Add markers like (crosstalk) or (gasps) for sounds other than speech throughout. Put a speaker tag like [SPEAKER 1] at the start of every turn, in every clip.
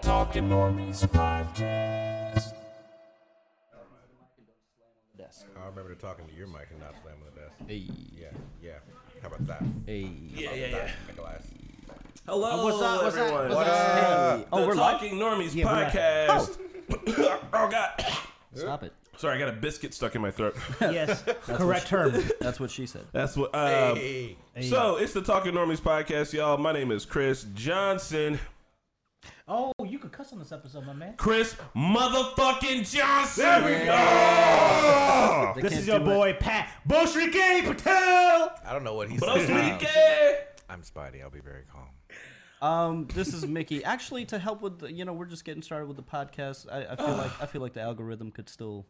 [SPEAKER 1] Talking Normies podcast.
[SPEAKER 2] desk.
[SPEAKER 3] I remember they're talking to your mic and not slamming the desk.
[SPEAKER 2] Hey,
[SPEAKER 3] Yeah, yeah. How about that?
[SPEAKER 2] hey.
[SPEAKER 1] Yeah, yeah, yeah.
[SPEAKER 3] Nicholas.
[SPEAKER 1] Hello,
[SPEAKER 2] Uh, What's up? What's
[SPEAKER 1] everyone.
[SPEAKER 2] up? What's
[SPEAKER 3] What
[SPEAKER 2] up?
[SPEAKER 3] up?
[SPEAKER 2] Hey. Oh,
[SPEAKER 1] the
[SPEAKER 2] we're live.
[SPEAKER 1] Talking Normies
[SPEAKER 2] Yeah, we're live.
[SPEAKER 1] podcast. (coughs) Oh. God.
[SPEAKER 2] Stop it.
[SPEAKER 1] Sorry, I got a biscuit stuck in my throat. (laughs)
[SPEAKER 4] Yes, correct term.
[SPEAKER 2] (laughs) That's what she said.
[SPEAKER 1] That's what. Um,
[SPEAKER 3] Hey.
[SPEAKER 1] So it's the Talking Normies podcast, y'all. My name is Chris Johnson.
[SPEAKER 4] (laughs) Oh, you could cuss on this episode, my man.
[SPEAKER 1] Chris motherfucking Johnson. There we go.
[SPEAKER 2] They
[SPEAKER 4] This
[SPEAKER 2] can't
[SPEAKER 4] is your
[SPEAKER 2] do
[SPEAKER 4] boy Pat Boshrike Patel.
[SPEAKER 3] I don't know what he's
[SPEAKER 1] But I'm
[SPEAKER 3] saying.
[SPEAKER 1] sneaky.
[SPEAKER 3] I'm Spidey. I'll be very calm.
[SPEAKER 2] It. Um, this is Mickey. Actually, to help with, the, you know, we're just getting started with the podcast. I, I feel like I feel like the algorithm could still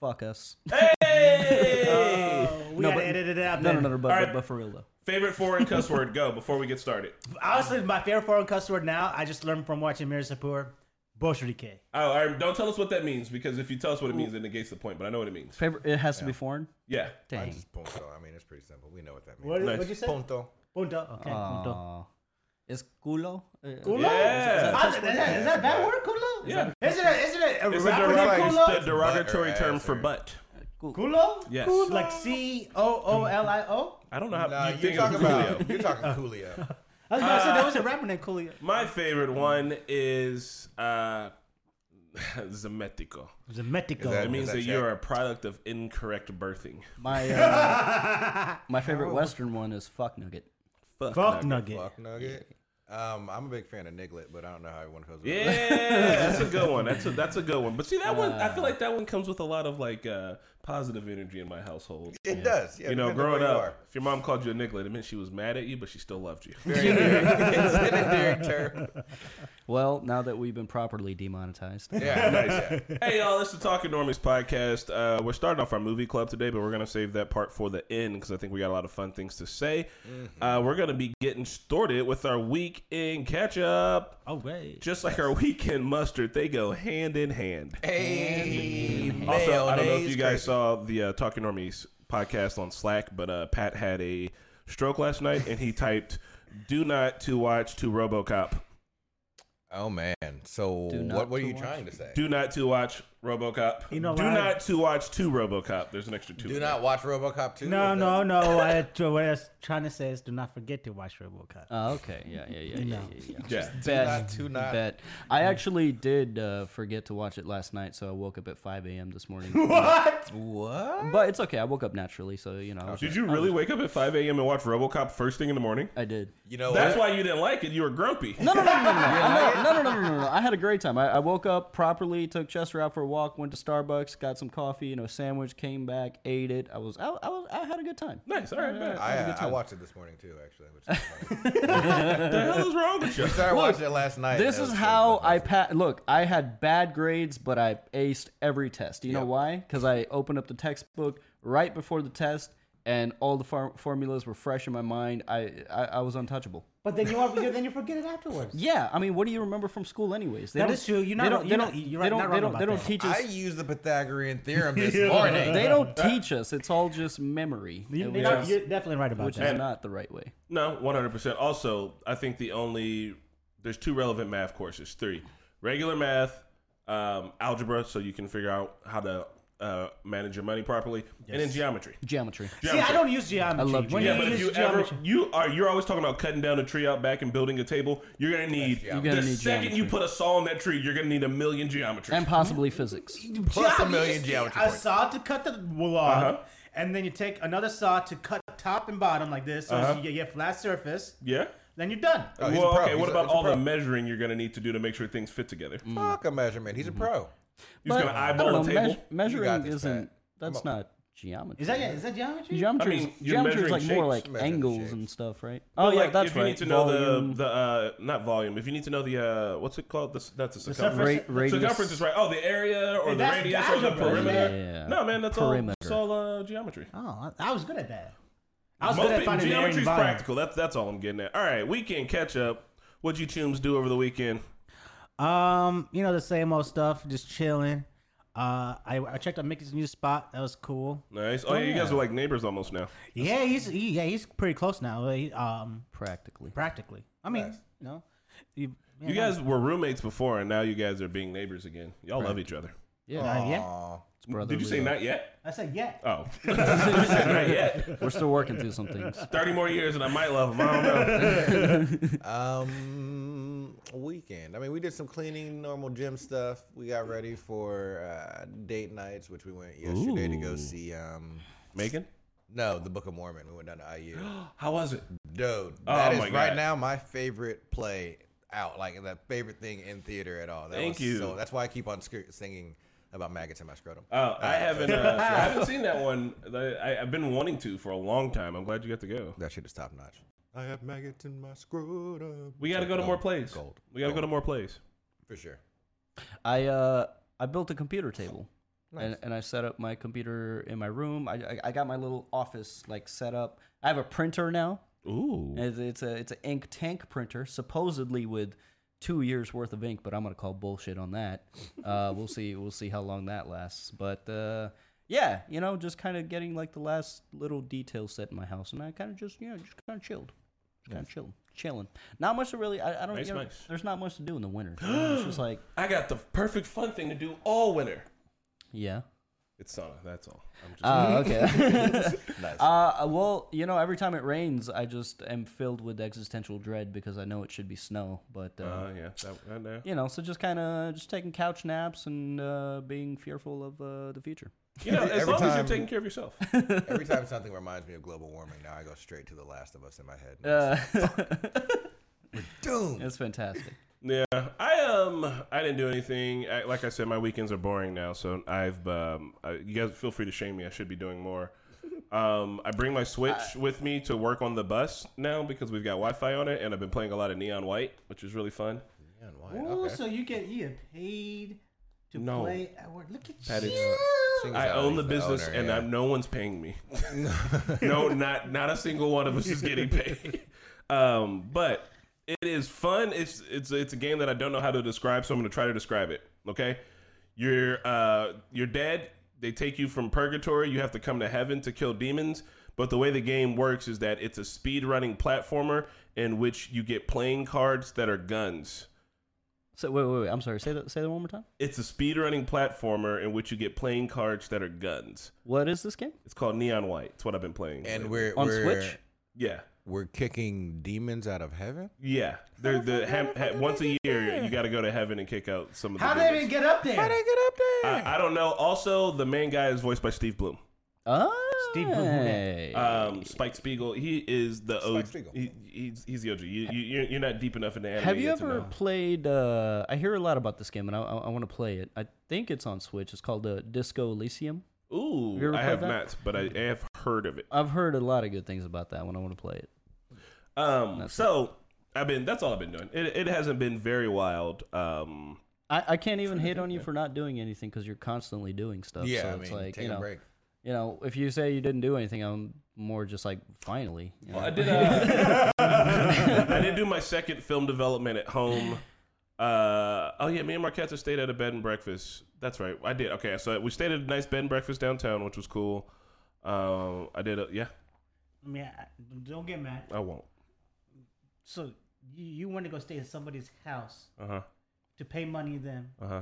[SPEAKER 2] fuck us. Uh,
[SPEAKER 1] Hey.
[SPEAKER 4] Oh, we
[SPEAKER 2] No,
[SPEAKER 4] gotta
[SPEAKER 2] but-
[SPEAKER 4] edit it out.
[SPEAKER 2] No, no,
[SPEAKER 4] then.
[SPEAKER 2] no, no but,
[SPEAKER 1] All right.
[SPEAKER 2] but, but for real though.
[SPEAKER 1] Favorite foreign cuss word? Go before we get started.
[SPEAKER 4] Honestly, my favorite foreign cuss word now. I just learned from watching Mir Sapur. Boshrike.
[SPEAKER 1] Oh, all right, don't tell us what that means because if you tell us what it means, it negates the point. But I know what it means.
[SPEAKER 2] Favorite. It has to be foreign.
[SPEAKER 1] Yeah.
[SPEAKER 3] I
[SPEAKER 2] Dang.
[SPEAKER 3] just punto. I mean, it's pretty simple. We know what that means.
[SPEAKER 4] What
[SPEAKER 1] Nice.
[SPEAKER 4] would you say?
[SPEAKER 3] Punto.
[SPEAKER 4] Punto. Okay.
[SPEAKER 2] Ah.
[SPEAKER 4] Punto.
[SPEAKER 2] Aw. Uh, Is culo? Uh,
[SPEAKER 4] Culo?
[SPEAKER 1] Yeah.
[SPEAKER 4] I- Is, that, is that a bad word? Culo?
[SPEAKER 1] Yeah.
[SPEAKER 4] Isn't it? Isn't it a
[SPEAKER 1] It's a
[SPEAKER 4] rapper
[SPEAKER 1] derog-
[SPEAKER 4] named
[SPEAKER 1] it's
[SPEAKER 4] Culo?
[SPEAKER 1] the derogatory
[SPEAKER 3] Butt or
[SPEAKER 1] term
[SPEAKER 3] ass
[SPEAKER 1] for
[SPEAKER 3] or-
[SPEAKER 1] butt.
[SPEAKER 4] Culo?
[SPEAKER 1] Yes.
[SPEAKER 4] Culo? Like C O O L I O.
[SPEAKER 1] I don't know how
[SPEAKER 3] Nah,
[SPEAKER 1] you
[SPEAKER 3] you
[SPEAKER 1] think
[SPEAKER 3] are
[SPEAKER 1] of
[SPEAKER 3] talking
[SPEAKER 1] Julio.
[SPEAKER 3] about you're talking (laughs) Coolio.
[SPEAKER 4] I was gonna say there was a rapper named Coolio.
[SPEAKER 1] My favorite one is uh, (laughs) zemetico.
[SPEAKER 4] Zemetico.
[SPEAKER 3] that-
[SPEAKER 1] It means
[SPEAKER 3] that
[SPEAKER 1] that
[SPEAKER 3] Czech?
[SPEAKER 1] you're a product of incorrect birthing.
[SPEAKER 2] My uh, my favorite Western one is fuck nugget.
[SPEAKER 4] Fuck nugget.
[SPEAKER 3] Fuck nugget. Um, I'm a big fan of Niglet, but I don't know how everyone feels. about it.
[SPEAKER 1] Yeah, that's a good one. That's a that's a good one. But see that one, I feel like that one comes with a lot of like uh, positive energy in my household.
[SPEAKER 3] It does. Yeah,
[SPEAKER 1] You know,
[SPEAKER 3] depends on
[SPEAKER 1] growing
[SPEAKER 3] where you
[SPEAKER 1] up, if your mom called you a nigglet, it meant she was mad at you, but she still loved you. (laughs)
[SPEAKER 3] are. (laughs) Very dirty. It's in a dirty term.
[SPEAKER 2] Well, now that we've been properly
[SPEAKER 3] (laughs)
[SPEAKER 2] demonetized,
[SPEAKER 3] Yeah, nice. Yeah.
[SPEAKER 1] hey y'all, it's the Talking Normies podcast. Uh, we're starting off our movie club today, but we're gonna save that part for the end because I think we got a lot of fun things to say.
[SPEAKER 3] Mm-hmm.
[SPEAKER 1] Uh, we're gonna be getting started with our weekend catch up.
[SPEAKER 4] Oh wait.
[SPEAKER 1] Just like our weekend mustard, they go hand in hand.
[SPEAKER 3] Hey,
[SPEAKER 1] Also, I don't know if
[SPEAKER 3] mayonnaise,
[SPEAKER 1] you guys
[SPEAKER 3] crazy.
[SPEAKER 1] saw the uh, Talking Normies podcast on Slack, but uh, Pat had a stroke last night and he typed, "Do not to watch to RoboCop."
[SPEAKER 3] Oh man. So
[SPEAKER 2] Do not
[SPEAKER 3] what were
[SPEAKER 2] to
[SPEAKER 3] you
[SPEAKER 2] watch.
[SPEAKER 3] trying to say?
[SPEAKER 1] Do not to watch RoboCop.
[SPEAKER 4] You know
[SPEAKER 1] Do
[SPEAKER 4] what?
[SPEAKER 1] not to watch to RoboCop. There's an extra two.
[SPEAKER 3] Do
[SPEAKER 1] in there.
[SPEAKER 3] not watch RoboCop 2.
[SPEAKER 4] No, no, no. I, what I was trying to say is, do not forget to watch RoboCop.
[SPEAKER 2] (laughs) Oh, okay. Yeah, yeah, yeah, yeah,
[SPEAKER 4] No.
[SPEAKER 2] yeah, yeah.
[SPEAKER 1] Yeah.
[SPEAKER 2] Bet.
[SPEAKER 3] not to not.
[SPEAKER 2] Bet. I actually did uh, forget to watch it last night, so I woke up at 5 a.m.
[SPEAKER 1] (laughs)
[SPEAKER 2] this morning.
[SPEAKER 4] What?
[SPEAKER 3] What?
[SPEAKER 2] but it's okay. I woke up naturally, so, you know. I, was-
[SPEAKER 1] Did you really wake up at 5 a.m. and watch RoboCop first thing in the morning?
[SPEAKER 2] I did.
[SPEAKER 3] You know
[SPEAKER 1] That's
[SPEAKER 3] what?
[SPEAKER 1] why you didn't like it. You were grumpy.
[SPEAKER 2] No, no, no, no, no, no. I- no, no, no, no, no, no. I had a great time. I, I woke up properly, took Chester out for a walk, went to Starbucks, got some coffee, you know, sandwich, came back, ate it. I was, I, I was, I had a good time.
[SPEAKER 1] Nice. All right, man.
[SPEAKER 3] I, uh, I watched it this morning too, actually. Which is funny.
[SPEAKER 1] What the hell is wrong with you? (laughs)
[SPEAKER 3] I started watching it last night.
[SPEAKER 2] This
[SPEAKER 3] and it
[SPEAKER 2] is
[SPEAKER 3] was
[SPEAKER 2] how
[SPEAKER 3] pretty
[SPEAKER 2] I
[SPEAKER 3] much-
[SPEAKER 2] pa- look. I had bad grades, but I aced every test. You know
[SPEAKER 3] Yep.
[SPEAKER 2] why? Because I opened up the textbook right before the test, and all the for- formulas were fresh in my mind. I, I I was untouchable.
[SPEAKER 4] But then you want, then you forget it afterwards.
[SPEAKER 2] Yeah, I mean, what do you remember from school, anyways? They
[SPEAKER 4] That
[SPEAKER 2] don't-
[SPEAKER 4] is true. You're
[SPEAKER 2] they
[SPEAKER 4] not-
[SPEAKER 2] don't-
[SPEAKER 4] you're
[SPEAKER 2] they
[SPEAKER 4] not-
[SPEAKER 2] don't-
[SPEAKER 4] you're
[SPEAKER 2] They
[SPEAKER 4] right- not
[SPEAKER 2] don't.
[SPEAKER 4] wrong
[SPEAKER 2] They don't.
[SPEAKER 4] about
[SPEAKER 2] They don't
[SPEAKER 4] that.
[SPEAKER 2] teach
[SPEAKER 3] I
[SPEAKER 2] us.
[SPEAKER 3] used the Pythagorean
[SPEAKER 1] (laughs)
[SPEAKER 3] theorem this morning.
[SPEAKER 2] They
[SPEAKER 4] (laughs)
[SPEAKER 2] don't teach us. It's all just memory,
[SPEAKER 4] You,
[SPEAKER 2] which
[SPEAKER 4] you know,
[SPEAKER 2] is-
[SPEAKER 4] you're definitely right about
[SPEAKER 2] which
[SPEAKER 4] that.
[SPEAKER 2] is not the right way.
[SPEAKER 1] No, 100%. Also, I think the only, there's two relevant math courses three regular math, um, algebra, so you can figure out how to uh, manage your money properly, and then geometry.
[SPEAKER 2] Geometry.
[SPEAKER 4] See, I don't use geometry.
[SPEAKER 2] I love
[SPEAKER 4] When
[SPEAKER 2] geometry.
[SPEAKER 1] Yeah,
[SPEAKER 4] you
[SPEAKER 1] but if
[SPEAKER 4] use
[SPEAKER 1] you
[SPEAKER 4] geometry,
[SPEAKER 1] ever you are you're always talking about cutting down a tree out back and building a table, you're gonna need
[SPEAKER 3] You're
[SPEAKER 2] gonna
[SPEAKER 1] the
[SPEAKER 2] need
[SPEAKER 1] second
[SPEAKER 2] geometry.
[SPEAKER 1] you put a saw on that tree, you're gonna need a million geometries.
[SPEAKER 2] (laughs) And possibly physics.
[SPEAKER 3] Plus a
[SPEAKER 4] you
[SPEAKER 3] million
[SPEAKER 4] just-
[SPEAKER 3] geometry
[SPEAKER 4] A
[SPEAKER 3] points.
[SPEAKER 4] saw to cut the log, and then you take another saw to cut top and bottom like this, so
[SPEAKER 1] Uh-huh.
[SPEAKER 4] you get, you get flat surface.
[SPEAKER 1] yeah.
[SPEAKER 4] Then you're done.
[SPEAKER 3] Oh, he's a
[SPEAKER 1] well,
[SPEAKER 3] pro.
[SPEAKER 1] okay.
[SPEAKER 3] He's
[SPEAKER 1] What
[SPEAKER 3] a-
[SPEAKER 1] about
[SPEAKER 3] he's a
[SPEAKER 1] all the
[SPEAKER 3] pro.
[SPEAKER 1] measuring you're gonna need to do to make sure things fit together? He's
[SPEAKER 3] Fuck a measurement. He's a pro.
[SPEAKER 1] gonna
[SPEAKER 2] I don't
[SPEAKER 1] eyeball
[SPEAKER 2] know.
[SPEAKER 1] a table.
[SPEAKER 2] meas- measuring
[SPEAKER 3] got this,
[SPEAKER 2] isn't.
[SPEAKER 3] Pat.
[SPEAKER 2] That's
[SPEAKER 3] Come on.
[SPEAKER 2] not geometry.
[SPEAKER 4] Is that is that geometry?
[SPEAKER 2] Geometry,
[SPEAKER 1] I
[SPEAKER 2] is
[SPEAKER 1] mean, you're
[SPEAKER 2] geometry
[SPEAKER 1] measuring
[SPEAKER 2] is like more
[SPEAKER 1] shapes.
[SPEAKER 2] like
[SPEAKER 3] Measuring
[SPEAKER 2] angles
[SPEAKER 3] shapes.
[SPEAKER 2] and stuff, right? Oh yeah,
[SPEAKER 1] like,
[SPEAKER 2] that's
[SPEAKER 1] if
[SPEAKER 2] right.
[SPEAKER 1] you need to know
[SPEAKER 2] Volume.
[SPEAKER 1] the the uh, not volume, if you need to know the uh, what's it called? This that's the circumference.
[SPEAKER 2] Ra- radius.
[SPEAKER 1] Circumference is right. Oh, the area or
[SPEAKER 4] Hey,
[SPEAKER 1] the
[SPEAKER 4] that's
[SPEAKER 1] radius or the
[SPEAKER 4] algebra.
[SPEAKER 1] perimeter.
[SPEAKER 2] Yeah.
[SPEAKER 1] No, man, that's
[SPEAKER 2] Perimeter.
[SPEAKER 1] all. That's all uh, geometry.
[SPEAKER 4] Oh, I, I was good at that. I was
[SPEAKER 1] Most
[SPEAKER 4] good at
[SPEAKER 1] people-
[SPEAKER 4] finding the
[SPEAKER 1] geometry's
[SPEAKER 4] erring volume.
[SPEAKER 1] practical. That's that's all I'm getting at. All right, weekend catch up. What'd you chooms do over the weekend?
[SPEAKER 4] Um, you know the same old stuff, just chilling. Uh, I, I checked out Mickey's new spot. That was cool.
[SPEAKER 1] Nice. Oh, yeah, you guys are like neighbors almost now.
[SPEAKER 4] Yeah, he's he, yeah he's pretty close now. He, um,
[SPEAKER 2] practically.
[SPEAKER 4] practically. I mean,
[SPEAKER 3] Nice.
[SPEAKER 4] you know, you,
[SPEAKER 1] you guys were roommates before, and now you guys are being neighbors again. Y'all all love each other.
[SPEAKER 2] Yeah,
[SPEAKER 1] Oh,
[SPEAKER 4] Uh, yeah.
[SPEAKER 3] Aw.
[SPEAKER 2] it's brotherly.
[SPEAKER 1] Did you say
[SPEAKER 2] love.
[SPEAKER 1] not yet?
[SPEAKER 4] I said yeah.
[SPEAKER 1] Oh, You
[SPEAKER 2] (laughs)
[SPEAKER 1] said (laughs) not yet.
[SPEAKER 2] We're still working through some things.
[SPEAKER 1] Thirty more years, and I might love him. I don't know.
[SPEAKER 3] Um, weekend. I mean, we did some cleaning, normal gym stuff. We got ready for uh, date nights, which we went yesterday to go
[SPEAKER 1] Ooh.
[SPEAKER 3] see. Um,
[SPEAKER 1] Megan,
[SPEAKER 3] no, the Book of Mormon. We went down to IU.
[SPEAKER 1] how was it?
[SPEAKER 3] Dude, that is
[SPEAKER 1] Oh my
[SPEAKER 3] right
[SPEAKER 1] God.
[SPEAKER 3] now my favorite play out, like the favorite thing in theater at all. That
[SPEAKER 1] Thank
[SPEAKER 3] was
[SPEAKER 1] you.
[SPEAKER 3] So that's why I keep on sc- singing about maggots in my scrotum.
[SPEAKER 1] Oh, I haven't. Uh, I haven't seen that one. I, I've been wanting to for a long time. I'm glad you got to go.
[SPEAKER 3] that shit is top notch. I have maggots in my scrotum.
[SPEAKER 1] We got to
[SPEAKER 3] So
[SPEAKER 1] go to
[SPEAKER 3] gold,
[SPEAKER 1] more plays.
[SPEAKER 3] Gold.
[SPEAKER 1] We got to go
[SPEAKER 3] gold,
[SPEAKER 1] to more plays.
[SPEAKER 3] for sure.
[SPEAKER 2] I uh I built a computer table. And, and I set up my computer in my room. I, I, I got my little office like set up. I have a printer now.
[SPEAKER 1] Ooh.
[SPEAKER 2] It's, it's a it's an ink tank printer, supposedly with two years worth of ink. But I'm gonna call bullshit on that. Uh, (laughs) we'll see we'll see how long that lasts. But uh, yeah, you know, just kind of getting like the last little detail set in my house, and I kind of just you know just kind of chilled, just kind of chilled, chilling. Not much to really. I, I don't.
[SPEAKER 1] Nice,
[SPEAKER 2] you know,
[SPEAKER 1] nice.
[SPEAKER 2] There's not much to do in
[SPEAKER 1] (gasps)
[SPEAKER 2] the winter. it's just like
[SPEAKER 1] I got the perfect fun thing to do all winter.
[SPEAKER 2] yeah.
[SPEAKER 1] It's sauna. That's all. I'm just.
[SPEAKER 2] Oh,
[SPEAKER 1] (laughs)
[SPEAKER 2] okay.
[SPEAKER 3] Nice.
[SPEAKER 2] uh, well, you know, every time it rains, I just am filled with existential dread because I know it should be snow. But uh,
[SPEAKER 1] uh, yeah. That, I know.
[SPEAKER 2] you know, so just kind of just taking couch naps and uh, being fearful of uh, the future.
[SPEAKER 1] You know, as
[SPEAKER 3] Every
[SPEAKER 1] long as you're
[SPEAKER 3] time-
[SPEAKER 1] taking care of yourself.
[SPEAKER 3] Every time something reminds me of global warming, now I go straight to The Last of Us in my head.
[SPEAKER 2] Uh, (laughs)
[SPEAKER 3] Doom.
[SPEAKER 2] it's fantastic.
[SPEAKER 1] Yeah, I um, I didn't do anything. I, like I said, my weekends are boring now. So I've um, I, you guys feel free to shame me. I should be doing more. Um, I bring my Switch with me to work on the bus now because we've got Wi-Fi on it, and I've been playing a lot of Neon White, which is really fun.
[SPEAKER 3] Man, why?
[SPEAKER 4] Ooh,
[SPEAKER 3] Okay.
[SPEAKER 4] so you get you get paid to
[SPEAKER 1] No.
[SPEAKER 4] play at work. Look at
[SPEAKER 1] That
[SPEAKER 4] you.
[SPEAKER 1] is-
[SPEAKER 3] Sings
[SPEAKER 1] I
[SPEAKER 3] out,
[SPEAKER 1] own
[SPEAKER 3] he's
[SPEAKER 1] the business,
[SPEAKER 3] owner,
[SPEAKER 1] and
[SPEAKER 3] yeah.
[SPEAKER 1] I'm, no one's paying
[SPEAKER 3] (laughs)
[SPEAKER 1] me. no, not not a single one of us is getting
[SPEAKER 3] (laughs)
[SPEAKER 1] paid. Um, but it is fun. It's it's it's a game that I don't know how to describe, so I'm going to try to describe it. Okay, you're uh, you're dead. They take you from purgatory. You have to come to heaven to kill demons. But the way the game works is that it's a speed running platformer in which you get playing cards that are guns.
[SPEAKER 2] So wait, wait, wait. I'm sorry. Say that. Say that one more time.
[SPEAKER 1] It's a speed running platformer in which you get playing cards that are guns.
[SPEAKER 2] What is this game
[SPEAKER 1] It's called Neon White. It's what I've been playing.
[SPEAKER 3] And
[SPEAKER 1] lately.
[SPEAKER 3] we're
[SPEAKER 2] on
[SPEAKER 3] we're,
[SPEAKER 2] Switch?
[SPEAKER 1] yeah,
[SPEAKER 3] We're kicking demons out of heaven.
[SPEAKER 1] yeah. They're the hem, he- once a year you got to go to heaven and kick out some of the.
[SPEAKER 4] How they
[SPEAKER 1] demons.
[SPEAKER 4] even get up
[SPEAKER 3] How
[SPEAKER 4] there?
[SPEAKER 3] they get up there?
[SPEAKER 1] I, I don't know. Also, the main guy is voiced by Steve Bloom.
[SPEAKER 2] Oh,
[SPEAKER 4] Steve Blum, who dat?
[SPEAKER 3] Uh,
[SPEAKER 1] Um, Spike Spiegel. He is the
[SPEAKER 3] Spike
[SPEAKER 1] OG.
[SPEAKER 3] Spiegel.
[SPEAKER 1] He, he's, he's the OG. You, you, you're- you're not deep enough in the anime.
[SPEAKER 2] Have you
[SPEAKER 1] yet to
[SPEAKER 2] ever
[SPEAKER 1] know.
[SPEAKER 2] played? Uh, I hear a lot about this game, and I, I, want to play it. I think it's on Switch. It's called uh, Disco Elysium.
[SPEAKER 1] Ooh,
[SPEAKER 2] you ever
[SPEAKER 1] I
[SPEAKER 2] played
[SPEAKER 1] have
[SPEAKER 2] that?
[SPEAKER 1] not, but I, I have heard of it.
[SPEAKER 2] I've heard a lot of good things about that one. I want to play it.
[SPEAKER 1] Um, so I've been. That's all I've been doing. It, it hasn't been very wild. Um,
[SPEAKER 2] I, I
[SPEAKER 3] (laughs)
[SPEAKER 2] can't even hate on you for not doing anything because you're constantly doing stuff.
[SPEAKER 3] yeah,
[SPEAKER 2] so
[SPEAKER 3] I
[SPEAKER 2] it's
[SPEAKER 3] mean,
[SPEAKER 2] like
[SPEAKER 3] take
[SPEAKER 2] you know,
[SPEAKER 3] a break.
[SPEAKER 2] you know, if you say you didn't do anything, I'm more just like finally. you
[SPEAKER 1] Well,
[SPEAKER 2] know?
[SPEAKER 1] I did. Uh, (laughs) I did do my second film development at home. Uh, oh yeah, me and Marquetta stayed at a bed and breakfast. That's right, I did. Okay, so we stayed at a nice bed and breakfast downtown, which was cool. Um, I did. A, yeah,
[SPEAKER 4] I mean, I- don't get mad.
[SPEAKER 1] I won't.
[SPEAKER 4] So you, you want to go stay at somebody's house
[SPEAKER 1] Uh huh.
[SPEAKER 4] to pay money to them
[SPEAKER 1] Uh huh.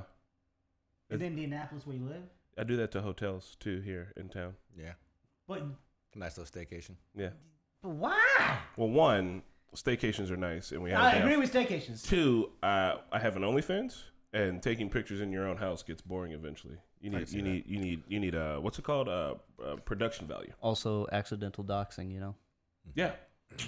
[SPEAKER 4] in Indianapolis where you live,
[SPEAKER 1] I do that to hotels too here in town.
[SPEAKER 3] Yeah,
[SPEAKER 4] but
[SPEAKER 3] nice little staycation. (laughs)
[SPEAKER 1] Yeah.
[SPEAKER 4] but why?
[SPEAKER 1] Well, one, staycations are nice, and we had.
[SPEAKER 4] I
[SPEAKER 1] a
[SPEAKER 4] agree
[SPEAKER 1] bath.
[SPEAKER 4] with staycations.
[SPEAKER 1] Two, uh, I have an OnlyFans, and taking pictures in your own house gets boring eventually. You need,
[SPEAKER 3] see
[SPEAKER 1] you
[SPEAKER 3] that.
[SPEAKER 1] need, you need, you need. Uh, what's it called? Uh, uh production value.
[SPEAKER 2] also, accidental doxing. You know,
[SPEAKER 1] Yeah.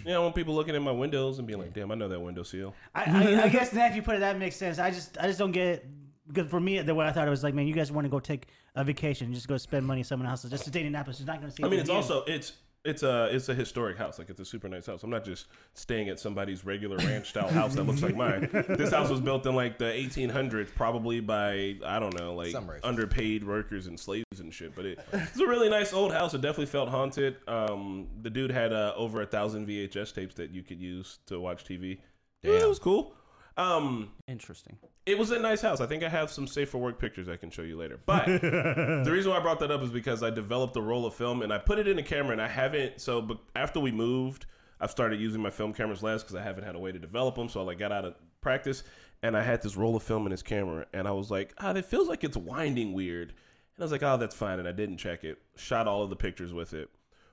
[SPEAKER 1] Yeah, I want people looking at my windows and being like, damn, I know that window seal.
[SPEAKER 4] I,
[SPEAKER 1] (laughs)
[SPEAKER 4] I, I guess now if you put it that makes sense. I just I just don't get it. because for me the way I thought it was like man you guys want to go take a vacation and just go spend money at someone else's just to date Indianapolis you're not gonna see.
[SPEAKER 1] I
[SPEAKER 4] it
[SPEAKER 1] mean, it's
[SPEAKER 4] again.
[SPEAKER 1] also, it's, it's a, it's a historic house. Like, it's a super nice house. I'm not just staying at somebody's regular ranch
[SPEAKER 3] (laughs)
[SPEAKER 1] style house that looks like mine. This house was built in like the 1800s, probably by, I don't know, like
[SPEAKER 3] Some racist.
[SPEAKER 1] underpaid workers and slaves and shit. But it, it's a really nice old house. It definitely felt haunted. Um, the dude had uh, over a thousand VHS tapes that you could use to watch TV. Yeah, it
[SPEAKER 3] Damn.
[SPEAKER 1] was cool. Um,
[SPEAKER 2] interesting.
[SPEAKER 1] It was a nice house. I think I have some safe for work pictures I can show you later. But the reason why I brought that up is because I developed a roll of film and I put it in a camera and I haven't. So but after we moved, I've started using my film cameras less because I haven't had a way to develop them. So I like got out of practice, and I had this roll of film in his camera, and I was like, ah, it feels like it's winding weird. And I was like, oh, that's fine. And I didn't check it. Shot all of the pictures with it.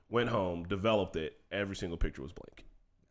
[SPEAKER 1] Went home, developed it. Every single picture was blank.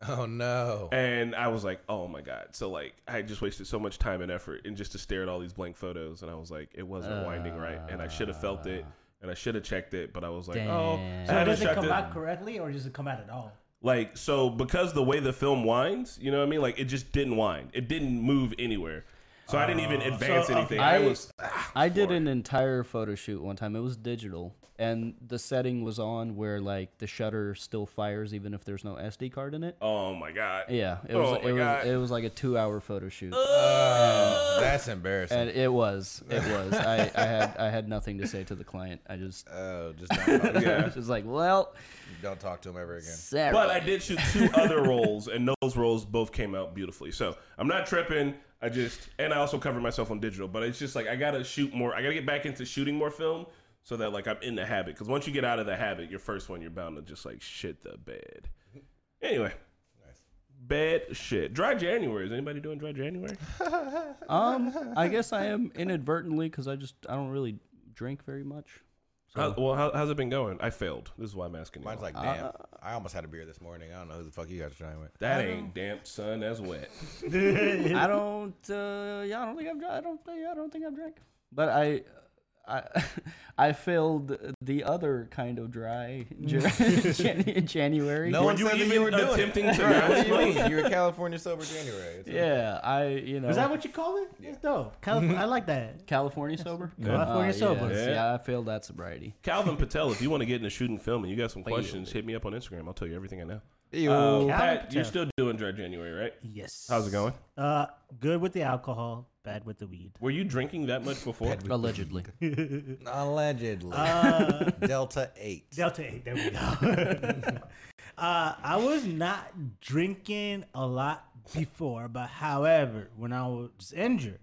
[SPEAKER 3] Oh no.
[SPEAKER 1] And I was like, oh my God. So, like, I just wasted so much time and effort and just to stare at all these blank photos. And I was like, it wasn't winding right. And I should have felt it. And I should have checked it. But I was like, oh.
[SPEAKER 2] Damn.
[SPEAKER 1] I
[SPEAKER 4] So
[SPEAKER 1] haven't
[SPEAKER 4] does it
[SPEAKER 1] checked
[SPEAKER 4] come out correctly or does it come out at all?
[SPEAKER 1] Like, so because the way the film winds, you know what I mean? Like, it just didn't wind, it didn't move anywhere. So I didn't even advance
[SPEAKER 4] Oh. okay.
[SPEAKER 1] anything.
[SPEAKER 2] I-
[SPEAKER 1] I, was.
[SPEAKER 2] I did an entire photo shoot one time. It was digital, and the setting was on where like the shutter still fires even if there's no SD card in it.
[SPEAKER 1] Oh my God.
[SPEAKER 2] Yeah, it
[SPEAKER 1] Oh
[SPEAKER 2] was
[SPEAKER 1] my
[SPEAKER 2] it
[SPEAKER 1] God.
[SPEAKER 2] was it was like a two hour photo shoot,
[SPEAKER 3] Uh, that's embarrassing.
[SPEAKER 2] and it was it was. I, I had I had nothing to say to the client. I just
[SPEAKER 3] Oh, just don't (laughs) talk,
[SPEAKER 2] I was just like, well,
[SPEAKER 3] don't talk to him ever again.
[SPEAKER 2] Sarah.
[SPEAKER 1] But I did shoot two other roles, and those roles both came out beautifully. So I'm not tripping. I just and I also cover myself on digital, but it's just like I gotta shoot more. I gotta get back into shooting more film so that like I'm in the habit. Because once you get out of the habit, your first one, you're bound to just like shit the bed. Anyway, bad shit. Dry January. Is anybody doing dry January?
[SPEAKER 2] um, I guess I am inadvertently because I just I don't really drink very much.
[SPEAKER 1] How, well, how, how's it been going? I failed. This is why I'm asking.
[SPEAKER 3] Mine's
[SPEAKER 1] you
[SPEAKER 3] like, damn. I almost had a beer this morning. I don't know who the fuck you guys are trying with.
[SPEAKER 1] that ain't damp, son. That's wet.
[SPEAKER 2] I don't. Uh, yeah, I don't think I've. dri- I don't think. I don't think I've drank. But I, I, (laughs) I failed the other kind of dry Jan- Jan- January.
[SPEAKER 3] No one
[SPEAKER 1] you
[SPEAKER 3] said that
[SPEAKER 1] even
[SPEAKER 3] you were doing
[SPEAKER 1] attempting
[SPEAKER 3] it.
[SPEAKER 1] to
[SPEAKER 3] Right, what do
[SPEAKER 1] masturbate?
[SPEAKER 3] you mean? You're a California sober January. It's
[SPEAKER 2] Yeah, I. You know.
[SPEAKER 4] Is that what you call it? That's (laughs) dope. Calif- I like that.
[SPEAKER 2] California sober?
[SPEAKER 4] California sober.
[SPEAKER 2] yes,
[SPEAKER 1] Ah, Yeah.
[SPEAKER 2] Yeah. I failed that sobriety.
[SPEAKER 1] Calvin Patel, if you want to get into shooting film and you got some questions, hit me up on Instagram. I'll tell you everything I know. Uh,
[SPEAKER 2] Um,
[SPEAKER 1] Pat,
[SPEAKER 4] Patel.
[SPEAKER 1] you're still doing Dry January, right?
[SPEAKER 4] Yes.
[SPEAKER 1] How's it going?
[SPEAKER 4] Uh, good with the alcohol, bad with the weed.
[SPEAKER 1] Were you drinking that much before?
[SPEAKER 2] Allegedly.
[SPEAKER 3] Allegedly. (laughs) Delta 8.
[SPEAKER 4] Delta 8, there we go. (laughs) uh, I was not drinking a lot before, but however, when I was injured,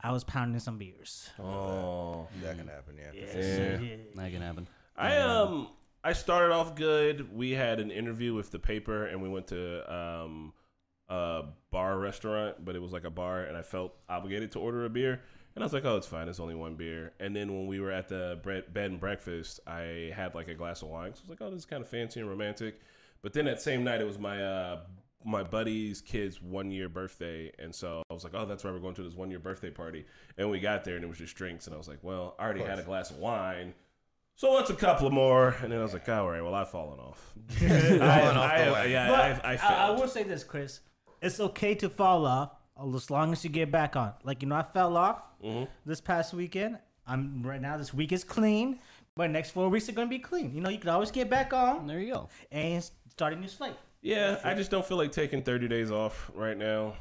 [SPEAKER 4] I was pounding some beers.
[SPEAKER 1] oh,
[SPEAKER 3] That can happen, yeah.
[SPEAKER 4] Yeah.
[SPEAKER 2] that can happen.
[SPEAKER 1] I um, I started off good. We had an interview with the paper, and we went to um, a bar restaurant, but it was like a bar, and I felt obligated to order a beer. And I was like, oh, it's fine. It's only one beer. And then when we were at the bread, bed and breakfast, I had like a glass of wine. So I was like, oh, this is kind of fancy and romantic. But then that same night, it was my uh, my buddy's kid's one year birthday, and so I was like, oh, that's why we're going to this one year birthday party. And we got there, and it was just drinks. And I was like, well, I already had a glass of wine. So what's a couple more? And then I was like, all right, well, I've fallen
[SPEAKER 3] (laughs)
[SPEAKER 1] off. I,
[SPEAKER 3] off the
[SPEAKER 1] (laughs) I, I,
[SPEAKER 3] wagon.
[SPEAKER 1] yeah,
[SPEAKER 4] But
[SPEAKER 1] I, I,
[SPEAKER 4] I,
[SPEAKER 1] failed.
[SPEAKER 4] I, will say this, Chris. It's okay to fall off as long as you get back on. Like, you know, I fell off
[SPEAKER 1] Mm-hmm.
[SPEAKER 4] this past weekend. I'm right now, this week is clean, but next four weeks are going to be clean. You know, you can always get back on
[SPEAKER 2] There you go.
[SPEAKER 4] and start a
[SPEAKER 1] (laughs)
[SPEAKER 4] new slate.
[SPEAKER 1] Yeah, I just don't feel like taking 30 days off right now.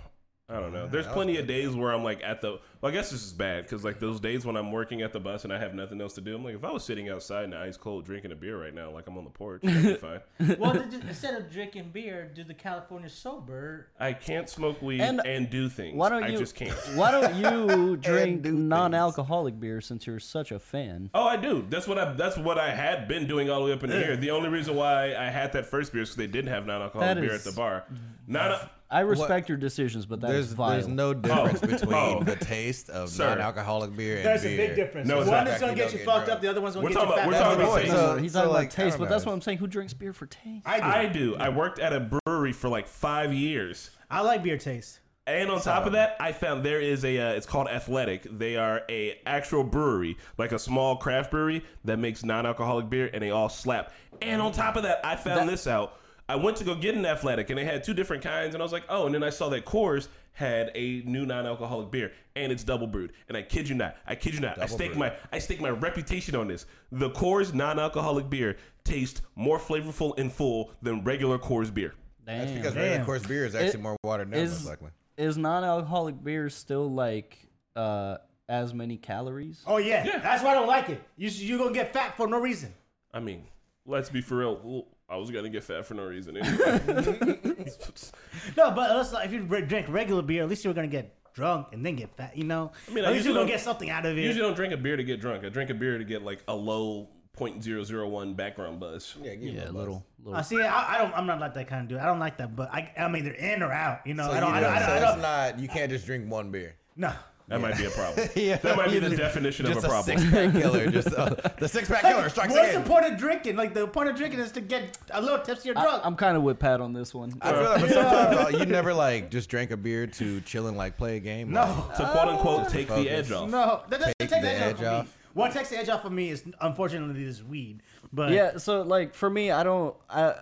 [SPEAKER 1] I don't know. There's plenty of days where I'm like at the. Well, I guess this is bad because like those days when I'm working at the bus and I have nothing else to do, I'm like, if I was sitting outside in the ice cold drinking a beer right now, like I'm on the porch, that'd be
[SPEAKER 2] (laughs)
[SPEAKER 1] fine.
[SPEAKER 4] well, they just- instead of drinking beer, do the California sober.
[SPEAKER 1] I can't smoke weed and,
[SPEAKER 2] And
[SPEAKER 1] do things.
[SPEAKER 2] Why don't you?
[SPEAKER 1] I just can't.
[SPEAKER 2] Why don't you drink
[SPEAKER 3] do
[SPEAKER 2] non-alcoholic beer since you're such a fan?
[SPEAKER 1] Oh, I do. That's what I. That's what I had been doing all the way up in here. The only reason why I had that first beer is because they didn't have non-alcoholic
[SPEAKER 2] That
[SPEAKER 1] beer
[SPEAKER 2] is-
[SPEAKER 1] at the bar. Not. A,
[SPEAKER 2] I respect your decisions, but that's
[SPEAKER 3] There's,
[SPEAKER 2] vile.
[SPEAKER 3] there's no difference between
[SPEAKER 1] Oh.
[SPEAKER 3] the taste of
[SPEAKER 1] Sir.
[SPEAKER 3] non-alcoholic beer and beer.
[SPEAKER 1] No, it's One not. is
[SPEAKER 3] gonna get you fucked up, the
[SPEAKER 4] other one's
[SPEAKER 1] We're get you talking about- fat. we're talking about
[SPEAKER 3] taste.
[SPEAKER 2] No, he's
[SPEAKER 3] So,
[SPEAKER 2] not about
[SPEAKER 3] like, I
[SPEAKER 2] taste,
[SPEAKER 3] don't
[SPEAKER 2] but
[SPEAKER 3] know.
[SPEAKER 2] that's what I'm saying. Who drinks beer for taste?
[SPEAKER 4] I, do.
[SPEAKER 1] I
[SPEAKER 4] I,
[SPEAKER 1] do. I worked at a brewery for like five years.
[SPEAKER 4] like beer taste.
[SPEAKER 1] And on top of that, I found there is a. Uh, it's called Athletic. They are a actual brewery, like a small craft brewery that makes non-alcoholic beer, and they all slap. And on top of that, I found this out. I went to go get an Athletic, and they had two different kinds, and I was like, oh. And then I saw that Coors had a new non-alcoholic beer, and it's double brewed. And I kid you not, I kid you not, I stake
[SPEAKER 3] brewed.
[SPEAKER 1] my I stake my reputation on this. The Coors non-alcoholic beer tastes more flavorful and full than regular Coors beer.
[SPEAKER 3] That's
[SPEAKER 2] Damn.
[SPEAKER 3] because regular
[SPEAKER 4] Damn.
[SPEAKER 3] course beer is actually more watered down, most
[SPEAKER 2] Is,
[SPEAKER 3] likely.
[SPEAKER 2] is non-alcoholic beer still like uh, as many calories?
[SPEAKER 4] Oh yeah. that's why I don't like it. You you gonna get fat for no reason.
[SPEAKER 1] I mean, let's be for real. Ooh, I was gonna get fat for no reason. anyway.
[SPEAKER 4] No, but let's not- if you re- drink regular beer, at least you're gonna get drunk and then get fat. You know,
[SPEAKER 1] mean, I
[SPEAKER 4] at least you're
[SPEAKER 1] usually
[SPEAKER 4] gonna
[SPEAKER 1] don't-
[SPEAKER 4] get something out of it.
[SPEAKER 1] Usually, don't drink a beer to get drunk. I drink a beer to get like a low 0.001 background buzz.
[SPEAKER 3] Yeah, give him
[SPEAKER 2] Yeah,
[SPEAKER 3] a
[SPEAKER 2] a
[SPEAKER 3] buzz.
[SPEAKER 2] little,
[SPEAKER 4] Uh,
[SPEAKER 2] little.
[SPEAKER 4] see, I, I don't. I'm not like that kind of dude. I don't like that. But I, I'm either in or out. You know,
[SPEAKER 3] So
[SPEAKER 4] I don't.
[SPEAKER 3] you
[SPEAKER 4] I don't.
[SPEAKER 3] know,
[SPEAKER 4] I
[SPEAKER 3] so
[SPEAKER 4] don't. I
[SPEAKER 3] it's
[SPEAKER 4] don't
[SPEAKER 3] not. You can't just drink one beer.
[SPEAKER 4] no.
[SPEAKER 1] That might be a problem.
[SPEAKER 3] (laughs) Yeah.
[SPEAKER 1] that might be the definition of a
[SPEAKER 3] Just a,
[SPEAKER 1] problem.
[SPEAKER 3] six pack killer. Just uh, the six pack killer strikes
[SPEAKER 4] What's the
[SPEAKER 3] again.
[SPEAKER 4] point of drinking? Like the point of drinking is to get a little tipsy or
[SPEAKER 2] I,
[SPEAKER 4] drunk.
[SPEAKER 2] I'm kind of with Pat on this one.
[SPEAKER 3] I feel like but sometimes uh, you never like just drank a beer to chill and like play a game. like,
[SPEAKER 2] (laughs)
[SPEAKER 4] no, (laughs)
[SPEAKER 1] to quote
[SPEAKER 3] Oh.
[SPEAKER 1] unquote take the edge off.
[SPEAKER 4] no. That doesn't
[SPEAKER 3] Take
[SPEAKER 4] take,
[SPEAKER 3] the
[SPEAKER 4] the edge
[SPEAKER 3] edge
[SPEAKER 4] off.
[SPEAKER 3] off.
[SPEAKER 4] of me. What takes the edge off of me is unfortunately this weed. But
[SPEAKER 2] yeah so like for me i don't i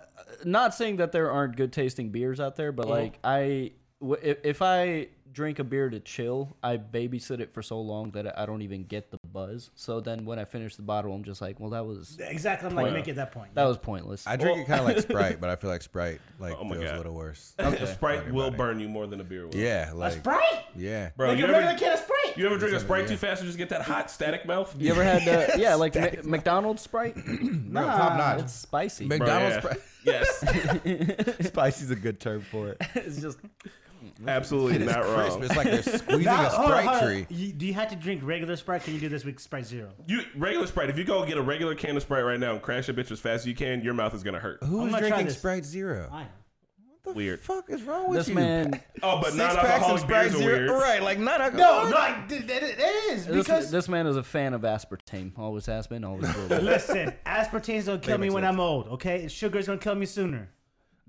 [SPEAKER 2] not saying that there aren't good tasting beers out there
[SPEAKER 3] Uh-huh.
[SPEAKER 2] but like i w- if, if i drink a beer to chill i babysit it for so long that i don't even get the buzz so then when i finish the bottle i'm just like well that was
[SPEAKER 4] exactly. I'm like make it that point.
[SPEAKER 2] that was pointless
[SPEAKER 3] I drink it kind of like Sprite, but I feel like Sprite like
[SPEAKER 1] Oh my
[SPEAKER 3] feels
[SPEAKER 1] God.
[SPEAKER 3] a little worse.
[SPEAKER 1] A Sprite will burn you more than a beer will.
[SPEAKER 3] Yeah,
[SPEAKER 4] a
[SPEAKER 3] like
[SPEAKER 4] sprite.
[SPEAKER 3] yeah.
[SPEAKER 1] Bro,
[SPEAKER 4] Like
[SPEAKER 1] you
[SPEAKER 4] a
[SPEAKER 1] ever,
[SPEAKER 4] regular can of sprite.
[SPEAKER 1] you ever drink a Sprite too fast and just get that hot static mouth?
[SPEAKER 2] you ever had uh, yeah like Ma- mcdonald's sprite
[SPEAKER 3] No, top notch.
[SPEAKER 2] it's spicy
[SPEAKER 1] Bro,
[SPEAKER 3] McDonald's
[SPEAKER 1] yeah.
[SPEAKER 3] (laughs)
[SPEAKER 1] yes.
[SPEAKER 3] Sprite. Spicy's a good term for it.
[SPEAKER 2] it's just
[SPEAKER 1] Absolutely not
[SPEAKER 3] Crisp.
[SPEAKER 1] wrong. (laughs)
[SPEAKER 3] It's like they're squeezing
[SPEAKER 4] Now,
[SPEAKER 3] a
[SPEAKER 4] hold on,
[SPEAKER 3] Sprite
[SPEAKER 4] hold on.
[SPEAKER 3] tree.
[SPEAKER 4] You, do you have to drink regular Sprite? Can you do this with Sprite Zero?
[SPEAKER 1] You regular Sprite. If you go get a regular can of Sprite right now and crash a bitch as fast as you can, your mouth is gonna hurt.
[SPEAKER 3] Who's
[SPEAKER 4] gonna try
[SPEAKER 3] drinking
[SPEAKER 4] this.
[SPEAKER 3] Sprite Zero?
[SPEAKER 4] I am.
[SPEAKER 3] What
[SPEAKER 1] Weird.
[SPEAKER 3] The fuck is wrong with
[SPEAKER 2] this
[SPEAKER 3] you?
[SPEAKER 2] man
[SPEAKER 1] Oh, but
[SPEAKER 3] Six packs and
[SPEAKER 1] non-alcoholic
[SPEAKER 3] Sprite
[SPEAKER 1] beers are
[SPEAKER 3] Zero.
[SPEAKER 1] weird.
[SPEAKER 3] Right, like not
[SPEAKER 4] No,
[SPEAKER 3] alcoholic.
[SPEAKER 4] no, I, it, it- it is
[SPEAKER 2] this,
[SPEAKER 4] because
[SPEAKER 2] this man is a fan of aspartame always has been always will be. (laughs)
[SPEAKER 4] listen, aspartame's gonna kill me when I'm old. Okay, sugar's gonna kill me sooner.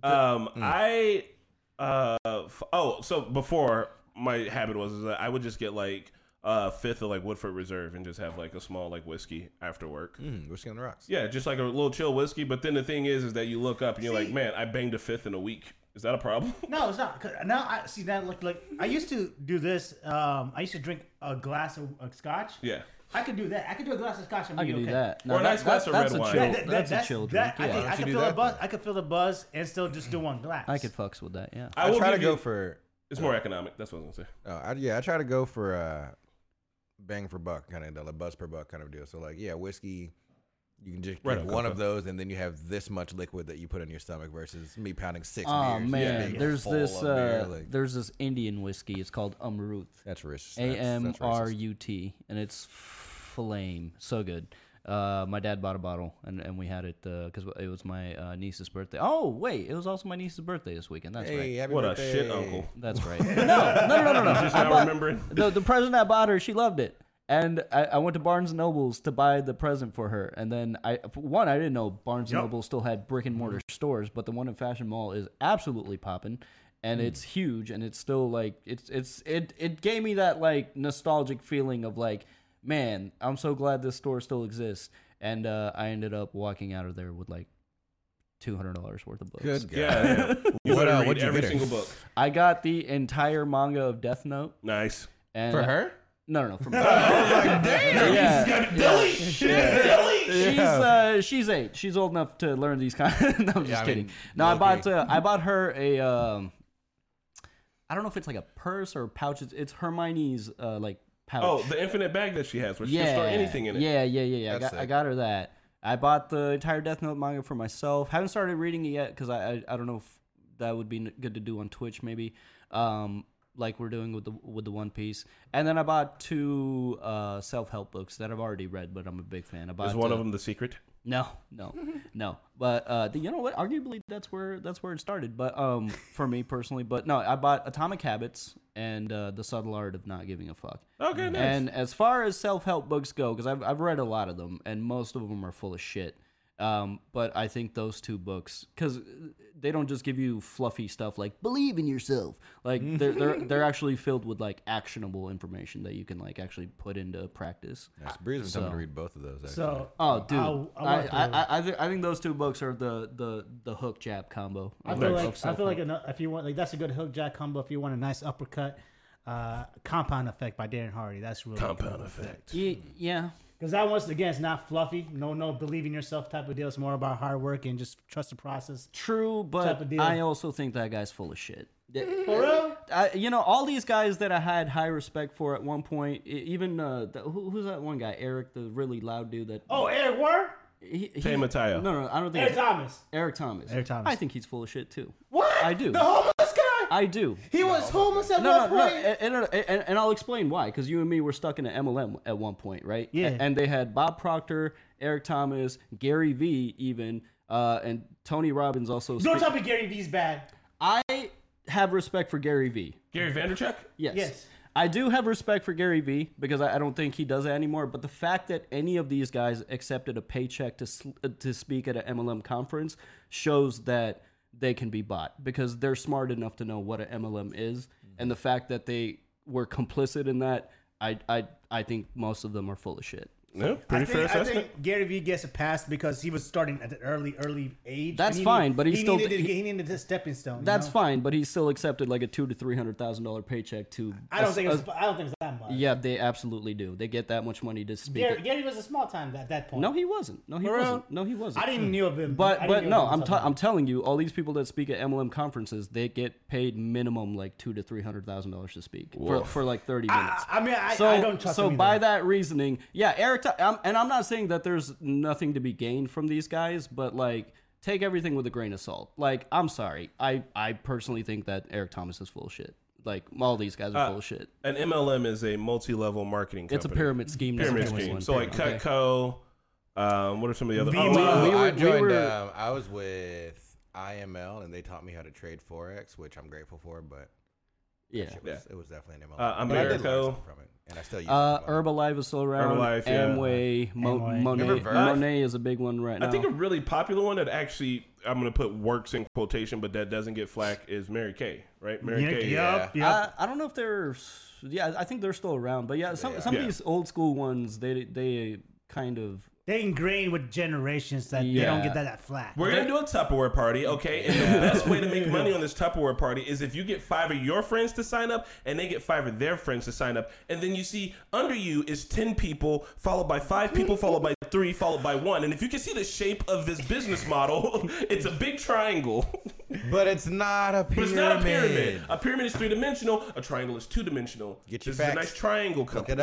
[SPEAKER 1] Um,
[SPEAKER 3] Mm.
[SPEAKER 1] I uh f- oh, so before my habit was is that I would just get like a fifth of like Woodford Reserve and just have like a small like whiskey after work.
[SPEAKER 3] Mm, whiskey on the rocks.
[SPEAKER 1] Yeah, just like a little chill whiskey. But then the thing is, is that you look up and you're like, man, I banged a fifth in a week. Is that a problem? (laughs)
[SPEAKER 4] No, it's not. 'cause Now I see that look like I used to do this. Um, I used to drink a glass of, of scotch.
[SPEAKER 1] yeah.
[SPEAKER 4] I could do that. I could do a glass of scotch and
[SPEAKER 2] i
[SPEAKER 4] be
[SPEAKER 2] can do
[SPEAKER 4] okay.
[SPEAKER 2] that
[SPEAKER 1] Or a nice
[SPEAKER 2] that-
[SPEAKER 1] glass of
[SPEAKER 2] that's
[SPEAKER 1] red
[SPEAKER 2] a
[SPEAKER 1] wine.
[SPEAKER 2] chill-
[SPEAKER 1] That-
[SPEAKER 2] that's a chill drink
[SPEAKER 4] that- I
[SPEAKER 2] yeah
[SPEAKER 4] could, I
[SPEAKER 3] don't
[SPEAKER 4] could
[SPEAKER 3] you do
[SPEAKER 4] feel the
[SPEAKER 3] that
[SPEAKER 4] buzz.
[SPEAKER 3] then?
[SPEAKER 4] I could feel the buzz and still just do one glass.
[SPEAKER 2] i could fucks with that yeah
[SPEAKER 3] I,
[SPEAKER 1] will
[SPEAKER 3] try to
[SPEAKER 1] give
[SPEAKER 3] go
[SPEAKER 1] you-
[SPEAKER 3] for.
[SPEAKER 1] It's more economic. That's what I was gonna say.
[SPEAKER 3] Oh, I, yeah, I try to go for uh, bang for buck kind of deal, like buzz per buck kind of deal. So like, yeah, whiskey. You can just
[SPEAKER 1] Right
[SPEAKER 3] drink
[SPEAKER 1] on,
[SPEAKER 3] one
[SPEAKER 1] Coco.
[SPEAKER 3] of those, and then you have this much liquid that you put in your stomach versus me pounding six.
[SPEAKER 2] Oh
[SPEAKER 3] beers,
[SPEAKER 2] man,
[SPEAKER 3] being
[SPEAKER 2] there's
[SPEAKER 3] full
[SPEAKER 2] this
[SPEAKER 3] of beer,
[SPEAKER 2] uh,
[SPEAKER 3] like-
[SPEAKER 2] there's this Indian whiskey. It's called Amrut,
[SPEAKER 3] that's rich.
[SPEAKER 2] A M
[SPEAKER 3] that's- that's
[SPEAKER 2] R
[SPEAKER 3] racist.
[SPEAKER 2] U T, and it's flame, so good. Uh, my dad bought a bottle, and, and we had it because it was my uh, niece's birthday. Oh wait, it was also my niece's birthday this weekend. That's
[SPEAKER 3] Hey,
[SPEAKER 2] right.
[SPEAKER 3] happy
[SPEAKER 1] What
[SPEAKER 3] birthday.
[SPEAKER 1] a shit
[SPEAKER 3] (laughs)
[SPEAKER 1] uncle.
[SPEAKER 2] That's right. no, no, no, no, no.
[SPEAKER 1] (laughs)
[SPEAKER 2] no.
[SPEAKER 1] Just
[SPEAKER 2] I
[SPEAKER 1] now
[SPEAKER 2] bought-
[SPEAKER 1] remembering.
[SPEAKER 2] the the present I bought her, she loved it. And I, I went to Barnes and Nobles to buy the present for her. And then I one I didn't know Barnes and
[SPEAKER 4] Yep.
[SPEAKER 2] Noble still had brick and mortar
[SPEAKER 3] Mm-hmm.
[SPEAKER 2] stores, but the one in Fashion Mall is absolutely popping, and it's
[SPEAKER 3] Mm-hmm.
[SPEAKER 2] huge, and it's still like it's it's it it gave me that like nostalgic feeling of like man, I'm so glad this store still exists. And uh, I ended up walking out of there with like two hundred dollars worth of books.
[SPEAKER 3] Good God.
[SPEAKER 1] Yeah.
[SPEAKER 3] (laughs)
[SPEAKER 1] yeah. You
[SPEAKER 3] What,
[SPEAKER 1] better
[SPEAKER 3] uh,
[SPEAKER 1] read
[SPEAKER 3] what'd you
[SPEAKER 1] every
[SPEAKER 3] get her?
[SPEAKER 1] single book.
[SPEAKER 2] I got the entire manga of Death Note.
[SPEAKER 1] Nice.
[SPEAKER 2] And
[SPEAKER 3] For
[SPEAKER 2] (laughs)
[SPEAKER 3] her?
[SPEAKER 2] No, no,
[SPEAKER 3] (laughs)
[SPEAKER 2] no. From yeah.
[SPEAKER 1] Billy, shit, Billy.
[SPEAKER 2] She's uh, she's eight. She's old enough to learn these kind. (laughs) no, I'm just
[SPEAKER 3] Yeah, I
[SPEAKER 2] kidding.
[SPEAKER 3] mean,
[SPEAKER 2] no, I
[SPEAKER 3] low-key.
[SPEAKER 2] bought uh, I bought her a um, I don't know if it's like a purse or a pouch. It's, it's Hermione's uh, like pouch.
[SPEAKER 1] Oh, the infinite bag that she has, where she
[SPEAKER 2] yeah,
[SPEAKER 1] can store anything in it.
[SPEAKER 2] Yeah, yeah, yeah, yeah. I
[SPEAKER 3] That's
[SPEAKER 2] got, I
[SPEAKER 3] sick.
[SPEAKER 2] got her that. I bought the entire Death Note manga for myself. Haven't started reading it yet because I, I I don't know if that would be n- good to do on Twitch maybe, um like we're doing with the with the One Piece. And then I bought two uh, self help books that I've already read, but I'm a big fan. I bought
[SPEAKER 1] Is one
[SPEAKER 2] uh,
[SPEAKER 1] of them the secret?
[SPEAKER 2] no, no, no. But uh, the, you know what? Arguably, that's where that's where it started. But um, for me personally, but no, I bought Atomic Habits and uh, the Subtle Art of Not Giving a Fuck.
[SPEAKER 1] Okay, nice.
[SPEAKER 2] And as far as self help books go, because I've I've read a lot of them, and most of them are full of shit. Um, but I think those two books, because they don't just give you fluffy stuff like believe in yourself. Like they're they're,
[SPEAKER 1] (laughs)
[SPEAKER 2] they're actually filled with like actionable information that you can like actually put into practice.
[SPEAKER 3] Nice. Bree's been telling me to read both of those. Actually.
[SPEAKER 4] So
[SPEAKER 2] Oh, dude,
[SPEAKER 4] I'll- I'll
[SPEAKER 2] I,
[SPEAKER 4] have to-
[SPEAKER 2] I, I, I, think, I think those two books are the the the hook jab combo.
[SPEAKER 4] I
[SPEAKER 2] of-
[SPEAKER 4] feel
[SPEAKER 2] of
[SPEAKER 4] like I
[SPEAKER 2] self-help.
[SPEAKER 4] feel like ano- if you want like that's a good hook jack combo. If you want a nice uppercut, uh, compound effect by Darren Hardy. That's really
[SPEAKER 1] Compound effect.
[SPEAKER 2] Ye- yeah,
[SPEAKER 4] Because that once again, it's not fluffy. No, no, believe in yourself type of deal. It's more about hard work and just trust the process.
[SPEAKER 2] true,
[SPEAKER 4] Type
[SPEAKER 2] but
[SPEAKER 4] of deal.
[SPEAKER 2] I also think that guy's full of shit. Th-
[SPEAKER 4] For real?
[SPEAKER 2] I, you know, all these guys that I had high respect for at one point, e- even uh, the, who, who's that one guy, Eric, the really loud dude that.
[SPEAKER 4] Oh, Eric Warren,
[SPEAKER 2] he, he,
[SPEAKER 1] Tay Mateo.
[SPEAKER 2] No, no, I don't think
[SPEAKER 4] Eric
[SPEAKER 2] it's-
[SPEAKER 4] Thomas.
[SPEAKER 2] Eric Thomas.
[SPEAKER 4] Eric Thomas.
[SPEAKER 2] I think he's full of shit too.
[SPEAKER 4] What?
[SPEAKER 2] I do.
[SPEAKER 4] The homeless guy.
[SPEAKER 2] I do.
[SPEAKER 4] He was homeless at
[SPEAKER 2] No,
[SPEAKER 4] one
[SPEAKER 2] no, no,
[SPEAKER 4] point.
[SPEAKER 2] and, and, and, and I'll explain why. Because you and me were stuck in an MLM at one point, right?
[SPEAKER 4] Yeah.
[SPEAKER 2] And, and they had Bob Proctor, Eric Thomas, Gary V, even, uh, and Tony Robbins also.
[SPEAKER 4] Don't
[SPEAKER 2] Speak.
[SPEAKER 4] tell me Gary V's bad.
[SPEAKER 2] I have respect for Gary V.
[SPEAKER 1] Gary Vanderchuk?
[SPEAKER 2] Yes.
[SPEAKER 4] Yes.
[SPEAKER 2] I do have respect for Gary Vee because I, I don't think he does that anymore. But the fact that any of these guys accepted a paycheck to sl- uh, to speak at an MLM conference shows that they can be bought because they're smart enough to know what an MLM is,
[SPEAKER 4] Mm-hmm.
[SPEAKER 2] and the fact that they were complicit in that, I I I think most of them are full of shit.
[SPEAKER 1] No, pretty fair
[SPEAKER 4] I
[SPEAKER 1] assessment.
[SPEAKER 4] think Gary Vee gets a pass because he was starting at an early, early age.
[SPEAKER 2] That's
[SPEAKER 4] and he
[SPEAKER 2] fine, but he still-
[SPEAKER 4] needed, to get- he, needed a stepping stone. you
[SPEAKER 2] That's
[SPEAKER 4] know?
[SPEAKER 2] fine, but he still accepted like a two to three hundred thousand dollar paycheck to.
[SPEAKER 4] I don't think it's. I don't think it's that much.
[SPEAKER 2] yeah, they absolutely do. They get that much money to speak.
[SPEAKER 4] Gary,
[SPEAKER 2] at-
[SPEAKER 4] Gary was a small time at that point.
[SPEAKER 2] No, he wasn't. No, he
[SPEAKER 4] real?
[SPEAKER 2] wasn't. No, he wasn't.
[SPEAKER 4] I didn't knew of him. I
[SPEAKER 2] But
[SPEAKER 4] didn't
[SPEAKER 2] but
[SPEAKER 4] know
[SPEAKER 2] no,
[SPEAKER 4] of
[SPEAKER 2] I'm
[SPEAKER 4] him
[SPEAKER 2] t-
[SPEAKER 4] until
[SPEAKER 2] I'm telling you, all these people that speak at MLM conferences, they get paid minimum like two to three hundred thousand dollars to speak for, for like thirty minutes.
[SPEAKER 4] I mean, I,
[SPEAKER 2] so
[SPEAKER 4] I don't trust
[SPEAKER 2] so
[SPEAKER 4] him
[SPEAKER 2] by
[SPEAKER 4] either.
[SPEAKER 2] that reasoning, yeah, Eric, Tho- I'm, and I'm not saying that there's nothing to be gained from these guys, but like take everything with a grain of salt. Like I'm sorry, I I personally think that Eric Thomas is full of shit. Like all these guys are
[SPEAKER 4] Uh,
[SPEAKER 2] full of shit.
[SPEAKER 1] An MLM is a multi-level marketing company.
[SPEAKER 2] It's a pyramid scheme. that's
[SPEAKER 1] Pyramid
[SPEAKER 2] the
[SPEAKER 1] scheme.
[SPEAKER 2] one.
[SPEAKER 1] So like
[SPEAKER 2] Okay.
[SPEAKER 1] Cutco. Um, what are some of the other?
[SPEAKER 4] Vimo.
[SPEAKER 1] Oh,
[SPEAKER 3] Oh,
[SPEAKER 2] we were-
[SPEAKER 3] I
[SPEAKER 2] we
[SPEAKER 3] joined.
[SPEAKER 2] were-
[SPEAKER 3] um, I was with IML, and they taught me how to trade forex, which I'm grateful for. But
[SPEAKER 2] yeah.
[SPEAKER 3] it was,
[SPEAKER 1] Yeah.
[SPEAKER 3] it was definitely an MLM.
[SPEAKER 1] Uh,
[SPEAKER 3] But I did learn
[SPEAKER 1] Americo.
[SPEAKER 3] something from it, and I still use
[SPEAKER 2] Uh,
[SPEAKER 3] it. at the moment.
[SPEAKER 2] Herbalife is still around.
[SPEAKER 1] Herbalife, yeah.
[SPEAKER 2] Amway, Mo-
[SPEAKER 4] Amway.
[SPEAKER 2] Monet,
[SPEAKER 3] Remember Verve?
[SPEAKER 2] Monet is a big one right now.
[SPEAKER 1] I think a really popular one that actually I'm gonna put works in quotation, but that doesn't get flack is Mary Kay, right? Mary
[SPEAKER 4] Yeah,
[SPEAKER 1] Kay.
[SPEAKER 4] Yup, yup.
[SPEAKER 2] I, I don't know if they're. Yeah, I think they're still around. But yeah, some some
[SPEAKER 1] Yeah.
[SPEAKER 2] of these old school ones, they they kind of.
[SPEAKER 4] they ingrained with generations that they
[SPEAKER 2] Yeah.
[SPEAKER 4] don't get that, that flat.
[SPEAKER 1] We're gonna do a Tupperware party, okay? And the best way to make money
[SPEAKER 3] (laughs)
[SPEAKER 1] on this Tupperware party is if you get five of your friends to sign up, and they get five of their friends to sign up, and then you see under you is ten people, followed by five people, followed by three, followed by one. And if you can see the shape of this business model, (laughs) it's a big triangle. (laughs)
[SPEAKER 3] But it's not a
[SPEAKER 1] But it's
[SPEAKER 3] pyramid.
[SPEAKER 1] not a pyramid. A pyramid is three dimensional. A triangle is two dimensional.
[SPEAKER 3] Get your
[SPEAKER 1] this is a
[SPEAKER 3] facts.
[SPEAKER 1] nice triangle
[SPEAKER 3] Look
[SPEAKER 1] company.
[SPEAKER 3] it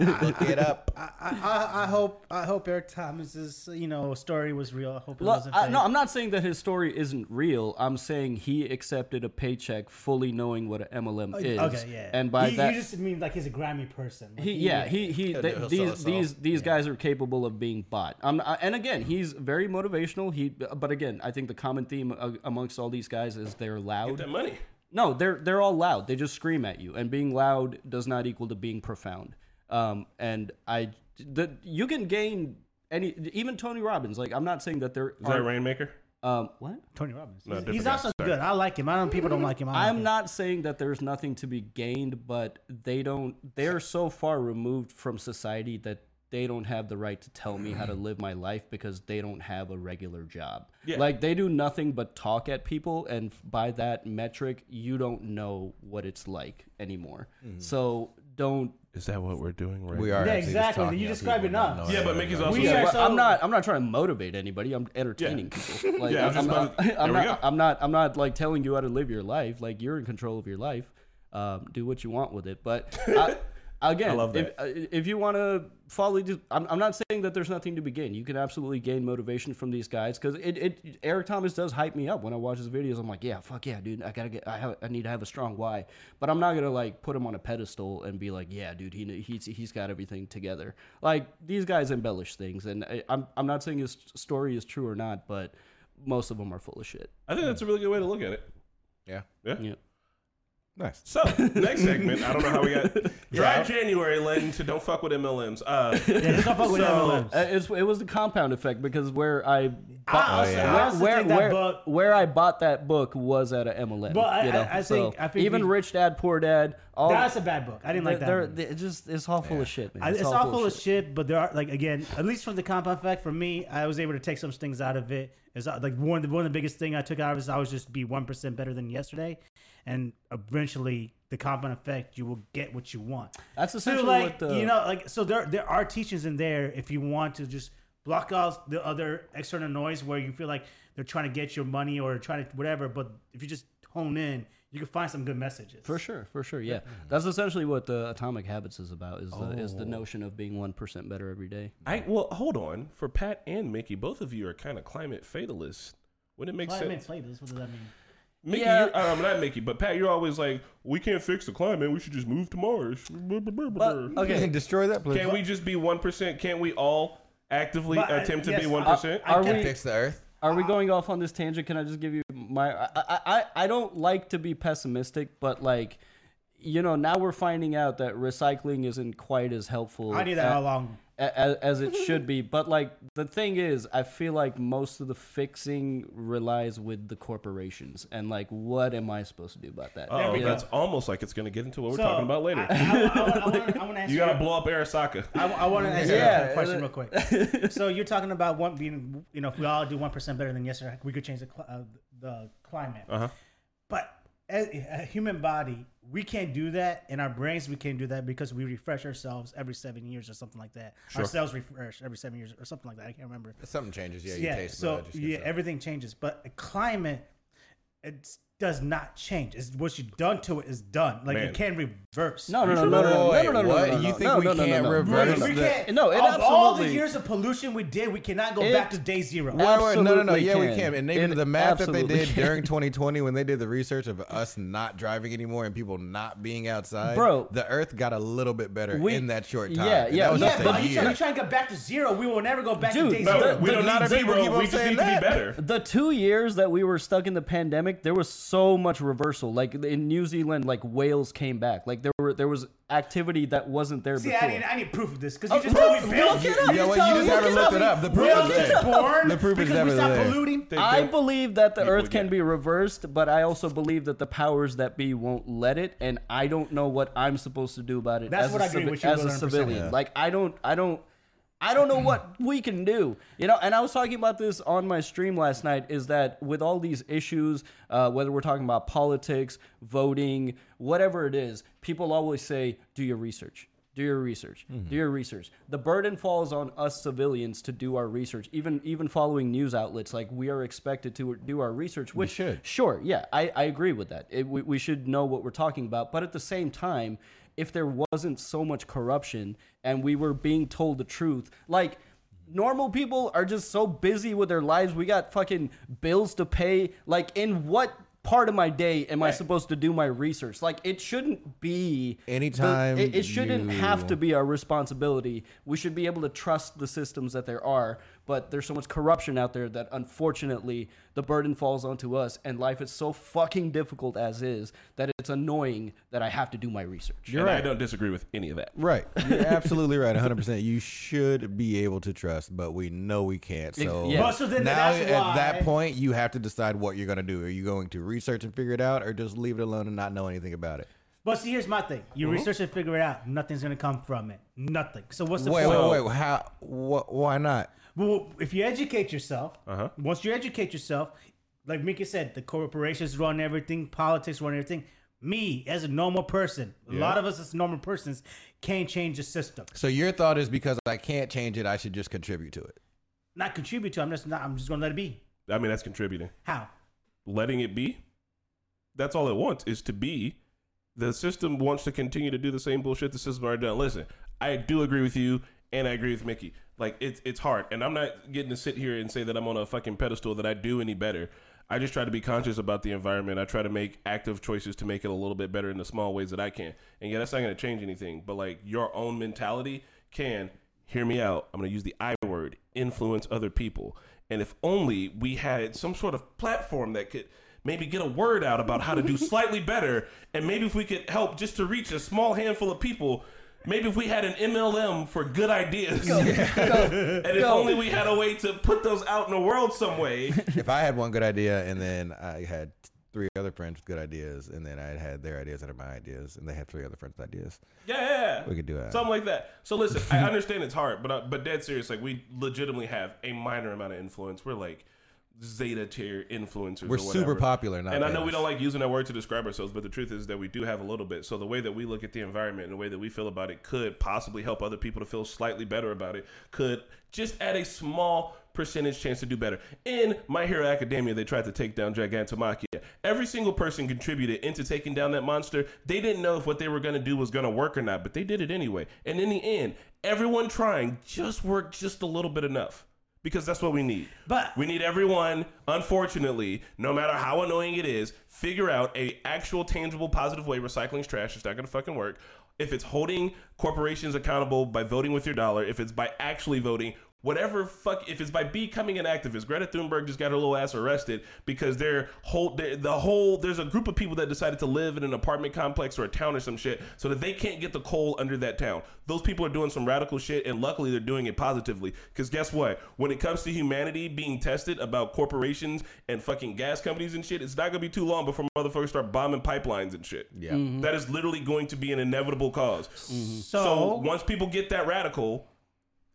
[SPEAKER 3] up. Look it up.
[SPEAKER 4] I, I, I hope I hope Eric Thomas's you know story was real. I hope it
[SPEAKER 2] Look,
[SPEAKER 4] wasn't
[SPEAKER 2] I,
[SPEAKER 4] fake.
[SPEAKER 2] no, I'm not saying that his story isn't real. I'm saying he accepted a paycheck fully knowing what an MLM is.
[SPEAKER 4] okay, Oh, yeah.
[SPEAKER 2] And by
[SPEAKER 4] you,
[SPEAKER 2] that,
[SPEAKER 4] you just mean like he's a Grammy person. Like,
[SPEAKER 2] He, yeah, he he.
[SPEAKER 3] He'll
[SPEAKER 2] they-
[SPEAKER 3] do- he'll sell
[SPEAKER 2] these
[SPEAKER 3] us all.
[SPEAKER 2] these these guys are capable of being bought. Um, I- and again, he's very motivational. He, but again, I think the common theme a- amongst all these guys is they're
[SPEAKER 1] Get
[SPEAKER 2] loud.
[SPEAKER 1] that money.
[SPEAKER 2] No, they're they're all loud. They just scream at you, and being loud does not equal to being profound. Um, and I, the you can gain any even Tony Robbins. Like I'm not saying that they're
[SPEAKER 1] Is that Rainmaker?
[SPEAKER 2] um what.
[SPEAKER 4] Tony Robbins.
[SPEAKER 1] No,
[SPEAKER 4] he's
[SPEAKER 1] different
[SPEAKER 4] he's
[SPEAKER 1] guy.
[SPEAKER 4] also
[SPEAKER 1] Sorry.
[SPEAKER 4] good. I like him. I don't. People don't like him. I
[SPEAKER 2] I'm not saying that there's nothing to be gained, but they don't. They're so far removed from society that they don't have the right to tell me how to live my life because they don't have a regular job.
[SPEAKER 1] Yeah.
[SPEAKER 2] Like they do nothing but talk at people, and f- by that metric, you don't know what it's like anymore.
[SPEAKER 1] Mm-hmm.
[SPEAKER 2] So don't.
[SPEAKER 1] Is that what we're doing right
[SPEAKER 3] (laughs) We are.
[SPEAKER 4] Yeah,
[SPEAKER 3] actually just
[SPEAKER 4] exactly.
[SPEAKER 3] talking
[SPEAKER 4] You
[SPEAKER 3] about
[SPEAKER 4] described
[SPEAKER 3] people
[SPEAKER 4] it
[SPEAKER 3] not
[SPEAKER 4] up.
[SPEAKER 3] knowing
[SPEAKER 1] Yeah, but
[SPEAKER 3] it.
[SPEAKER 1] Mickey's also.
[SPEAKER 4] We
[SPEAKER 2] Yeah,
[SPEAKER 4] are
[SPEAKER 2] but
[SPEAKER 4] so-
[SPEAKER 2] I'm not. I'm not trying to motivate anybody. I'm entertaining people. Like,
[SPEAKER 1] Yeah, I was
[SPEAKER 2] I'm,
[SPEAKER 1] just
[SPEAKER 2] not,
[SPEAKER 1] about to-
[SPEAKER 2] (laughs) I'm,
[SPEAKER 1] there we
[SPEAKER 2] not,
[SPEAKER 1] go.
[SPEAKER 2] I'm not. I'm not like telling you how to live your life. Like you're in control of your life. Um, do what you want with it. But I, again,
[SPEAKER 1] love
[SPEAKER 2] if, uh, if you want to follow, these- I'm, I'm not saying that there's nothing to be gained. You can absolutely gain motivation from these guys because it, it. Eric Thomas does hype me up when I watch his videos. I'm like, yeah, fuck yeah, dude. I gotta get. I have. I need to have a strong why. But I'm not gonna like put him on a pedestal and be like, yeah, dude, he kn- he's he's got everything together. Like these guys embellish things, and I, I'm I'm not saying his story is true or not, but most of them are full of shit.
[SPEAKER 1] I think that's a really good way to look at it.
[SPEAKER 3] Yeah.
[SPEAKER 1] Yeah.
[SPEAKER 2] Yeah.
[SPEAKER 3] Nice.
[SPEAKER 1] So next segment, I don't know how we got dry January led to don't fuck with MLMs. Uh,
[SPEAKER 2] (laughs)
[SPEAKER 4] Yeah, just don't fuck with
[SPEAKER 1] So-
[SPEAKER 4] MLMs.
[SPEAKER 2] Uh, It's, it was the compound effect because where I bought,
[SPEAKER 4] I also- Ah, oh, I also
[SPEAKER 2] where,
[SPEAKER 4] think that
[SPEAKER 2] where,
[SPEAKER 4] book-
[SPEAKER 2] where I bought that book was at a MLM.
[SPEAKER 4] But I-
[SPEAKER 2] you know?
[SPEAKER 4] I- I
[SPEAKER 2] So
[SPEAKER 4] think- I think
[SPEAKER 2] even
[SPEAKER 4] we-
[SPEAKER 2] Rich Dad Poor Dad. All
[SPEAKER 4] That's a bad book. I didn't like that.
[SPEAKER 2] they're-
[SPEAKER 4] one.
[SPEAKER 2] they- it just it's all full of shit, man.
[SPEAKER 4] I- It's, all full of shit. but there are like again, at least from the compound effect for me, I was able to take some things out of it. It's uh, like one of the one of the biggest thing I took out of it is I was just be one percent better than yesterday, and eventually the compound effect you will get what you want.
[SPEAKER 2] That's
[SPEAKER 4] So
[SPEAKER 2] essentially
[SPEAKER 4] like
[SPEAKER 2] what the
[SPEAKER 4] you know like so there there are teachings in there if you want to just block out the other external noise where you feel like they're trying to get your money or trying to whatever. But if you just hone in, you can find some good messages.
[SPEAKER 2] For sure, for sure, yeah. That's essentially what the Atomic Habits is about. Is the,
[SPEAKER 4] Oh.
[SPEAKER 2] is the notion of being one percent better every day.
[SPEAKER 1] I well, hold on. For Pat and Mickey, both of you are kind of climate fatalists. Would it make
[SPEAKER 4] Climate
[SPEAKER 1] sense?
[SPEAKER 4] flavors. What does that mean?
[SPEAKER 1] Mickey,
[SPEAKER 2] Yeah.
[SPEAKER 1] you're, um, not Mickey, but Pat, you're always like, we can't fix the climate. We should just move to Mars.
[SPEAKER 2] But
[SPEAKER 3] Okay,
[SPEAKER 2] okay,
[SPEAKER 3] destroy that place.
[SPEAKER 1] Can't we just be one percent? Can't we all actively
[SPEAKER 4] But, uh,
[SPEAKER 1] attempt to
[SPEAKER 4] yes,
[SPEAKER 1] be
[SPEAKER 4] I-
[SPEAKER 1] one percent?
[SPEAKER 2] are
[SPEAKER 3] Can't
[SPEAKER 2] we
[SPEAKER 3] fix the Earth.
[SPEAKER 2] are we going off on this tangent? Can I just give you my? I I I, I don't like to be pessimistic, but like. You know, now we're finding out that recycling isn't quite as helpful.
[SPEAKER 4] I knew that
[SPEAKER 2] a-
[SPEAKER 4] all along.
[SPEAKER 2] a- as it should be. But like the thing is, I feel like most of the fixing relies with the corporations, and like, what am I supposed to do about that?
[SPEAKER 1] Oh,
[SPEAKER 4] we go.
[SPEAKER 1] that's almost like it's going to get into what we're
[SPEAKER 4] So,
[SPEAKER 1] talking about later.
[SPEAKER 4] I, I, I, want to
[SPEAKER 1] (laughs)
[SPEAKER 4] answer.
[SPEAKER 1] you got to
[SPEAKER 4] your-
[SPEAKER 1] blow up Arasaka.
[SPEAKER 4] I, want to answer
[SPEAKER 2] Yeah,
[SPEAKER 4] that question
[SPEAKER 2] uh,
[SPEAKER 4] real quick. so you're talking about one being, you know, if we all do one percent better than yesterday, we could change the cli- uh, the climate.
[SPEAKER 1] Uh huh.
[SPEAKER 4] But as a human body, we can't do that. In our brains, we can't do that because we refresh ourselves every seven years or something like that. Our cells refresh every seven years or something like that. I can't remember.
[SPEAKER 3] Something changes. Yeah, you
[SPEAKER 4] Yeah.
[SPEAKER 3] taste
[SPEAKER 4] so
[SPEAKER 3] it. Just
[SPEAKER 4] yeah,
[SPEAKER 3] gets up.
[SPEAKER 4] everything changes, but the climate it does not change. It's what you done to it is done. Like
[SPEAKER 1] Man.
[SPEAKER 4] you can't reverse.
[SPEAKER 2] No, no, no, no, no, no,
[SPEAKER 3] Wait,
[SPEAKER 2] no, no, no,
[SPEAKER 3] what?
[SPEAKER 2] no, no,
[SPEAKER 3] You
[SPEAKER 2] no,
[SPEAKER 3] think
[SPEAKER 2] no,
[SPEAKER 3] we
[SPEAKER 2] no, no,
[SPEAKER 3] can't
[SPEAKER 2] no, no.
[SPEAKER 3] reverse
[SPEAKER 4] Right, we
[SPEAKER 3] the-
[SPEAKER 4] can't.
[SPEAKER 2] No,
[SPEAKER 4] No,
[SPEAKER 2] it
[SPEAKER 4] of all the
[SPEAKER 2] absolutely-
[SPEAKER 4] years of pollution we did, we cannot go
[SPEAKER 2] It-
[SPEAKER 4] back to day zero.
[SPEAKER 3] Wait,
[SPEAKER 2] Wait,
[SPEAKER 3] wait, no, no, no.
[SPEAKER 2] absolutely
[SPEAKER 3] Yeah, we
[SPEAKER 2] can.
[SPEAKER 3] can. And even
[SPEAKER 2] It
[SPEAKER 3] the math that they
[SPEAKER 2] absolutely
[SPEAKER 3] did
[SPEAKER 2] can.
[SPEAKER 3] during 2020 when they did the research of us not driving anymore and people not being outside,
[SPEAKER 2] Bro.
[SPEAKER 3] the Earth got a little bit better
[SPEAKER 2] We-
[SPEAKER 3] in that short time.
[SPEAKER 2] yeah,
[SPEAKER 3] And
[SPEAKER 2] yeah,
[SPEAKER 3] That was
[SPEAKER 2] no,
[SPEAKER 4] yeah,
[SPEAKER 3] just
[SPEAKER 2] but
[SPEAKER 4] but
[SPEAKER 3] a
[SPEAKER 4] you try,
[SPEAKER 3] year.
[SPEAKER 4] you try to go back to zero. We will never go back
[SPEAKER 2] Dude,
[SPEAKER 4] to day
[SPEAKER 2] no,
[SPEAKER 1] No,
[SPEAKER 4] zero.
[SPEAKER 1] we
[SPEAKER 3] the-
[SPEAKER 1] don't need
[SPEAKER 3] the- people keep
[SPEAKER 1] zero.
[SPEAKER 3] on
[SPEAKER 1] We just
[SPEAKER 3] saying
[SPEAKER 1] need to be
[SPEAKER 3] that.
[SPEAKER 1] better.
[SPEAKER 2] The two years that we were stuck in the pandemic, there was so much reversal. Like in New Zealand, like whales came back. Like there were there was activity that wasn't there
[SPEAKER 4] See,
[SPEAKER 2] before.
[SPEAKER 4] I need, I need proof of this because you
[SPEAKER 2] Oh,
[SPEAKER 4] just told
[SPEAKER 2] look
[SPEAKER 4] me failed.
[SPEAKER 2] it up.
[SPEAKER 3] Yeah, well, you just
[SPEAKER 2] Look
[SPEAKER 3] haven't
[SPEAKER 2] it
[SPEAKER 3] looked it up. The
[SPEAKER 4] We're all
[SPEAKER 3] proof is
[SPEAKER 4] just
[SPEAKER 3] there.
[SPEAKER 4] born
[SPEAKER 3] The proof is
[SPEAKER 4] because
[SPEAKER 3] never
[SPEAKER 4] we stopped
[SPEAKER 3] there.
[SPEAKER 4] polluting.
[SPEAKER 1] They-
[SPEAKER 2] I
[SPEAKER 1] they-
[SPEAKER 2] believe that the
[SPEAKER 1] People
[SPEAKER 2] Earth can
[SPEAKER 1] get-
[SPEAKER 2] be reversed, but I also believe that the powers that be won't let it, and I don't know what I'm supposed to do about it
[SPEAKER 4] That's
[SPEAKER 2] as
[SPEAKER 4] what
[SPEAKER 2] a,
[SPEAKER 4] I agree
[SPEAKER 2] civi-
[SPEAKER 4] with you
[SPEAKER 2] as a
[SPEAKER 4] 100%.
[SPEAKER 2] civilian.
[SPEAKER 4] Yeah.
[SPEAKER 2] Like I don't, I don't, I don't know what we can do. You know, and I was talking about this on my stream last night. Is that with all these issues, uh, whether we're talking about politics, voting, whatever it is, people always say, "Do your research." Do your research. Do your research. The burden falls on us civilians to do our research. Even even following news outlets, like we are expected to do our research. Which
[SPEAKER 3] should.
[SPEAKER 2] Sure, yeah, I, I agree with that. It, we, we should know what we're talking about. But at the same time, if there wasn't so much corruption and we were being told the truth, like normal people are just so busy with their lives, we got fucking bills to pay. Like, in what part of my day am I supposed to do my research? Like, it shouldn't be. the-
[SPEAKER 3] Anytime
[SPEAKER 2] it, it shouldn't have
[SPEAKER 3] you-
[SPEAKER 2] to be our responsibility. We should be able to trust the systems that there are, but there's so much corruption out there that unfortunately the burden falls onto us, and life is so fucking difficult as is that it's annoying that I have to do my research.
[SPEAKER 1] and I don't disagree with any of that.
[SPEAKER 4] (laughs)
[SPEAKER 3] Right. You're absolutely right. 100%. You should be able to trust, but we know we can't. So,
[SPEAKER 2] yeah. Well,
[SPEAKER 4] so then
[SPEAKER 3] now
[SPEAKER 4] that's
[SPEAKER 3] at that
[SPEAKER 4] why-
[SPEAKER 3] point, you have to decide what you're going to do. Are you going to research and figure it out or just leave it alone and not know anything about it?
[SPEAKER 4] But see, here's my thing: you research and figure it out. Nothing's gonna come from it. Nothing. So what's the
[SPEAKER 3] Wait,
[SPEAKER 4] point?
[SPEAKER 3] wait, wait. How? Wh- why not?
[SPEAKER 4] Well, if you educate yourself, once you educate yourself, like Mika said, the corporations run everything, politics run everything. Me, as a normal person, a lot of us as normal persons can't change the system.
[SPEAKER 3] So your thought is because I can't change it, I should just contribute
[SPEAKER 4] (laughs)
[SPEAKER 3] to it.
[SPEAKER 4] Not contribute to. I'm just not. I'm just gonna let it be.
[SPEAKER 1] I mean, that's contributing.
[SPEAKER 4] How?
[SPEAKER 1] Letting it be. That's all it wants is to be. The system wants to continue to do the same bullshit the system already done. Listen, I do agree with you, and I agree with Mickey. Like it's it's hard, and I'm not getting to sit here and say that I'm on a fucking pedestal that I do any better. I just try to be conscious about the environment. I try to make active choices to make it a little bit better in the small ways that I can. And yeah, that's not going to change anything, but like your own mentality can hear me out. I'm going to use the I word influence other people. And if only we had some sort of platform that could maybe get a word out about how to do slightly better. And maybe if we could help just to reach a small handful of people. Maybe if we had an MLM for good ideas, (laughs) and if only we had a way to put those out in the world some way,
[SPEAKER 3] if I had one good idea and then I had three other friends with good ideas and then I had their ideas out of my ideas and they had three other friends with ideas.
[SPEAKER 1] Yeah,
[SPEAKER 3] We could do that.
[SPEAKER 1] Something like that. So listen, I understand it's hard, but uh, but dead serious, like we legitimately have a minor amount of influence. We're like zeta tier influencers.
[SPEAKER 3] We're
[SPEAKER 1] or whatever.
[SPEAKER 3] super popular now.
[SPEAKER 1] And I know we don't like using that word to describe ourselves, but the truth is that we do have a little bit. So the way that we look at the environment and the way that we feel about it could possibly help other people to feel slightly better about it. Could just add a small percentage chance to do better. In My Hero Academia, they tried to take down Gigantomachia. Every single person contributed into taking down that monster. They didn't know if what they were going to do was going to work or not, but they did it anyway. And in the end, everyone trying just worked just a little bit enough because that's what we need.
[SPEAKER 4] But-
[SPEAKER 1] we need everyone, unfortunately, no matter how annoying it is, figure out a actual tangible positive way recycling's trash. It's not going to fucking work. If it's holding corporations accountable by voting with your dollar, if it's by actually voting, whatever fuck, if it's by becoming an activist. Greta Thunberg just got her little ass arrested because their whole their, the whole there's a group of people that decided to live in an apartment complex or a town or some shit so that they can't get the coal under that town. Those people are doing some radical shit and luckily they're doing it positively cuz guess what? When it comes to humanity being tested about corporations and fucking gas companies and shit, it's not going to be too long before motherfuckers start bombing pipelines and shit.
[SPEAKER 3] Yeah.
[SPEAKER 4] Mm-hmm.
[SPEAKER 1] That is literally going to be an inevitable because
[SPEAKER 4] So,
[SPEAKER 1] so once people get that radical,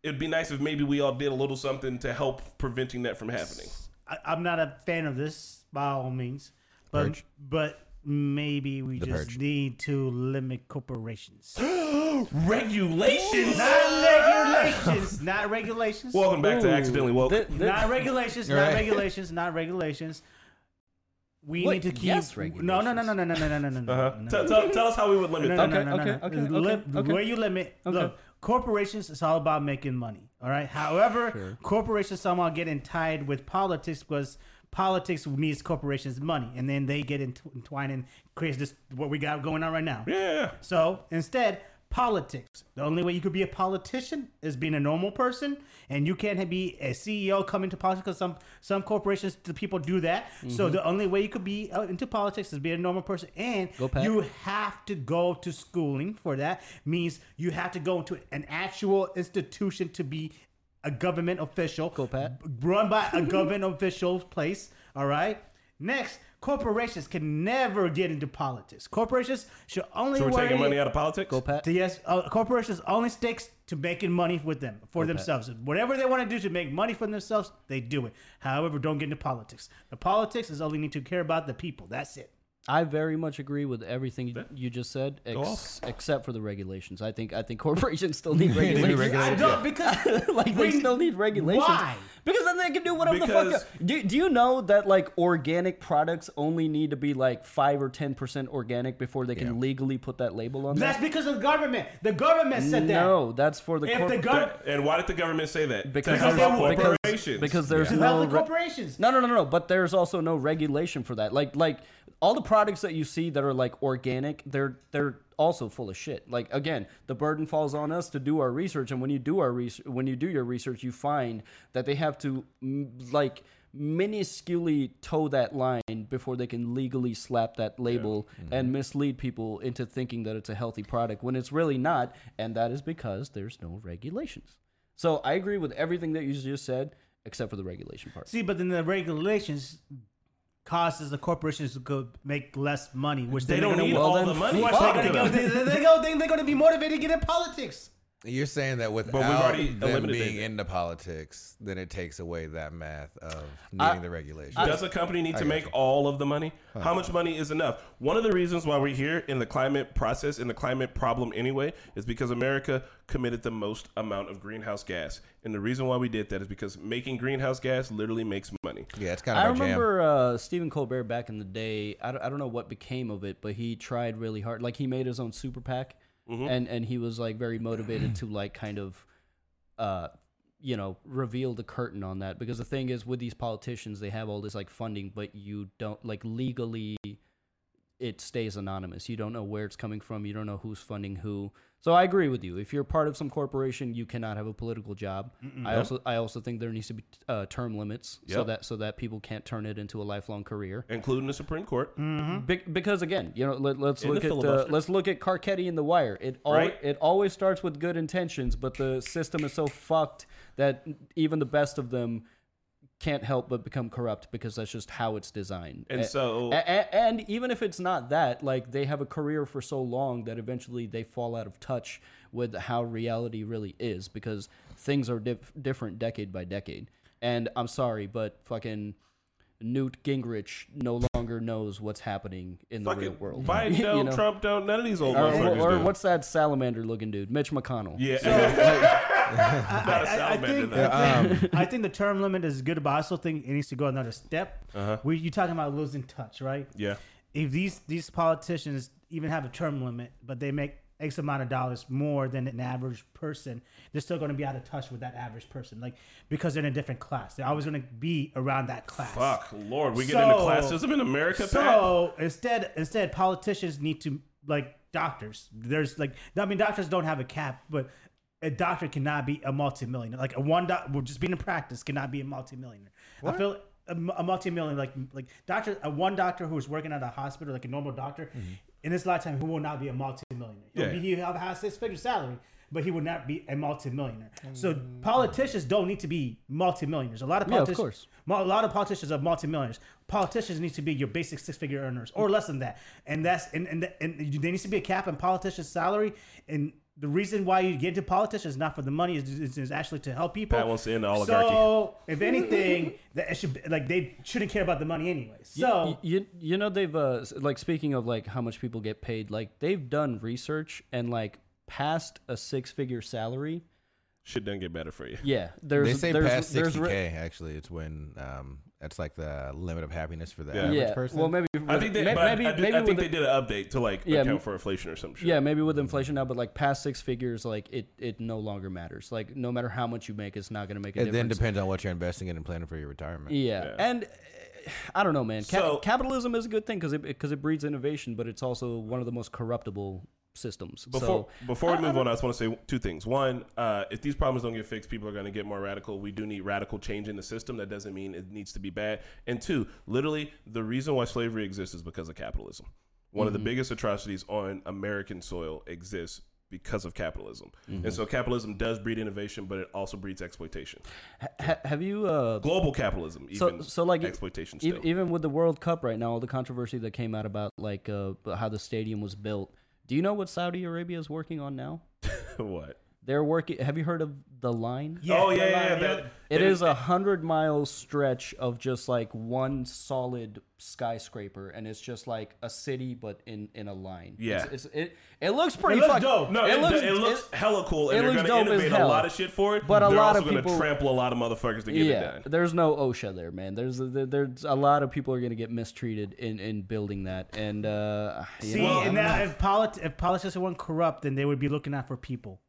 [SPEAKER 1] it'd be nice if maybe we all did a little something to help preventing that from happening.
[SPEAKER 4] I, I'm not a fan of this by all means, but
[SPEAKER 3] Purge.
[SPEAKER 4] but maybe we just
[SPEAKER 3] purge.
[SPEAKER 4] need to limit corporations,
[SPEAKER 1] Regulations.
[SPEAKER 4] not regulations, not regulations.
[SPEAKER 1] Welcome back to
[SPEAKER 2] Ooh.
[SPEAKER 1] accidentally woke.
[SPEAKER 2] Th- th-
[SPEAKER 4] not regulations, not
[SPEAKER 3] Right.
[SPEAKER 4] regulations, not regulations. We
[SPEAKER 2] What?
[SPEAKER 4] need to keep
[SPEAKER 2] Yes,
[SPEAKER 4] no, no, no, no, no, no, no, no, no, no,
[SPEAKER 1] Uh-huh.
[SPEAKER 4] no,
[SPEAKER 1] Tell, tell, tell us how we would limit
[SPEAKER 4] no,
[SPEAKER 1] that.
[SPEAKER 4] no, no, no,
[SPEAKER 2] Okay,
[SPEAKER 4] no.
[SPEAKER 2] okay, okay,
[SPEAKER 4] Lim-
[SPEAKER 2] okay, okay.
[SPEAKER 4] Where you limit,
[SPEAKER 2] Okay.
[SPEAKER 4] look, corporations, it's all about making money. All right. However, corporations somehow get in tied with politics because politics needs corporations' money, and then they get ent- entwined and creates this what we got going on right now.
[SPEAKER 1] Yeah.
[SPEAKER 4] So instead, politics. The only way you could be a politician is being a normal person, and you can't be a CEO coming to politics because some some corporations the people do that.
[SPEAKER 2] Mm-hmm.
[SPEAKER 4] So the only way you could be uh, into politics is be a normal person, and
[SPEAKER 2] Go Pat.
[SPEAKER 4] you have to go to schooling for that. Means you have to go into an actual institution to be a government official
[SPEAKER 2] Go Pat.
[SPEAKER 4] run by a government (laughs) official place. All right. Next, corporations can never get into politics. Corporations should only
[SPEAKER 1] So we're
[SPEAKER 4] worry.
[SPEAKER 1] taking money out of politics.
[SPEAKER 2] Go Pat.
[SPEAKER 4] to- yes, uh, corporations only sticks to making money with them for themselves. Whatever they want to do to make money for themselves, they do it. However, don't get into politics. The politics is all we need to care about the people. That's it.
[SPEAKER 2] I very much agree with everything you- you just said, ex-
[SPEAKER 1] off.
[SPEAKER 2] except for the regulations. I think I think (laughs) corporations still need
[SPEAKER 3] need
[SPEAKER 2] regulations.
[SPEAKER 3] regulations.
[SPEAKER 4] I don't because
[SPEAKER 2] (laughs) like they
[SPEAKER 4] We-
[SPEAKER 2] still need regulations.
[SPEAKER 4] Why?
[SPEAKER 2] Because then they can do whatever the
[SPEAKER 1] Because-
[SPEAKER 2] fuck. Do, do you know that like organic products only need to be like five or ten percent organic before they can legally put that label on?
[SPEAKER 4] that's
[SPEAKER 2] them?
[SPEAKER 4] because of the government. The government said
[SPEAKER 2] no, that's for the
[SPEAKER 4] that. If the
[SPEAKER 2] corp-
[SPEAKER 4] government
[SPEAKER 1] And why did the government say that?
[SPEAKER 2] because
[SPEAKER 1] to help
[SPEAKER 4] they
[SPEAKER 1] out
[SPEAKER 4] were-
[SPEAKER 2] because,
[SPEAKER 1] corporations.
[SPEAKER 2] because there's
[SPEAKER 4] to
[SPEAKER 2] no
[SPEAKER 4] help the
[SPEAKER 2] re-
[SPEAKER 4] corporations.
[SPEAKER 2] No, no, no, no. But there's also no regulation for that. Like, like all the products that you see that are like organic, they're they're also full of shit. Like again, the burden falls on us to do our research, and when you do our research, when you do your research, you find that they have to mm, like minusculely toe that line before they can legally slap that label and mislead people into thinking that it's a healthy product when it's really not and that is because there's no regulations so i agree with everything that you just said except for the regulation part
[SPEAKER 4] See, but then the regulations causes the corporations to go make less money, which
[SPEAKER 1] they
[SPEAKER 4] they're
[SPEAKER 1] don't
[SPEAKER 4] gonna
[SPEAKER 1] need
[SPEAKER 4] want.
[SPEAKER 2] well,
[SPEAKER 1] all
[SPEAKER 2] then
[SPEAKER 1] the money.
[SPEAKER 2] fuck
[SPEAKER 1] Fuck
[SPEAKER 4] They're
[SPEAKER 1] them.
[SPEAKER 4] gonna go- they- they- they go- they- They're going to be motivated to get in politics.
[SPEAKER 3] You're saying that without
[SPEAKER 1] already
[SPEAKER 3] them
[SPEAKER 1] eliminated
[SPEAKER 3] being
[SPEAKER 1] it.
[SPEAKER 3] into politics, then it takes away that math of needing the regulation.
[SPEAKER 1] Does a company need to make all of the money? How much money is enough? One of the reasons why we're here in the climate process, in the climate problem anyway, is because America committed the most amount of greenhouse gas. And the reason why we did that is because making greenhouse gas literally makes money.
[SPEAKER 3] yeah, it's kind of
[SPEAKER 2] I
[SPEAKER 3] our
[SPEAKER 2] remember uh, Stephen Colbert back in the day. I don't, I don't know what became of it, but he tried really hard. Like he made his own super PAC, and and he was like very motivated to like kind of, uh, you know, reveal the curtain on that. Because the thing is, with these politicians, they have all this like funding, but you don't like legally. It stays anonymous. You don't know where it's coming from. You don't know who's funding who. So I agree with you. If you're part of some corporation, you cannot have a political job. I also I also think there needs to be uh, term limits so
[SPEAKER 1] Yep.
[SPEAKER 2] that so that people can't turn it into a lifelong career.
[SPEAKER 1] including the Supreme Court.
[SPEAKER 2] Mm. Be- because again, you know, let, us
[SPEAKER 1] And the
[SPEAKER 2] look at uh,
[SPEAKER 1] filibuster.
[SPEAKER 2] let's look at Carcetti and the Wire. It all
[SPEAKER 1] Right.
[SPEAKER 2] it always starts with good intentions, but the system is so fucked that even the best of them can't help but become corrupt because that's just how it's designed.
[SPEAKER 1] And
[SPEAKER 2] A-
[SPEAKER 1] so-
[SPEAKER 2] a- a- and even if it's not that, like they have a career for so long that eventually they fall out of touch with how reality really is because things are dif- different decade by decade. And I'm sorry, but fucking Newt Gingrich no longer knows what's happening in the real
[SPEAKER 1] Fucking
[SPEAKER 2] world. (laughs)
[SPEAKER 1] Biden
[SPEAKER 2] You
[SPEAKER 1] don't,
[SPEAKER 2] know?
[SPEAKER 1] Trump don't, none of these old
[SPEAKER 2] Or,
[SPEAKER 1] motherfuckers
[SPEAKER 2] or
[SPEAKER 1] do.
[SPEAKER 2] what's that salamander looking dude? Mitch McConnell.
[SPEAKER 1] yeah, (laughs) not a
[SPEAKER 4] I, I
[SPEAKER 1] salamander.
[SPEAKER 4] think,
[SPEAKER 1] though.
[SPEAKER 4] I, think, I think the term limit is good, but I also think it needs to go another step. We, you're talking about losing touch, right?
[SPEAKER 1] Uh-huh. yeah.
[SPEAKER 4] If these these politicians even have a term limit, but they make X amount of dollars more than an average person, they're still going to be out of touch with that average person, like because they're in a different class. They're always going to be around that class.
[SPEAKER 1] Fuck, Lord, we get into
[SPEAKER 4] So-
[SPEAKER 1] classism in America, Pat?
[SPEAKER 4] So instead, instead, politicians need to like doctors. There's like I mean, doctors don't have a cap, but a doctor cannot be a multimillionaire. Like a one doc, well, just being in practice cannot be a multimillionaire. I feel. A, mu- a multi-million, like like doctor, a one doctor who's working at a hospital, like a normal doctor, in his lifetime, he will not be a multi-millionaire. He'll
[SPEAKER 1] Yeah.
[SPEAKER 4] be, he'll have a high six-figure salary, but he will not be a multi-millionaire. So politicians don't need to be multi-millionaires. A lot of
[SPEAKER 2] Yeah, of
[SPEAKER 4] politicians,
[SPEAKER 2] course.
[SPEAKER 4] Mo- A lot of politicians are multimillionaires. Politicians need to be your basic six-figure earners or less than that, and that's and and, and there needs to be a cap on politicians' salary. And the reason why you get into politics is not for the money; is is, is actually to help people.
[SPEAKER 1] Pat wants to end the oligarchy.
[SPEAKER 4] So, if anything, (laughs) that it should be- like they shouldn't care about the money anyway. So.
[SPEAKER 2] Y- you you know they've uh, s- like speaking of like how much people get paid like they've done research and like past a six figure salary
[SPEAKER 1] Shit doesn't get better for you.
[SPEAKER 2] yeah there's
[SPEAKER 3] They say
[SPEAKER 2] there's,
[SPEAKER 3] past
[SPEAKER 2] there's
[SPEAKER 3] sixty
[SPEAKER 2] re-
[SPEAKER 3] k. Actually, it's when um, that's like the limit of happiness for the
[SPEAKER 1] Yeah.
[SPEAKER 3] average
[SPEAKER 2] yeah
[SPEAKER 3] person.
[SPEAKER 2] well maybe
[SPEAKER 1] I think they,
[SPEAKER 2] maybe,
[SPEAKER 1] but I-
[SPEAKER 2] maybe,
[SPEAKER 1] I, do-
[SPEAKER 2] maybe
[SPEAKER 1] I think
[SPEAKER 2] with
[SPEAKER 1] they did an update to like
[SPEAKER 2] Yeah, m-
[SPEAKER 1] account for inflation or some shit.
[SPEAKER 2] yeah maybe with inflation now but like past six figures like it it no longer matters like no matter how much you make it's not gonna make a
[SPEAKER 3] it then
[SPEAKER 2] difference
[SPEAKER 3] depends on what you're investing in and planning for your retirement.
[SPEAKER 2] Yeah. and uh, I don't know, man. Ca-
[SPEAKER 1] So-
[SPEAKER 2] capitalism is a good thing because it because it breeds innovation, but it's also one of the most corruptible systems.
[SPEAKER 1] Before,
[SPEAKER 2] so
[SPEAKER 1] before we move on, I just want to say two things. One, uh, if these problems don't get fixed, people are going to get more radical. We do need radical change in the system. That doesn't mean it needs to be bad. And two, literally, the reason why slavery exists is because of capitalism. One of
[SPEAKER 2] Mm-hmm.
[SPEAKER 1] the biggest atrocities on American soil exists because of capitalism.
[SPEAKER 2] Mm-hmm.
[SPEAKER 1] And so capitalism does breed innovation, but it also breeds exploitation.
[SPEAKER 2] ha- have you uh,
[SPEAKER 1] Global capitalism,
[SPEAKER 2] so
[SPEAKER 1] even
[SPEAKER 2] so like e-
[SPEAKER 1] exploitation
[SPEAKER 2] e-
[SPEAKER 1] still.
[SPEAKER 2] even with the World Cup right now, all the controversy that came out about like uh, how the stadium was built. Do you know what Saudi Arabia is working on now?
[SPEAKER 1] (laughs) what?
[SPEAKER 2] They're working. Have you heard of the line?
[SPEAKER 1] oh yeah,
[SPEAKER 4] the
[SPEAKER 1] yeah, yeah.
[SPEAKER 4] line,
[SPEAKER 1] that-
[SPEAKER 2] It is uh, a hundred mile stretch of just like one solid skyscraper, and it's just like a city, but in in a line.
[SPEAKER 1] Yeah.
[SPEAKER 2] it's, it's, it it looks pretty
[SPEAKER 4] looks
[SPEAKER 2] fucking
[SPEAKER 4] dope.
[SPEAKER 1] No, it, it looks, hella cool, and
[SPEAKER 2] it
[SPEAKER 1] they're
[SPEAKER 2] looks
[SPEAKER 1] going to
[SPEAKER 2] dope as
[SPEAKER 1] innovate a
[SPEAKER 2] hell.
[SPEAKER 1] lot of shit for it.
[SPEAKER 2] But a
[SPEAKER 1] they're
[SPEAKER 2] lot
[SPEAKER 1] also
[SPEAKER 2] of
[SPEAKER 1] gonna
[SPEAKER 2] people-
[SPEAKER 1] trample a lot of motherfuckers to get
[SPEAKER 2] yeah,
[SPEAKER 1] it done.
[SPEAKER 2] there's no OSHA there, man. There's there, there's a lot of people are gonna get mistreated in in building that, and uh, you
[SPEAKER 4] See,
[SPEAKER 2] know, I
[SPEAKER 4] and
[SPEAKER 2] don't
[SPEAKER 4] now
[SPEAKER 2] know.
[SPEAKER 4] if, polit- if politicians weren't corrupt, then they would be looking out for people.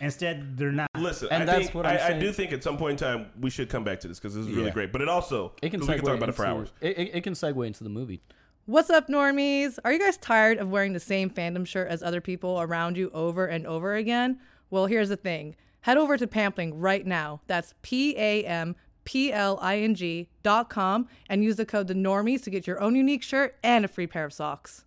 [SPEAKER 4] Instead, they're not.
[SPEAKER 1] Listen,
[SPEAKER 2] And
[SPEAKER 1] I
[SPEAKER 2] that's
[SPEAKER 1] think,
[SPEAKER 2] what I'm
[SPEAKER 1] I, I
[SPEAKER 2] saying.
[SPEAKER 1] do think at some point in time we should come back to this because this is really
[SPEAKER 3] Yeah.
[SPEAKER 1] great. But it also
[SPEAKER 2] it can
[SPEAKER 1] 'cause
[SPEAKER 2] segue
[SPEAKER 1] we can talk about it for
[SPEAKER 2] into-
[SPEAKER 1] hours.
[SPEAKER 2] It, it, it can segue into the movie.
[SPEAKER 5] What's up, normies? Are you guys tired of wearing the same fandom shirt as other people around you over and over again? Well, here's the thing head over to Pampling right now. That's P A M P L I N G dot com and use the code the normies to get your own unique shirt and a free pair of socks.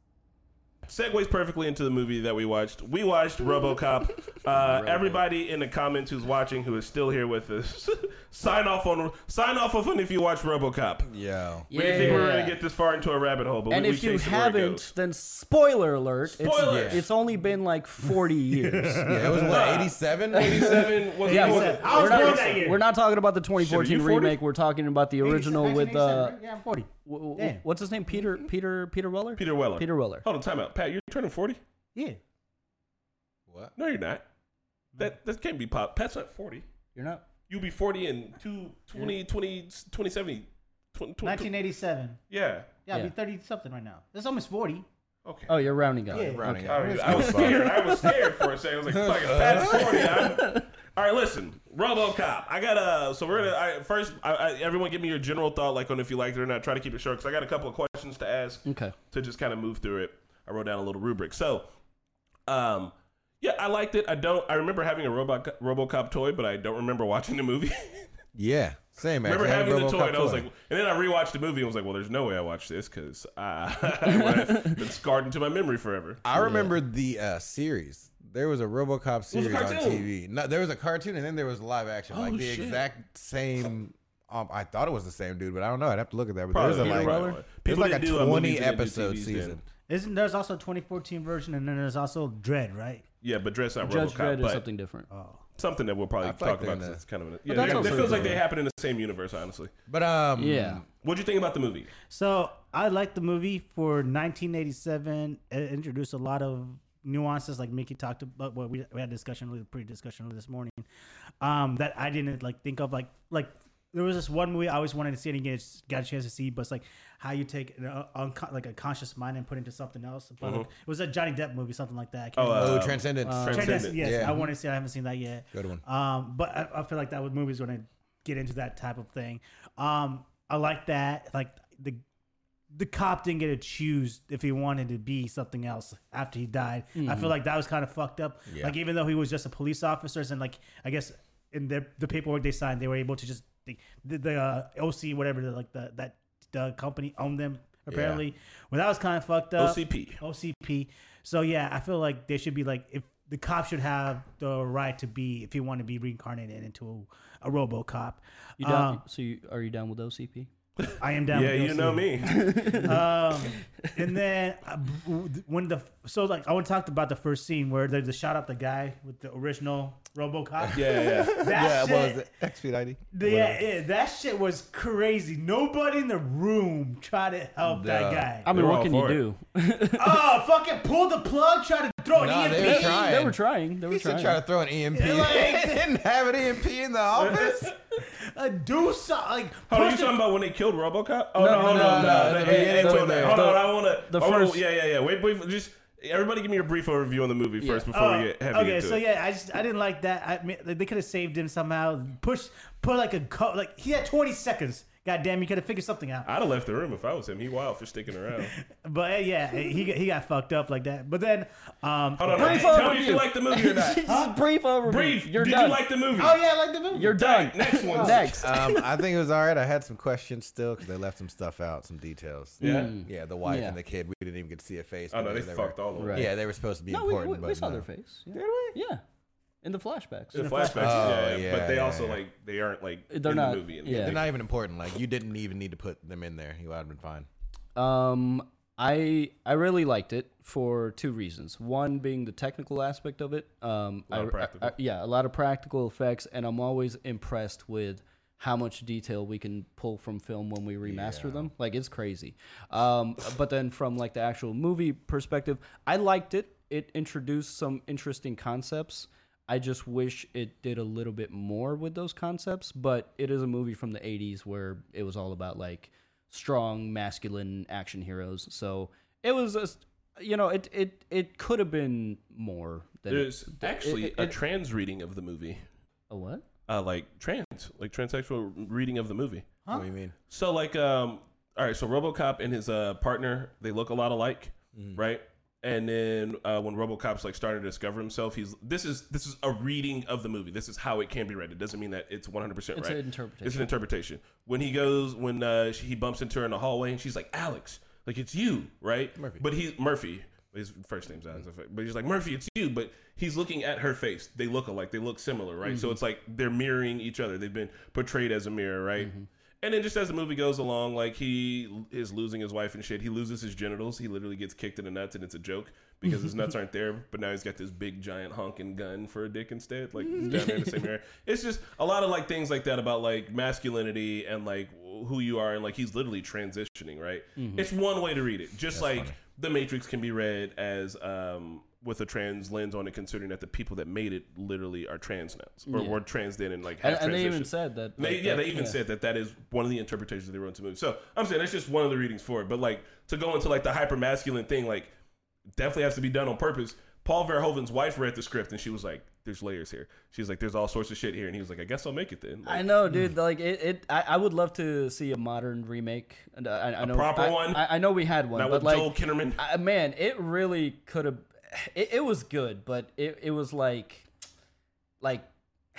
[SPEAKER 1] segues perfectly into the movie that we watched. We watched
[SPEAKER 2] (laughs)
[SPEAKER 1] RoboCop. Uh, Everybody in the comments who's watching, who is still here with us, (laughs) sign off on sign off on if you watch RoboCop.
[SPEAKER 3] Yeah.
[SPEAKER 1] We didn't think we were going to get this far into a rabbit hole, but
[SPEAKER 2] And
[SPEAKER 1] we,
[SPEAKER 2] if
[SPEAKER 1] we
[SPEAKER 2] you
[SPEAKER 1] chased it where it
[SPEAKER 2] haven't,
[SPEAKER 1] goes.
[SPEAKER 2] then spoiler alert.
[SPEAKER 1] Spoiler!
[SPEAKER 2] It's, it's only been
[SPEAKER 1] (laughs)
[SPEAKER 2] like 40 years.
[SPEAKER 3] Yeah, it was what 87?
[SPEAKER 1] 87 was
[SPEAKER 2] Yeah,
[SPEAKER 1] was-
[SPEAKER 2] but
[SPEAKER 4] I was
[SPEAKER 2] we're,
[SPEAKER 4] born
[SPEAKER 2] not,
[SPEAKER 4] that year.
[SPEAKER 2] we're not talking about the 2014
[SPEAKER 1] Shit, are you
[SPEAKER 2] remake. We're talking about the original with uh,
[SPEAKER 4] yeah, I'm 40.
[SPEAKER 2] w- w-
[SPEAKER 4] Damn.
[SPEAKER 2] what's his name? Peter Peter Peter Weller.
[SPEAKER 1] Mm-hmm. Peter Weller. Oh,
[SPEAKER 2] Peter Weller.
[SPEAKER 1] Hold on, time out. Pat, you're turning 40?
[SPEAKER 4] Yeah.
[SPEAKER 3] What?
[SPEAKER 1] No, you're not. That that can't be pop. Pat's not 40.
[SPEAKER 2] You're not.
[SPEAKER 1] You'll be 40 in two, 20, 20, 2070. 20,
[SPEAKER 4] 1987.
[SPEAKER 1] yeah.
[SPEAKER 4] Yeah, I'd
[SPEAKER 2] Yeah.
[SPEAKER 4] be 30 something right now. That's almost 40.
[SPEAKER 1] Okay.
[SPEAKER 2] Oh, you're rounding up.
[SPEAKER 4] Yeah.
[SPEAKER 3] Rounding
[SPEAKER 1] I
[SPEAKER 3] up.
[SPEAKER 1] was, I was scared. I was scared for a second. I was like, fucking Pat is 40.
[SPEAKER 2] (laughs)
[SPEAKER 1] I'm- all right, listen. RoboCop. I got to. So we're going to. First, I, I, everyone give me your general thought, like on if you liked it or not. Try to keep it short because I got a couple of questions to ask.
[SPEAKER 2] Okay.
[SPEAKER 1] to just kind of move through it. I wrote down a little rubric. So, um, yeah, I liked it. I don't. I remember having a robot RoboCop toy, but I don't remember watching the movie. (laughs)
[SPEAKER 3] Yeah. Same.
[SPEAKER 1] remember
[SPEAKER 3] actually. I had a
[SPEAKER 1] having the
[SPEAKER 3] RoboCop
[SPEAKER 1] toy, and I was like, and then I rewatched the movie and was like, well, there's no way I watched this because (laughs)
[SPEAKER 3] (laughs)
[SPEAKER 1] I've been scarred into my memory forever.
[SPEAKER 3] I remember the uh, series. There was a RoboCop
[SPEAKER 1] was a
[SPEAKER 3] series on
[SPEAKER 1] cartoon.
[SPEAKER 3] TV. No, there was a cartoon, and then there was live action, like
[SPEAKER 1] Oh,
[SPEAKER 3] the
[SPEAKER 1] shit.
[SPEAKER 3] exact same. Um, I thought it was the same dude, but I don't know. I'd have to look at that. But
[SPEAKER 1] Probably
[SPEAKER 3] there's a
[SPEAKER 1] Peter
[SPEAKER 3] like,
[SPEAKER 1] Weller.
[SPEAKER 3] there's
[SPEAKER 1] People
[SPEAKER 3] like
[SPEAKER 1] that
[SPEAKER 3] a
[SPEAKER 1] do, uh,
[SPEAKER 3] 20
[SPEAKER 1] movies and they do
[SPEAKER 3] episode
[SPEAKER 1] TVs
[SPEAKER 3] season.
[SPEAKER 1] then.
[SPEAKER 4] Isn't there's also a 2014 version and then there's also Dread, right?
[SPEAKER 1] Yeah, but dress not
[SPEAKER 2] Judge
[SPEAKER 1] RoboCop,
[SPEAKER 2] Dredd is
[SPEAKER 1] but Oh,
[SPEAKER 2] something different.
[SPEAKER 1] something that we'll probably
[SPEAKER 3] I feel
[SPEAKER 1] talk
[SPEAKER 3] like they're
[SPEAKER 1] about. 'cause
[SPEAKER 3] in
[SPEAKER 1] It's
[SPEAKER 3] the-
[SPEAKER 1] kind of an, yeah,
[SPEAKER 2] that's
[SPEAKER 1] they-
[SPEAKER 2] also
[SPEAKER 1] it feels like
[SPEAKER 2] true.
[SPEAKER 1] they happen in the same universe. Honestly,
[SPEAKER 3] But um,
[SPEAKER 2] yeah.
[SPEAKER 1] what'd you think about the movie?
[SPEAKER 4] So I like the movie for 1987. It introduced a lot of nuances, like Mickey talked about. What we, we had a discussion, a pretty discussion this morning, um, that I didn't like think of, like like there was this one movie I always wanted to see and again it's- got a chance to see, but it's like how you take an uh, unco- like a conscious mind and put it into something else. But like, it was a Johnny Depp movie, something like that. I can't
[SPEAKER 1] Oh,
[SPEAKER 4] remember.
[SPEAKER 1] uh,
[SPEAKER 3] Oh, Transcendence.
[SPEAKER 4] Transcendence,
[SPEAKER 1] Transcendent.
[SPEAKER 4] yes,
[SPEAKER 3] Yeah.
[SPEAKER 4] I want to see. It. I haven't seen that yet.
[SPEAKER 3] Good one.
[SPEAKER 4] Um, but I, I feel like that would movie's going to get into that type of thing. Um, I like that. Like the the cop didn't get to choose if he wanted to be something else after he died. I feel like that was kind of fucked up.
[SPEAKER 3] Yeah.
[SPEAKER 4] Like even though he was just a police officer, and like I guess in their, the paperwork they signed, they were able to just the the, the uh, OC whatever the, like the that the company owned them apparently. Well, that was kind of fucked
[SPEAKER 2] Uh,
[SPEAKER 4] up.
[SPEAKER 1] OCP.
[SPEAKER 4] OCP. So yeah, I feel like they should be like if the cop should have the right to be if you want to be reincarnated into a, a RoboCop.
[SPEAKER 2] You down?
[SPEAKER 1] Uh-huh.
[SPEAKER 4] Um,
[SPEAKER 2] so you, are you down with OCP?
[SPEAKER 4] I am down.
[SPEAKER 1] Yeah,
[SPEAKER 4] with
[SPEAKER 1] you know
[SPEAKER 4] OCP.
[SPEAKER 1] me.
[SPEAKER 3] (laughs)
[SPEAKER 2] (laughs)
[SPEAKER 4] Um, and then uh, when the so like I want to talk about the first scene where they just shot up the guy with the original
[SPEAKER 1] (laughs)
[SPEAKER 4] RoboCop.
[SPEAKER 1] Yeah, yeah, yeah.
[SPEAKER 4] That
[SPEAKER 3] what
[SPEAKER 4] shit,
[SPEAKER 3] was it? X Speed ID.
[SPEAKER 4] the- yeah, yeah, that shit was crazy. Nobody in the room tried to help that
[SPEAKER 3] No.
[SPEAKER 4] guy.
[SPEAKER 2] I mean,
[SPEAKER 1] They're
[SPEAKER 2] what
[SPEAKER 1] all
[SPEAKER 2] can
[SPEAKER 1] for
[SPEAKER 2] you
[SPEAKER 1] it.
[SPEAKER 2] do? (laughs)
[SPEAKER 4] oh, fucking pull the plug, try to throw an E
[SPEAKER 3] Nah,
[SPEAKER 4] EMP.
[SPEAKER 3] they were trying.
[SPEAKER 2] they were trying. They were
[SPEAKER 3] He should
[SPEAKER 2] trying.
[SPEAKER 3] try to throw an E EMP. (laughs)
[SPEAKER 4] Like-
[SPEAKER 3] didn't have an EMP in the office.
[SPEAKER 4] Uh, do something. Like,
[SPEAKER 1] Hold on,
[SPEAKER 4] push
[SPEAKER 1] you
[SPEAKER 4] the-
[SPEAKER 1] talking about when they killed RoboCop? Oh no,
[SPEAKER 2] No,
[SPEAKER 1] no,
[SPEAKER 2] no,
[SPEAKER 1] no,
[SPEAKER 2] no,
[SPEAKER 1] no.
[SPEAKER 3] no, the
[SPEAKER 1] Hey, hey, wait
[SPEAKER 3] beginning, the-
[SPEAKER 1] a minute.
[SPEAKER 3] the-
[SPEAKER 1] Hold on, I want to.
[SPEAKER 2] the
[SPEAKER 1] I wanna-
[SPEAKER 2] first-
[SPEAKER 1] Yeah, yeah, yeah. Wait, brief. Just everybody, give me a brief overview on the movie first before
[SPEAKER 4] Oh,
[SPEAKER 1] we get heavy
[SPEAKER 4] okay,
[SPEAKER 1] into
[SPEAKER 4] so
[SPEAKER 1] it.
[SPEAKER 4] yeah, I just I didn't like that. I mean, like, they could have saved him somehow. Push, put like a co- like he had 20 seconds. God damn, you could have figured something out.
[SPEAKER 1] I'd have left the room if I was him. He wild for sticking around.
[SPEAKER 4] But uh, yeah, he got- he got fucked up like that. But then, um,
[SPEAKER 1] Hold on,
[SPEAKER 2] Brief
[SPEAKER 1] tell me if
[SPEAKER 2] overview.
[SPEAKER 1] you like the movie or not.
[SPEAKER 2] (laughs) Just brief overview.
[SPEAKER 1] Brief.
[SPEAKER 2] You're
[SPEAKER 1] Did
[SPEAKER 2] done.
[SPEAKER 1] you like the movie?
[SPEAKER 4] oh yeah, I like the movie.
[SPEAKER 2] You're done.
[SPEAKER 1] Next one.
[SPEAKER 2] Next.
[SPEAKER 3] um, I think it was all right. I had some questions still because they left some stuff out, some details.
[SPEAKER 1] Yeah.
[SPEAKER 2] Hmm.
[SPEAKER 3] Yeah, the wife
[SPEAKER 2] Yeah.
[SPEAKER 3] and the kid. We didn't even get to see a face.
[SPEAKER 1] Oh no,
[SPEAKER 3] but
[SPEAKER 1] they
[SPEAKER 3] were-
[SPEAKER 1] fucked all of them.
[SPEAKER 2] Right.
[SPEAKER 3] Yeah, they were supposed to be
[SPEAKER 2] no, we,
[SPEAKER 3] important.
[SPEAKER 2] we, we
[SPEAKER 3] but
[SPEAKER 2] saw
[SPEAKER 3] no.
[SPEAKER 2] their face. Yeah. Yeah. In the flashbacks.
[SPEAKER 1] The flashbacks,
[SPEAKER 3] Oh,
[SPEAKER 1] yeah, yeah,
[SPEAKER 3] yeah,
[SPEAKER 1] but they
[SPEAKER 3] yeah,
[SPEAKER 1] also
[SPEAKER 3] yeah.
[SPEAKER 1] like they aren't like
[SPEAKER 2] They're
[SPEAKER 1] in
[SPEAKER 2] not-
[SPEAKER 1] the movie. And
[SPEAKER 2] yeah.
[SPEAKER 3] They're not even important. Like you didn't even need to put them in there. You would have been fine.
[SPEAKER 2] Um, I I really liked it for two reasons. One being the technical aspect of it. Um,
[SPEAKER 1] lot of
[SPEAKER 2] I-
[SPEAKER 1] practical.
[SPEAKER 2] I- yeah, a lot of practical effects, and I'm always impressed with how much detail we can pull from film when we remaster them. Like it's crazy. Um, but then from like the actual movie perspective, I liked it. It introduced some interesting concepts. I just wish it did a little bit more with those concepts, but it is a movie from the 80s where it was all about like strong masculine action heroes. So it was just you know, it it it could have been more than it-
[SPEAKER 1] There's actually
[SPEAKER 2] it-
[SPEAKER 1] a
[SPEAKER 2] it-
[SPEAKER 1] trans reading of the movie.
[SPEAKER 2] a what?
[SPEAKER 1] Uh, like trans, like transsexual reading of the movie.
[SPEAKER 3] What do you mean?
[SPEAKER 1] So like um all right, so RoboCop and his uh partner, they look a lot alike,
[SPEAKER 2] Mm-hmm.
[SPEAKER 1] right? And then uh, when RoboCop's like starting to discover himself, he's this is this is a reading of the movie. This is how it can be read. It doesn't mean that it's 100%
[SPEAKER 2] It's
[SPEAKER 1] right.
[SPEAKER 2] an interpretation.
[SPEAKER 1] It's an interpretation. When he goes when uh, she, he bumps into her in the hallway and she's like, "Alex, like it's you, right?" Murphy. But he Murphy his first name's Alex, but he's like Murphy, it's you. But he's looking at her face. They look alike. They look similar, right?
[SPEAKER 2] Mm-hmm.
[SPEAKER 1] So it's like they're mirroring each other. They've been portrayed as a mirror, right?
[SPEAKER 2] Mm-hmm.
[SPEAKER 1] And then just as the movie goes along, like he is losing his wife and shit. He loses his genitals. He literally gets kicked in the nuts, and it's a joke because his nuts aren't there. But now he's got this big giant honking gun for a dick instead, like
[SPEAKER 2] Mm-hmm.
[SPEAKER 1] down there in the same area. It's just a lot of like things like that about like masculinity and like who you are, and like he's literally transitioning. Right?
[SPEAKER 2] Mm-hmm.
[SPEAKER 1] It's one way to read it. Just like the Matrix can be read as um, with a trans lens on it, considering that the people that made it literally are trans now, or were trans then, and like have
[SPEAKER 2] And, and they even
[SPEAKER 1] transitioned.
[SPEAKER 2] said that.
[SPEAKER 1] They,
[SPEAKER 2] like,
[SPEAKER 1] yeah,
[SPEAKER 2] that-
[SPEAKER 1] they even said that that is one of the interpretations they wrote into the movie. So I'm saying that's just one of the readings for it. But like to go into like the hyper masculine thing, like definitely has to be done on purpose. Paul Verhoeven's wife read the script and she was like, "There's layers here." She's like, "There's all sorts of shit here," and he was like, "I guess I'll make it then." Like,
[SPEAKER 2] I know, dude. Like it, it I, I would love to see a modern remake. And uh, I, I know,
[SPEAKER 1] proper
[SPEAKER 2] I,
[SPEAKER 1] one?
[SPEAKER 2] I, I know we had one,
[SPEAKER 1] Not
[SPEAKER 2] but
[SPEAKER 1] with
[SPEAKER 2] like
[SPEAKER 1] Joel Kinnaman.
[SPEAKER 2] I, man, it really could have. It, it was good, but it, it was like, like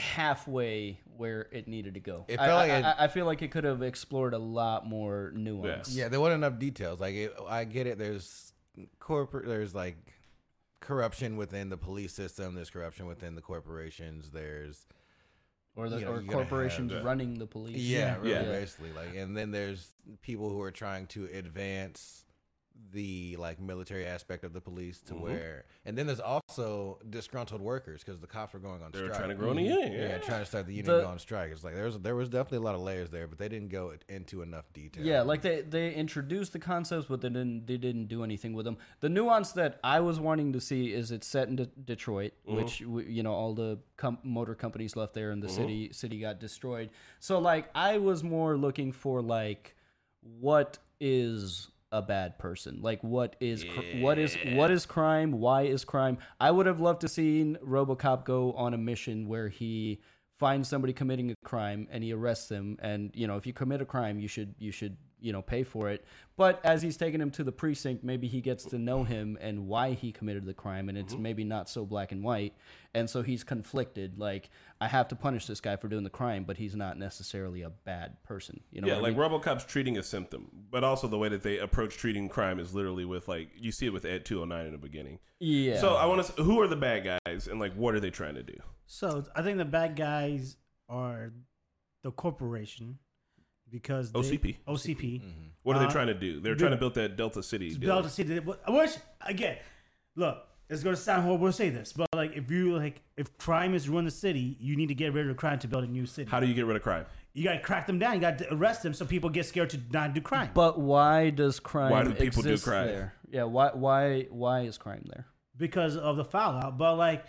[SPEAKER 2] halfway where it needed to go.
[SPEAKER 3] It
[SPEAKER 2] I,
[SPEAKER 3] felt like
[SPEAKER 2] I,
[SPEAKER 3] it-
[SPEAKER 2] I- I feel like it could have explored a lot more nuance.
[SPEAKER 3] Yeah, there wasn't enough details. Like, it, I get it. There's corporate. There's like corruption within the police system. There's corruption within the corporations. There's
[SPEAKER 2] Or the
[SPEAKER 3] You know,
[SPEAKER 2] or
[SPEAKER 3] you gotta have
[SPEAKER 2] corporations
[SPEAKER 1] that.
[SPEAKER 2] running the police.
[SPEAKER 3] yeah, really
[SPEAKER 1] Yeah.
[SPEAKER 3] basically like, and then there's people who are trying to advance the like military aspect of the police
[SPEAKER 1] Mm-hmm.
[SPEAKER 3] to where, and then there's also disgruntled workers because the cops were going on
[SPEAKER 1] They're
[SPEAKER 3] strike.
[SPEAKER 1] trying to grow in the union.
[SPEAKER 3] yeah,
[SPEAKER 1] Yeah.
[SPEAKER 3] trying to start the union
[SPEAKER 2] Mm-hmm. The-
[SPEAKER 3] go on strike. It's like there was there was definitely a lot of layers there, but they didn't go into enough detail.
[SPEAKER 2] Yeah, like they they introduced the concepts, but they didn't they didn't do anything with them. The nuance that I was wanting to see is it's set in De- Detroit, which w which you know all the com- motor companies left there, and the city city got destroyed. So like I was more looking for like what is a bad person like what is cr- what is what is crime why is crime i would have loved to seen robocop go on a mission where he finds somebody committing a crime and he arrests them and you know if you commit a crime you should you should you know pay for it but as he's taking him to the precinct maybe he gets to know him and why he committed the crime and it's
[SPEAKER 1] Mm-hmm.
[SPEAKER 2] maybe not so black and white and so he's conflicted like i have to punish this guy for doing the crime but he's not necessarily a bad person you know
[SPEAKER 1] Yeah,
[SPEAKER 2] what I
[SPEAKER 1] like
[SPEAKER 2] mean?
[SPEAKER 1] RoboCop's treating a symptom, but also the way that they approach treating crime is literally with like you see it with Ed 209 in the beginning.
[SPEAKER 2] yeah
[SPEAKER 1] So I want to who are the bad guys and like what are they trying to do?
[SPEAKER 4] So I think the bad guys are the corporation because they-
[SPEAKER 1] OCP.
[SPEAKER 4] OCP.
[SPEAKER 1] What are they
[SPEAKER 2] Uh-huh.
[SPEAKER 4] Uh,
[SPEAKER 1] trying to do? They're trying to build that Delta City.
[SPEAKER 4] It's
[SPEAKER 1] deal.
[SPEAKER 4] Bell to see that. Which again, look, it's gonna sound horrible to say this, but like if you like if crime is ruin the city, you need to get rid of crime to build a new city.
[SPEAKER 1] How do you get rid of crime?
[SPEAKER 4] you gotta crack them down. You gotta arrest them so people get scared to not do crime
[SPEAKER 2] But why does crime?
[SPEAKER 1] Why do people do
[SPEAKER 2] exist
[SPEAKER 1] crime?
[SPEAKER 2] There? Yeah. Why? Why? Why is crime there?
[SPEAKER 4] because of the fallout. But like.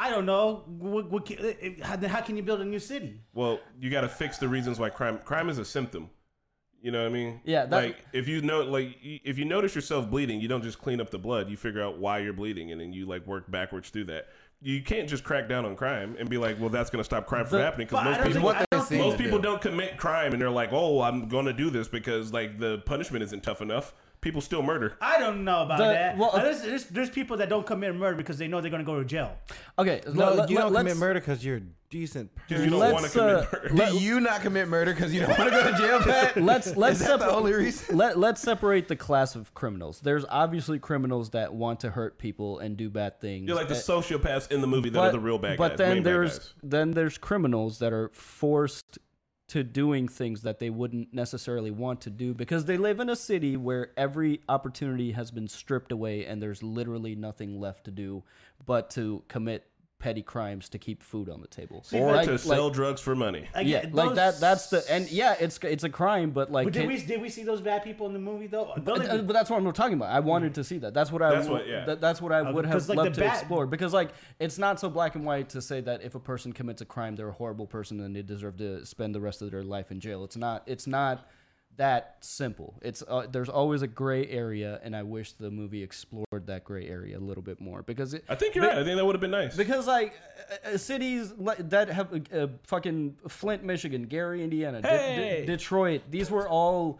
[SPEAKER 4] I don't know. What, what, ca- eh, eh, how, then how can you build a new city?
[SPEAKER 1] Well, you got to fix the reasons why crime crime is a symptom. You know what I mean?
[SPEAKER 2] Yeah, that-
[SPEAKER 1] like if you know, like y- if you notice yourself bleeding, you don't just clean up the blood. You figure out why you're bleeding, and then you like work backwards through that. You can't just crack down on crime and be like, well, that's going to stop crime from
[SPEAKER 2] The-
[SPEAKER 1] happening
[SPEAKER 4] But
[SPEAKER 1] because most people
[SPEAKER 4] I don't think,
[SPEAKER 3] what
[SPEAKER 4] I
[SPEAKER 3] they
[SPEAKER 4] don't
[SPEAKER 3] see
[SPEAKER 4] think-
[SPEAKER 1] most people
[SPEAKER 3] do.
[SPEAKER 1] don't commit crime, and they're like, oh, I'm going to do this because like the punishment isn't tough enough. People still murder.
[SPEAKER 4] I don't know about
[SPEAKER 2] The-
[SPEAKER 4] that.
[SPEAKER 2] well,
[SPEAKER 4] Now, there's, there's, there's people that don't commit murder because they know they're going to go to jail.
[SPEAKER 2] Okay.
[SPEAKER 3] no,
[SPEAKER 2] let-
[SPEAKER 3] you
[SPEAKER 2] let-
[SPEAKER 3] don't
[SPEAKER 2] let's-
[SPEAKER 3] commit murder because you're a decent.
[SPEAKER 1] Because you don't
[SPEAKER 2] Let's,
[SPEAKER 1] want to commit
[SPEAKER 2] uh,
[SPEAKER 1] murder.
[SPEAKER 3] Do you not commit murder because you don't want to go to
[SPEAKER 2] (laughs)
[SPEAKER 3] jail, Pat?
[SPEAKER 2] Let's let's
[SPEAKER 3] Is that the
[SPEAKER 2] separ-
[SPEAKER 3] only reason?
[SPEAKER 2] Let let's separate the class of criminals. There's obviously criminals that want to hurt people and do bad things.
[SPEAKER 1] You're like the
[SPEAKER 2] Eh,
[SPEAKER 1] sociopaths in the movie that
[SPEAKER 2] but,
[SPEAKER 1] are the real bad
[SPEAKER 2] but
[SPEAKER 1] guys.
[SPEAKER 2] then
[SPEAKER 1] main bad
[SPEAKER 2] there's
[SPEAKER 1] guys.
[SPEAKER 2] then there's criminals that are forced to doing things that they wouldn't necessarily want to do because they live in a city where every opportunity has been stripped away and there's literally nothing left to do but to commit petty crimes to keep food on the table
[SPEAKER 1] or
[SPEAKER 2] Like-
[SPEAKER 1] to
[SPEAKER 2] like-
[SPEAKER 1] sell drugs for money.
[SPEAKER 4] Like,
[SPEAKER 2] yeah, like
[SPEAKER 4] those-
[SPEAKER 2] that. That's the and yeah, it's it's a crime, but like,
[SPEAKER 4] But did
[SPEAKER 2] can-
[SPEAKER 4] we did we see those bad people in the movie though? Don't
[SPEAKER 2] uh,
[SPEAKER 4] they-
[SPEAKER 2] but that's what I'm talking about. I wanted to see that. That's what I.
[SPEAKER 1] Mm. That's
[SPEAKER 2] w-
[SPEAKER 1] what- yeah.
[SPEAKER 2] that- that's what I would have
[SPEAKER 4] because, like, the
[SPEAKER 2] loved to
[SPEAKER 4] bat-
[SPEAKER 2] explore because like it's not so black and white to say that if a person commits a crime, they're a horrible person and they deserve to spend the rest of their life in jail. It's not. It's not that simple. It's uh, there's always a gray area, and I wish the movie explored that gray area a little bit more because it,
[SPEAKER 1] I think you're right. I think that would have been nice.
[SPEAKER 2] because like uh, uh, cities li- that have uh, uh, fucking Flint, Michigan, Gary, Indiana, De- De- Detroit, these were all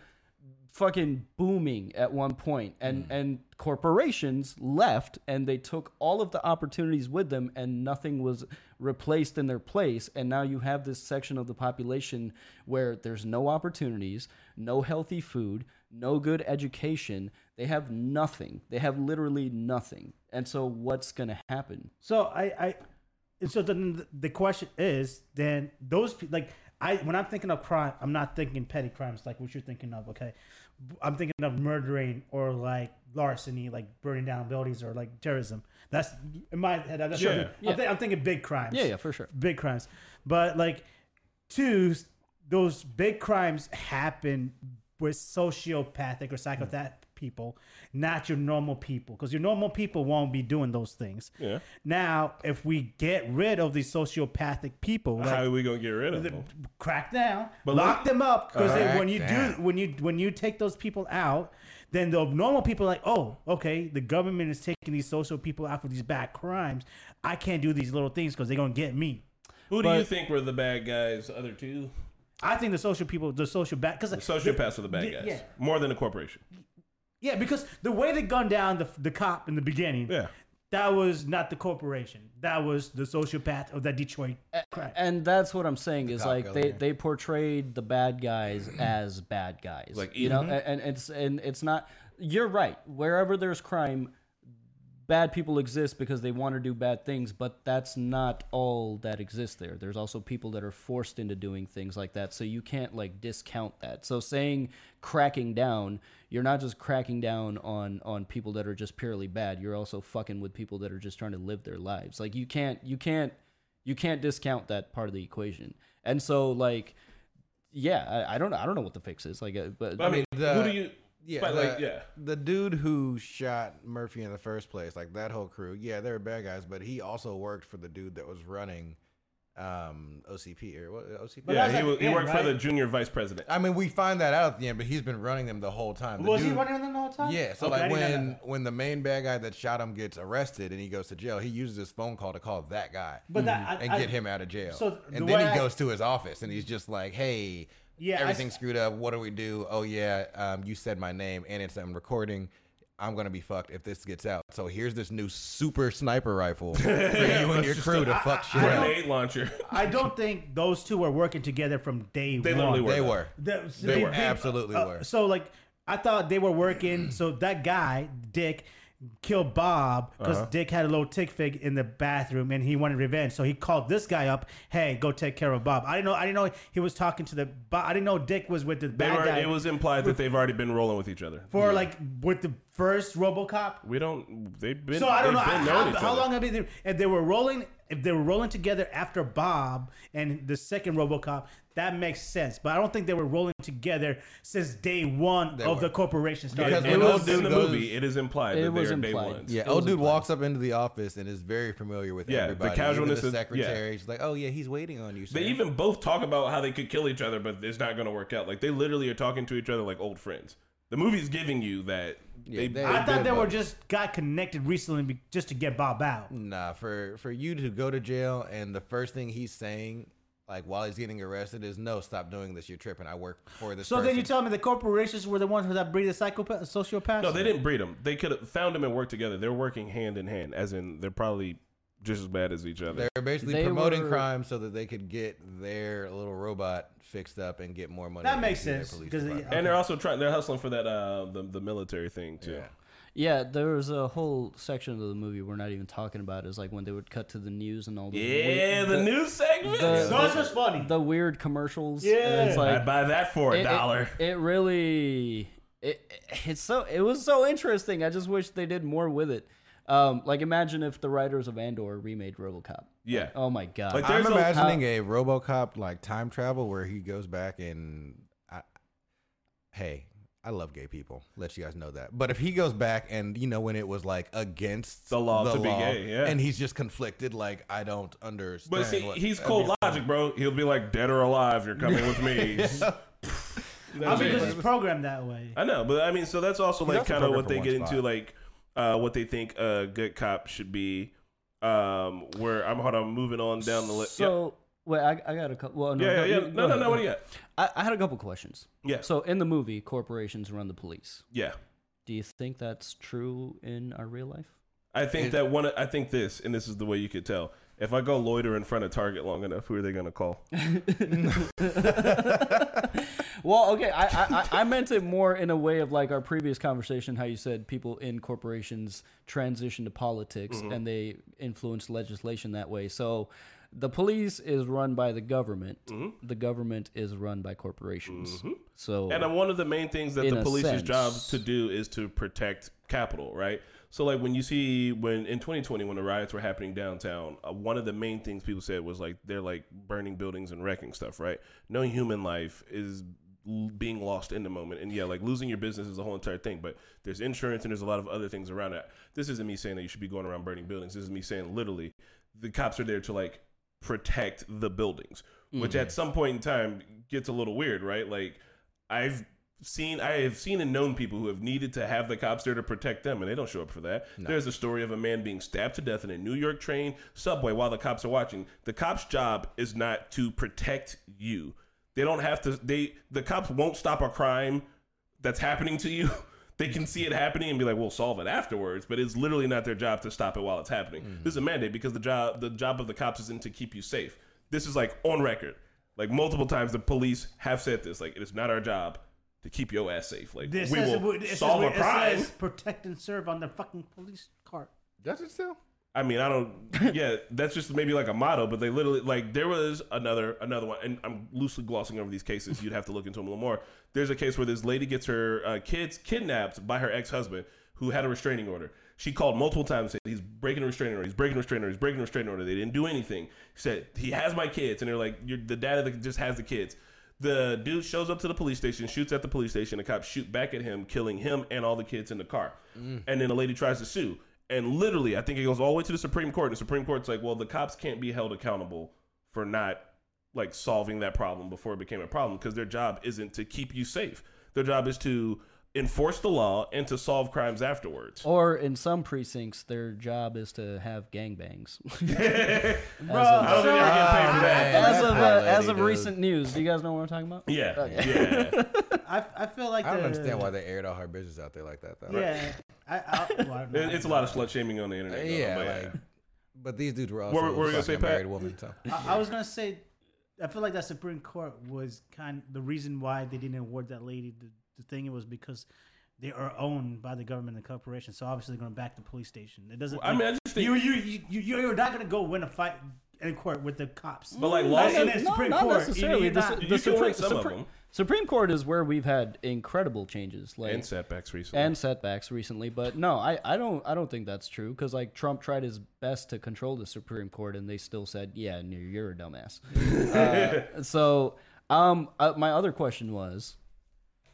[SPEAKER 2] fucking booming at one point, and and corporations left and they took all of the opportunities with them, and nothing was replaced in their place, and now you have this section of the population where there's no opportunities, no healthy food, no good education. They have nothing. They have literally nothing. And so, what's going to happen?
[SPEAKER 4] So I, I, and so then the- the question is then those pe- like I when I'm thinking of crime, I'm not thinking petty crimes like what you're thinking of. Okay, I'm thinking of murdering or like larceny, like burning down buildings or like terrorism. That's in my head. That's
[SPEAKER 1] Yeah.
[SPEAKER 4] yeah. I'm,
[SPEAKER 2] Yeah.
[SPEAKER 4] thi- I'm thinking big crimes.
[SPEAKER 2] Yeah, yeah, for sure.
[SPEAKER 4] Big crimes, but like two, s- those big crimes happen with sociopathic or psychopath
[SPEAKER 1] Hmm.
[SPEAKER 4] people, not your normal people, because your normal people won't be doing those things.
[SPEAKER 1] Yeah.
[SPEAKER 4] Now, if we get rid of these sociopathic people,
[SPEAKER 1] How
[SPEAKER 4] like,
[SPEAKER 1] are we gonna get rid of
[SPEAKER 4] the-
[SPEAKER 1] them?
[SPEAKER 4] crack down,
[SPEAKER 1] But
[SPEAKER 4] lock
[SPEAKER 1] let-
[SPEAKER 4] them up, because
[SPEAKER 3] Crack
[SPEAKER 4] when you do,
[SPEAKER 3] down.
[SPEAKER 4] when you when you take those people out, then the normal people are like, oh, okay, the government is taking these social people out for these bad crimes. I can't do these little things because they're gonna get me.
[SPEAKER 1] Who do
[SPEAKER 2] But-
[SPEAKER 1] you think were the bad guys? the Other two,
[SPEAKER 4] I think the social people, the social back, because
[SPEAKER 1] the sociopaths were the bad
[SPEAKER 4] yeah,
[SPEAKER 1] guys.
[SPEAKER 4] yeah.
[SPEAKER 1] More than a corporation.
[SPEAKER 4] yeah, because the way they gunned down the the cop in the beginning,
[SPEAKER 1] Yeah.
[SPEAKER 4] that was not the corporation, that was the sociopath of that Detroit crime.
[SPEAKER 2] And that's what I'm saying is
[SPEAKER 3] cop
[SPEAKER 2] like they,
[SPEAKER 3] earlier.
[SPEAKER 2] they portrayed the bad guys as bad guys.
[SPEAKER 1] Like,
[SPEAKER 2] you know, and, and it's and it's not. You're right. Wherever there's crime, bad people exist because they want to do bad things, but that's not all that exists there. There's also people that are forced into doing things like that, so you can't like discount that. So saying cracking down, you're not just cracking down on on people that are just purely bad. You're also fucking with people that are just trying to live their lives. Like you can't you can't you can't discount that part of the equation. And so like yeah, I, I don't I don't know what the fix is. Like uh, but,
[SPEAKER 1] But I mean,
[SPEAKER 3] the-
[SPEAKER 1] who do you?
[SPEAKER 3] Yeah,
[SPEAKER 1] but
[SPEAKER 3] the,
[SPEAKER 1] like, yeah.
[SPEAKER 3] The dude who shot Murphy in the first place, like that whole crew, yeah, they were bad guys, but he also worked for the dude that was running um, OCP or what OCP.
[SPEAKER 4] But
[SPEAKER 1] yeah,
[SPEAKER 4] that's
[SPEAKER 1] he,
[SPEAKER 4] at
[SPEAKER 1] wa-
[SPEAKER 4] the
[SPEAKER 1] he
[SPEAKER 4] end,
[SPEAKER 1] worked for
[SPEAKER 4] right?
[SPEAKER 1] the junior vice president.
[SPEAKER 3] I mean, we find that out at the end, but he's been running them the whole time. The
[SPEAKER 4] Was he
[SPEAKER 3] dude-
[SPEAKER 4] running them the whole time?
[SPEAKER 3] Yeah, so
[SPEAKER 4] Okay, I
[SPEAKER 3] like
[SPEAKER 4] didn't know
[SPEAKER 3] when
[SPEAKER 4] that.
[SPEAKER 3] when the main bad guy that shot him gets arrested and he goes to jail, he uses his phone call to call that guy
[SPEAKER 4] But that- I-
[SPEAKER 3] Mm-hmm. and
[SPEAKER 4] I-
[SPEAKER 3] get him out of jail.
[SPEAKER 4] so the
[SPEAKER 3] and
[SPEAKER 4] way
[SPEAKER 3] then
[SPEAKER 4] I-
[SPEAKER 3] he goes to his office and he's just like, "Hey,
[SPEAKER 4] Yeah, I
[SPEAKER 3] everything's
[SPEAKER 4] s-
[SPEAKER 3] screwed up. What do we do? Oh yeah, um, you said my name and it's on recording." I'm gonna be fucked if this gets out. So here's this new super sniper rifle
[SPEAKER 4] (laughs)
[SPEAKER 3] for you and your crew to fuck shit up.
[SPEAKER 1] Grenade launcher.
[SPEAKER 4] I don't think those two were working together from day
[SPEAKER 1] They
[SPEAKER 4] one.
[SPEAKER 1] literally were.
[SPEAKER 3] They were.
[SPEAKER 4] That- uh,
[SPEAKER 3] They were, absolutely were.
[SPEAKER 4] So like, I thought they were working. so that guy, Dick, killed Bob because Dick had a little tick fig in the bathroom and he wanted revenge. So he called this guy up. Hey, go take care of Bob. I didn't know. I didn't know he was talking to the. Bo- I didn't know Dick was with the
[SPEAKER 1] They
[SPEAKER 4] bad
[SPEAKER 1] were.
[SPEAKER 4] guy
[SPEAKER 1] It was implied that they've already been rolling with each other.
[SPEAKER 4] for like with the first RoboCop.
[SPEAKER 1] We don't. They've been.
[SPEAKER 4] So I don't know
[SPEAKER 1] they've
[SPEAKER 4] I,
[SPEAKER 1] Been
[SPEAKER 4] how,
[SPEAKER 1] knowing each
[SPEAKER 4] how
[SPEAKER 1] other.
[SPEAKER 4] long have they if they were rolling if they were rolling together after Bob and the second RoboCop that makes sense but I don't think they were rolling together since day one of
[SPEAKER 3] were.
[SPEAKER 4] the corporation started.
[SPEAKER 3] Because
[SPEAKER 1] It
[SPEAKER 3] when
[SPEAKER 1] was
[SPEAKER 3] those
[SPEAKER 1] in the
[SPEAKER 3] goes-
[SPEAKER 1] movie. It is implied
[SPEAKER 2] It
[SPEAKER 1] that they
[SPEAKER 2] was
[SPEAKER 1] are day
[SPEAKER 2] implied.
[SPEAKER 1] ones.
[SPEAKER 3] Yeah,
[SPEAKER 2] It
[SPEAKER 3] old
[SPEAKER 2] was
[SPEAKER 3] dude
[SPEAKER 2] implied.
[SPEAKER 3] walks up into the office and is very familiar with
[SPEAKER 1] Yeah, the
[SPEAKER 3] everybody.
[SPEAKER 1] casualness
[SPEAKER 3] Even
[SPEAKER 1] is-
[SPEAKER 3] the
[SPEAKER 1] yeah.
[SPEAKER 3] secretary. She's like, "Oh yeah, he's waiting on you." Sir.
[SPEAKER 1] They even both talk about how they could kill each other, but it's not going to work out. Like they literally are talking to each other like old friends. The movie's giving you that.
[SPEAKER 3] Yeah,
[SPEAKER 1] they,
[SPEAKER 3] they-
[SPEAKER 4] I thought they
[SPEAKER 3] did,
[SPEAKER 4] were
[SPEAKER 3] but-
[SPEAKER 4] just got connected recently be, just to get Bob out.
[SPEAKER 3] Nah, for for you to go to jail and the first thing he's saying, like while he's getting arrested, is no, stop doing this. You're tripping. I work for this.
[SPEAKER 4] So then you
[SPEAKER 3] person."
[SPEAKER 4] tell me the corporations were the ones who that breed the psychopath sociopaths?
[SPEAKER 1] no, they didn't breed them. They could have found them and worked together. They're working hand in hand, as in they're probably just as bad as each other.
[SPEAKER 3] they're basically
[SPEAKER 2] They
[SPEAKER 3] promoting
[SPEAKER 2] were-
[SPEAKER 3] crime so that they could get their little robot fixed up and get more money.
[SPEAKER 4] That
[SPEAKER 3] to
[SPEAKER 4] makes
[SPEAKER 3] do their
[SPEAKER 4] sense,
[SPEAKER 3] police
[SPEAKER 4] 'cause it-
[SPEAKER 3] department.
[SPEAKER 1] And uh, they're also trying. They're hustling for that uh the, the military thing too.
[SPEAKER 2] Yeah, there was a whole section of the movie we're not even talking about is like when they would cut to the news and all the
[SPEAKER 1] Yeah, the, news segment.
[SPEAKER 2] the-
[SPEAKER 4] So it's just funny.
[SPEAKER 2] the weird commercials. and
[SPEAKER 4] Yeah.
[SPEAKER 2] it's
[SPEAKER 1] I'd
[SPEAKER 2] like
[SPEAKER 1] buy that for
[SPEAKER 2] it-
[SPEAKER 1] a
[SPEAKER 2] it-
[SPEAKER 1] dollar.
[SPEAKER 2] It, really, it, it's so it was so interesting. I just wish they did more with it. Um, like imagine if the writers of Andor remade RoboCop.
[SPEAKER 1] Yeah.
[SPEAKER 2] Oh my god.
[SPEAKER 1] Like,
[SPEAKER 3] I'm
[SPEAKER 1] There's a-
[SPEAKER 3] imagining a, RoboCop like time travel where he goes back and, I, hey, I love gay people. Let you guys know that. But if he goes back and you know when it was like against
[SPEAKER 1] The law to be gay, yeah.
[SPEAKER 3] and he's just conflicted, like I don't understand.
[SPEAKER 1] But see,
[SPEAKER 3] what-
[SPEAKER 1] he's cold logic, bro. He'll be like, dead or alive, you're coming with me. (laughs)
[SPEAKER 4] I mean, because it's programmed that way.
[SPEAKER 1] I know, but I mean, so that's also like
[SPEAKER 3] also
[SPEAKER 1] kind of
[SPEAKER 3] perfect
[SPEAKER 1] what
[SPEAKER 3] for
[SPEAKER 1] they
[SPEAKER 3] one
[SPEAKER 1] get into,
[SPEAKER 3] spot.
[SPEAKER 1] like uh, what they think a good cop should be. Um, where I'm hold on, moving on down the list.
[SPEAKER 2] so wait, I, I got a couple. Well, no,
[SPEAKER 1] yeah, yeah, yeah.
[SPEAKER 2] Uh-huh. you-
[SPEAKER 1] yeah. No,
[SPEAKER 2] go
[SPEAKER 1] no,
[SPEAKER 2] ahead.
[SPEAKER 1] no. What do you got?
[SPEAKER 2] I, I had a couple questions.
[SPEAKER 1] Yeah.
[SPEAKER 2] So in the movie, corporations run the police.
[SPEAKER 1] Yeah,
[SPEAKER 2] Do you think that's true in our real life?
[SPEAKER 1] I think that one. I think this, and this is the way you could tell. If I go loiter in front of Target long enough, who are they gonna call?
[SPEAKER 2] Well, okay, I, I I- I meant it more in a way of like our previous conversation, how you said people in corporations transition to politics
[SPEAKER 1] Mm-hmm.
[SPEAKER 2] and they influence legislation that way. So, the police is run by the government. The government is run by corporations. So,
[SPEAKER 1] Mm-hmm. And uh, one of the main things that
[SPEAKER 2] In
[SPEAKER 1] the
[SPEAKER 2] a
[SPEAKER 1] police's
[SPEAKER 2] sense.
[SPEAKER 1] job to do is to protect capital, right? So, like when you see when in 2020 when the riots were happening downtown, uh, one of the main things people said was like they're like burning buildings and wrecking stuff, right? No human life is l- being lost in the moment, and yeah, like losing your business is the whole entire thing. But there's insurance and there's a lot of other things around that. This isn't me saying that you should be going around burning buildings. This is me saying literally, the cops are there to like protect the buildings, which
[SPEAKER 2] Mm-hmm.
[SPEAKER 1] at some point in time gets a little weird, right? Like I've seen I have seen and known people who have needed to have the cops there to protect them and they don't show up for that. There's a story of a man being stabbed to death in a New York train subway while the cops are watching. The cops job is not to protect you. They don't have to they the cops won't stop a crime that's happening to you. (laughs) They can see it happening and be like, "We'll solve it afterwards," but it's literally not their job to stop it while it's happening.
[SPEAKER 4] Mm-hmm.
[SPEAKER 1] This is a mandate because the job the job of the cops isn't to keep you safe. This is like on record, like multiple times the police have said this. Like it is not our job to keep your ass safe. Like
[SPEAKER 4] This
[SPEAKER 1] we
[SPEAKER 4] says,
[SPEAKER 1] will
[SPEAKER 4] it says-
[SPEAKER 1] solve a
[SPEAKER 4] it
[SPEAKER 1] crime.
[SPEAKER 4] says protect and serve on the fucking police cart.
[SPEAKER 3] Does it still?
[SPEAKER 1] I mean, I don't. Yeah, that's just maybe like a motto, but they literally like there was another another one, and I'm loosely glossing over these cases. You'd have to look into them a little more. There's a case where this lady gets her uh, kids kidnapped by her ex husband who had a restraining order. She called multiple times, said he's breaking a restraining order, he's breaking a restraining order, he's breaking a restraining order. They didn't do anything. She said he has my kids, and they're like, You're the dad that just has the kids. The dude shows up to the police station, shoots at the police station. The cops shoot back at him, killing him and all the kids in the car. And then the lady tries to sue. And literally, I think it goes all the way to the Supreme Court. And the Supreme Court's like, well, the cops can't be held accountable for not like solving that problem before it became a problem because their job isn't to keep you safe. Their job is to enforce the law and to solve crimes afterwards.
[SPEAKER 2] Or in some precincts, their job is to
[SPEAKER 1] (laughs)
[SPEAKER 2] have gangbangs.
[SPEAKER 1] Bro, I don't think they were getting paid for that.
[SPEAKER 2] as of uh,
[SPEAKER 3] That
[SPEAKER 2] as of
[SPEAKER 3] lady, dude.
[SPEAKER 2] recent news, do you guys know what I'm talking about?
[SPEAKER 1] Yeah, yeah.
[SPEAKER 4] I, I feel like
[SPEAKER 3] I don't
[SPEAKER 4] the-
[SPEAKER 3] understand why they aired all her business out there like that though.
[SPEAKER 4] Yeah, I, I,
[SPEAKER 1] (laughs)
[SPEAKER 4] well, I don't know.
[SPEAKER 1] It- it's a lot of slut shaming on the
[SPEAKER 3] Uh,
[SPEAKER 1] internet. though,
[SPEAKER 3] yeah,
[SPEAKER 1] but
[SPEAKER 3] like, but these dudes were also
[SPEAKER 1] What were- what were you gonna
[SPEAKER 3] fucking
[SPEAKER 1] say,
[SPEAKER 3] a married
[SPEAKER 1] Pat?
[SPEAKER 3] woman. So.
[SPEAKER 4] I, I was gonna say, I feel like that Supreme Court was kind the reason why they didn't award that lady the, the thing. was because they are owned by the government and corporation, so obviously they're gonna back the police station. It doesn't.
[SPEAKER 1] I mean, I just think-
[SPEAKER 4] you you you you- you're not gonna go win a fight in court with the cops.
[SPEAKER 1] But, like,
[SPEAKER 4] Not
[SPEAKER 1] lawsuit-
[SPEAKER 4] in the
[SPEAKER 1] No,
[SPEAKER 4] Supreme
[SPEAKER 2] not
[SPEAKER 4] Court,
[SPEAKER 2] necessarily.
[SPEAKER 4] you're
[SPEAKER 2] The,
[SPEAKER 4] not-
[SPEAKER 2] su-
[SPEAKER 1] You
[SPEAKER 2] the
[SPEAKER 1] can
[SPEAKER 2] Supreme,
[SPEAKER 1] win some of
[SPEAKER 2] Supre-
[SPEAKER 1] them.
[SPEAKER 2] Supreme Court is where we've had incredible changes, like
[SPEAKER 1] and setbacks recently.
[SPEAKER 2] and setbacks recently. But no, I, I don't I don't think that's true because like Trump tried his best to control the Supreme Court and they still said, yeah, no, you're a dumbass. Uh, so um, uh, my other question was,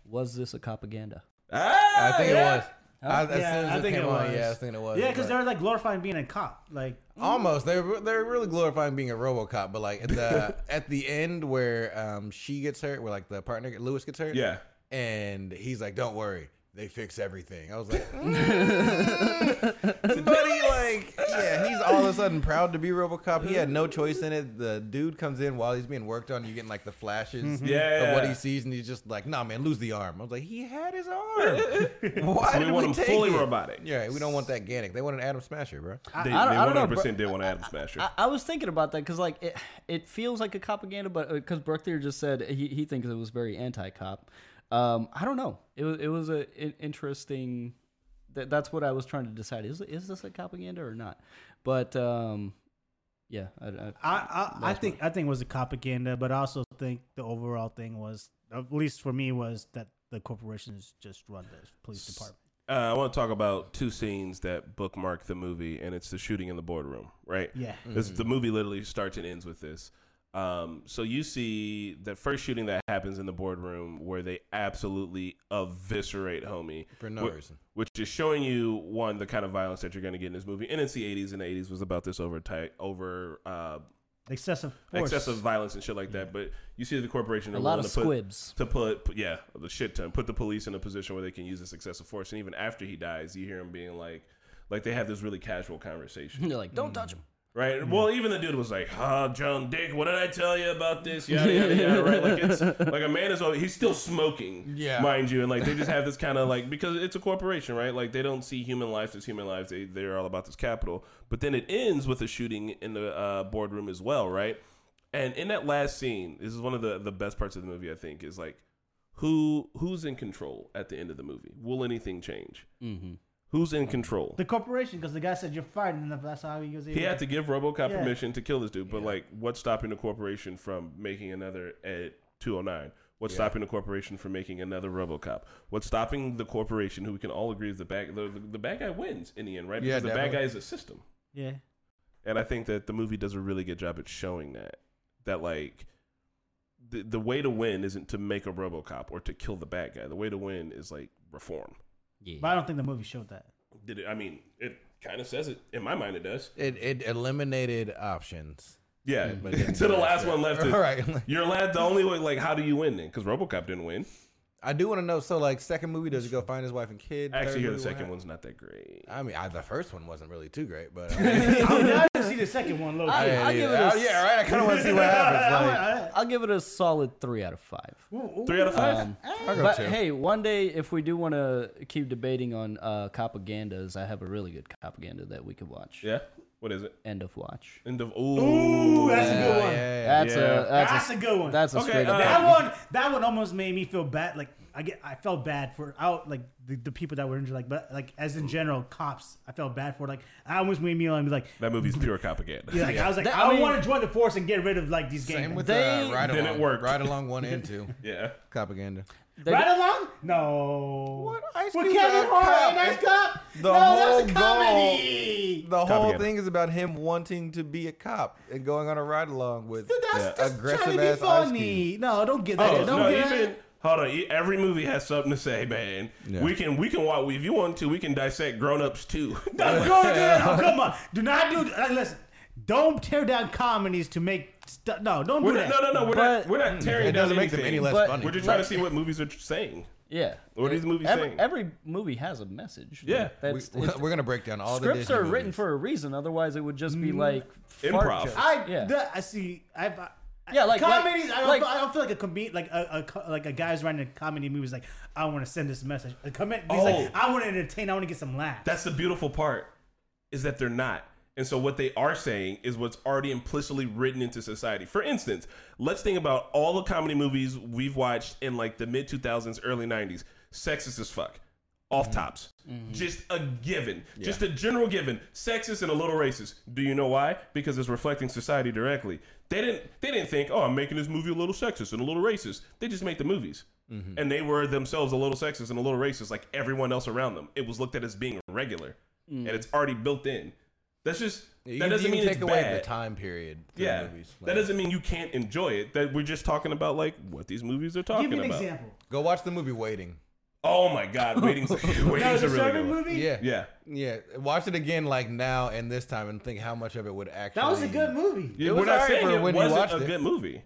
[SPEAKER 2] was this a propaganda?
[SPEAKER 1] Ah,
[SPEAKER 3] I think
[SPEAKER 1] yeah.
[SPEAKER 3] it was. I, as soon as
[SPEAKER 4] I
[SPEAKER 3] it
[SPEAKER 4] think
[SPEAKER 3] came
[SPEAKER 4] it
[SPEAKER 3] on,
[SPEAKER 4] was.
[SPEAKER 3] yeah, I think it was.
[SPEAKER 4] yeah, because
[SPEAKER 3] but-
[SPEAKER 4] they're like glorifying being a cop. Like
[SPEAKER 3] almost they're they're really glorifying being a RoboCop, but like
[SPEAKER 1] (laughs)
[SPEAKER 3] at the at the end where um she gets hurt, where like the partner Lewis gets hurt,
[SPEAKER 1] Yeah.
[SPEAKER 3] and he's like, "Don't worry, they fix everything." I
[SPEAKER 1] (laughs)
[SPEAKER 3] was like, mm. buddy, like yeah, he's all of a sudden proud to be RoboCop. He had no choice in it. The dude comes in while he's being worked on. You getting like the flashes
[SPEAKER 1] Mm-hmm. Yeah.
[SPEAKER 3] of what he sees, and he's just like, "Nah, man, lose the arm." I was like, "He had his
[SPEAKER 1] (laughs)
[SPEAKER 3] arm. Why
[SPEAKER 1] So we
[SPEAKER 3] did
[SPEAKER 1] want
[SPEAKER 3] we
[SPEAKER 1] him
[SPEAKER 3] take
[SPEAKER 1] fully
[SPEAKER 3] it?
[SPEAKER 1] robotic.
[SPEAKER 3] Yeah, we don't want that Gannick. They want an Adam Smasher, bro.
[SPEAKER 1] They,
[SPEAKER 2] I don't-
[SPEAKER 1] they
[SPEAKER 2] I don't know,
[SPEAKER 1] 100% did want to Adam Smasher.
[SPEAKER 2] I, I was thinking about that because like it, it feels like a propaganda, but because Brookthier just said he, he thinks it was very anti-cop. Um, I don't know. It was it was a an interesting. That, that's what I was trying to decide. Is is this a propaganda or not? But um, yeah, I, I,
[SPEAKER 4] I, I, I think I think it was a propaganda, but I also think the overall thing was, at least for me, was that the corporations just run the police department.
[SPEAKER 1] uh, I want to talk about two scenes that bookmark the movie, and it's the shooting in the boardroom, right?
[SPEAKER 4] Yeah.
[SPEAKER 1] This,
[SPEAKER 2] Mm-hmm.
[SPEAKER 1] the movie literally starts and ends with this. Um, so you see the first shooting that happens in the boardroom where they absolutely eviscerate homie
[SPEAKER 3] For no
[SPEAKER 1] Wh-
[SPEAKER 3] reason.
[SPEAKER 1] which is showing you one the kind of violence that you're going to get in this movie. And it's the 80s, and the 80s was about this over ti- over uh,
[SPEAKER 4] Excessive force.
[SPEAKER 1] excessive violence and shit like that. But you see the corporation are
[SPEAKER 2] a lot
[SPEAKER 1] willing
[SPEAKER 2] of
[SPEAKER 1] to put-
[SPEAKER 2] squibs. (laughs)
[SPEAKER 1] to put p- yeah the shit ton put the police in a position where they can use this excessive force and even after he dies you hear him being like like they have this really casual conversation
[SPEAKER 2] They're like, don't touch him.
[SPEAKER 1] right well even the dude was like huh john dick what did i tell you about this yada yada yada right like it's like a man is always, he's still smoking
[SPEAKER 3] Yeah.
[SPEAKER 1] mind you and like they just have this kind of like because it's a corporation right like they don't see human lives as human lives they, they're all about this capital but then it ends with a shooting in the uh, boardroom as well right and in that last scene this is one of the the best parts of the movie i think is like who who's in control at the end of the movie will anything change
[SPEAKER 2] Mhm.
[SPEAKER 1] who's in control
[SPEAKER 4] the corporation, because the guy said you're fired, and that's how he was able.
[SPEAKER 1] he had to give RoboCop
[SPEAKER 4] Yeah.
[SPEAKER 1] permission to kill this dude, but like, what's stopping the corporation from making another at 209? What's stopping the corporation from making another RoboCop? What's stopping the corporation, who we can all agree is the bad the, the, the bad guy wins in the end, right?
[SPEAKER 3] Yeah,
[SPEAKER 1] Because the bad
[SPEAKER 3] definitely.
[SPEAKER 1] guy is a system,
[SPEAKER 4] Yeah.
[SPEAKER 1] and I think that the movie does a really good job at showing that that like the the way to win isn't to make a RoboCop or to kill the bad guy. The way to win is like reform.
[SPEAKER 2] Yeah.
[SPEAKER 4] But I don't think the movie
[SPEAKER 1] (laughs)
[SPEAKER 4] showed that.
[SPEAKER 1] Did it? I mean, it kind of says it in my mind. It does.
[SPEAKER 3] It it eliminated options.
[SPEAKER 1] Yeah, (laughs)
[SPEAKER 3] but it didn't
[SPEAKER 1] to the
[SPEAKER 3] do that
[SPEAKER 1] last
[SPEAKER 3] shit.
[SPEAKER 1] one left.
[SPEAKER 3] All
[SPEAKER 1] is-
[SPEAKER 3] right. (laughs)
[SPEAKER 1] You're lad. The only way, like, how do you win then? Because RoboCop didn't win.
[SPEAKER 3] I do want to know. So, like, second movie does he go find his wife and kid?
[SPEAKER 1] I actually
[SPEAKER 3] Third
[SPEAKER 1] hear the
[SPEAKER 3] movie, what
[SPEAKER 1] second
[SPEAKER 3] happened?
[SPEAKER 1] one's not that great.
[SPEAKER 3] I mean, I, the first one wasn't really too great, but I mean,
[SPEAKER 4] I mean, I didn't see the second one. Low
[SPEAKER 2] I-
[SPEAKER 4] key.
[SPEAKER 2] I'll give it
[SPEAKER 3] yeah,
[SPEAKER 2] a
[SPEAKER 3] oh, yeah, right. I kind of want to see what
[SPEAKER 4] (laughs)
[SPEAKER 3] happens. uh,
[SPEAKER 2] I'll give it a solid three out of five.
[SPEAKER 1] Three out of five.
[SPEAKER 3] Like, I'll go
[SPEAKER 2] But
[SPEAKER 3] two.
[SPEAKER 2] hey, one day if we do want to keep debating on uh, propagandas, I have a really good propaganda that we could watch.
[SPEAKER 1] yeah. What is it?
[SPEAKER 2] End of watch.
[SPEAKER 1] End of. Ooh.
[SPEAKER 4] Ooh, that's a
[SPEAKER 3] Yeah,
[SPEAKER 4] good
[SPEAKER 3] yeah,
[SPEAKER 4] one.
[SPEAKER 3] yeah.
[SPEAKER 2] That's
[SPEAKER 1] Yeah.
[SPEAKER 2] a that's,
[SPEAKER 4] That's
[SPEAKER 2] a,
[SPEAKER 4] a good one.
[SPEAKER 2] That's a
[SPEAKER 1] Okay,
[SPEAKER 2] straight up.
[SPEAKER 1] uh,
[SPEAKER 4] That one, that one almost made me feel bad. Like I get, I felt bad for out like the, the people that were injured. Like, but like as in general, cops. I felt bad for like I almost made me like be like,
[SPEAKER 1] That movie's pure propaganda. (laughs)
[SPEAKER 4] yeah, like I was like,
[SPEAKER 2] That-
[SPEAKER 4] I,
[SPEAKER 2] I mean-
[SPEAKER 4] want to join the force and get rid of like these gangs.
[SPEAKER 3] Same with
[SPEAKER 2] They-
[SPEAKER 3] uh, ride along.
[SPEAKER 1] Didn't work.
[SPEAKER 3] Ride along one and two.
[SPEAKER 1] yeah.
[SPEAKER 3] Propaganda.
[SPEAKER 2] They-
[SPEAKER 4] right along? No.
[SPEAKER 3] What? Ice
[SPEAKER 4] with
[SPEAKER 3] Cube
[SPEAKER 4] Kevin
[SPEAKER 3] got
[SPEAKER 4] Hart
[SPEAKER 3] caught.
[SPEAKER 4] and Ice Cop?
[SPEAKER 3] The
[SPEAKER 4] no, that
[SPEAKER 3] whole
[SPEAKER 4] was a
[SPEAKER 3] goal-
[SPEAKER 4] comedy.
[SPEAKER 3] The whole
[SPEAKER 1] Propaganda.
[SPEAKER 3] thing is about him wanting to be a cop and going on a ride along with
[SPEAKER 4] That's
[SPEAKER 3] yeah,
[SPEAKER 4] just trying to be
[SPEAKER 3] aggressive-ass Ice
[SPEAKER 4] funny. No, don't get that.
[SPEAKER 1] Oh,
[SPEAKER 4] don't
[SPEAKER 1] no,
[SPEAKER 4] get that. (laughs)
[SPEAKER 1] even, hold on. e- Every movie has something to say, man.
[SPEAKER 3] Yeah.
[SPEAKER 1] We can we can watch if you want to. We can dissect grown ups too. (laughs)
[SPEAKER 4] No, no, no, (laughs) no, no, come on. Do not do. Like, listen, don't tear down comedies to make. Stu- no, don't
[SPEAKER 1] We're
[SPEAKER 4] do
[SPEAKER 1] not,
[SPEAKER 4] that.
[SPEAKER 1] no, no, no. We're not.
[SPEAKER 2] But-
[SPEAKER 1] We're not tearing
[SPEAKER 3] It
[SPEAKER 1] down
[SPEAKER 3] doesn't make them any
[SPEAKER 1] anything.
[SPEAKER 3] less
[SPEAKER 2] But-
[SPEAKER 3] funny.
[SPEAKER 1] We're just trying to see what movies are saying.
[SPEAKER 2] yeah.
[SPEAKER 1] What are these movies
[SPEAKER 2] every,
[SPEAKER 1] saying?
[SPEAKER 2] Every movie has a message.
[SPEAKER 1] Yeah.
[SPEAKER 3] We,
[SPEAKER 2] That's, it's-
[SPEAKER 3] we're gonna break down all the
[SPEAKER 2] scripts
[SPEAKER 3] Disney
[SPEAKER 2] are written
[SPEAKER 3] movies.
[SPEAKER 2] for a reason. Otherwise, it would just be like fart
[SPEAKER 1] Mm-hmm. Improv.
[SPEAKER 2] jokes.
[SPEAKER 4] I
[SPEAKER 2] yeah.
[SPEAKER 4] the- I see. I, I
[SPEAKER 2] Yeah, like-
[SPEAKER 4] comedies.
[SPEAKER 2] like-
[SPEAKER 4] I, don't
[SPEAKER 2] like-
[SPEAKER 4] feel, I don't feel like a comedian, like a, a co- like a guy's writing a comedy movie is like, I want to send this message. A comed- he's
[SPEAKER 1] Oh.
[SPEAKER 4] like, I want to entertain. I want to get some laughs.
[SPEAKER 1] That's the beautiful part, is that they're not. And so what they are saying is what's already implicitly written into society. For instance, let's think about all the comedy movies we've watched in like the mid 2000s, early 90s. Sexist as fuck. Off tops. Just a given. Just a general given. Sexist and a little racist. Do you know why? Because it's reflecting society directly. They didn't they didn't think, "Oh, I'm making this movie a little sexist and a little racist." They just make the movies. And they were themselves a little sexist and a little racist like everyone else around them. It was looked at as being regular
[SPEAKER 4] Mm.
[SPEAKER 1] and it's already built in. That's just
[SPEAKER 3] You
[SPEAKER 1] that
[SPEAKER 3] can-
[SPEAKER 1] doesn't
[SPEAKER 3] you can
[SPEAKER 1] mean
[SPEAKER 3] take
[SPEAKER 1] it's
[SPEAKER 3] away
[SPEAKER 1] bad.
[SPEAKER 3] the time period. for the
[SPEAKER 1] yeah,
[SPEAKER 3] movies.
[SPEAKER 1] that
[SPEAKER 3] Like,
[SPEAKER 1] doesn't mean you can't enjoy it. That we're just talking about like what these movies are talking
[SPEAKER 4] Give me an
[SPEAKER 1] about.
[SPEAKER 4] example.
[SPEAKER 3] Go watch the movie Waiting.
[SPEAKER 1] Oh my god,
[SPEAKER 3] (laughs)
[SPEAKER 1] waiting's
[SPEAKER 4] That
[SPEAKER 1] waiting's a
[SPEAKER 4] was a
[SPEAKER 1] really good
[SPEAKER 4] Serbian
[SPEAKER 1] one.
[SPEAKER 4] movie.
[SPEAKER 3] Yeah,
[SPEAKER 1] Yeah,
[SPEAKER 3] yeah. Watch it again, like now and this time, and think how much of it would actually.
[SPEAKER 4] That was a good movie.
[SPEAKER 1] Yeah,
[SPEAKER 3] It
[SPEAKER 1] we're
[SPEAKER 3] was
[SPEAKER 1] not
[SPEAKER 3] alright
[SPEAKER 1] saying
[SPEAKER 3] for
[SPEAKER 1] it
[SPEAKER 3] when you
[SPEAKER 1] wasn't
[SPEAKER 3] watched
[SPEAKER 1] a
[SPEAKER 3] it.
[SPEAKER 1] good movie.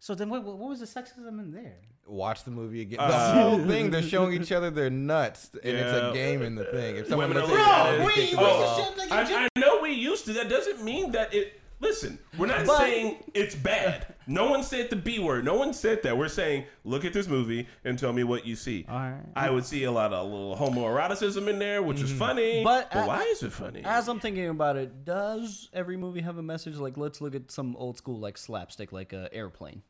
[SPEAKER 4] So then, what, what was the sexism in there?
[SPEAKER 3] Watch the movie again. The whole thing. They're showing each other their nuts, and
[SPEAKER 1] Yeah.
[SPEAKER 3] it's a game in the thing. If someone
[SPEAKER 1] Women
[SPEAKER 3] looks
[SPEAKER 1] are
[SPEAKER 3] at
[SPEAKER 1] looking
[SPEAKER 3] you,
[SPEAKER 1] at
[SPEAKER 3] they
[SPEAKER 1] it.
[SPEAKER 3] think,
[SPEAKER 1] Oh,
[SPEAKER 3] "Oh,
[SPEAKER 1] I, I know we used to. That doesn't mean that it. Listen, we're not
[SPEAKER 2] But-
[SPEAKER 1] saying it's bad. No one said the B word. No one said that. We're saying, look at this movie and tell me what you see.
[SPEAKER 4] Alright.
[SPEAKER 1] I would see a lot of little homoeroticism in there, which is funny.
[SPEAKER 2] Mm-hmm. But a-
[SPEAKER 1] why is it funny?
[SPEAKER 2] As I'm thinking about it, does every movie have a message? Like, let's look at some old school, like slapstick, like uh, Airplane.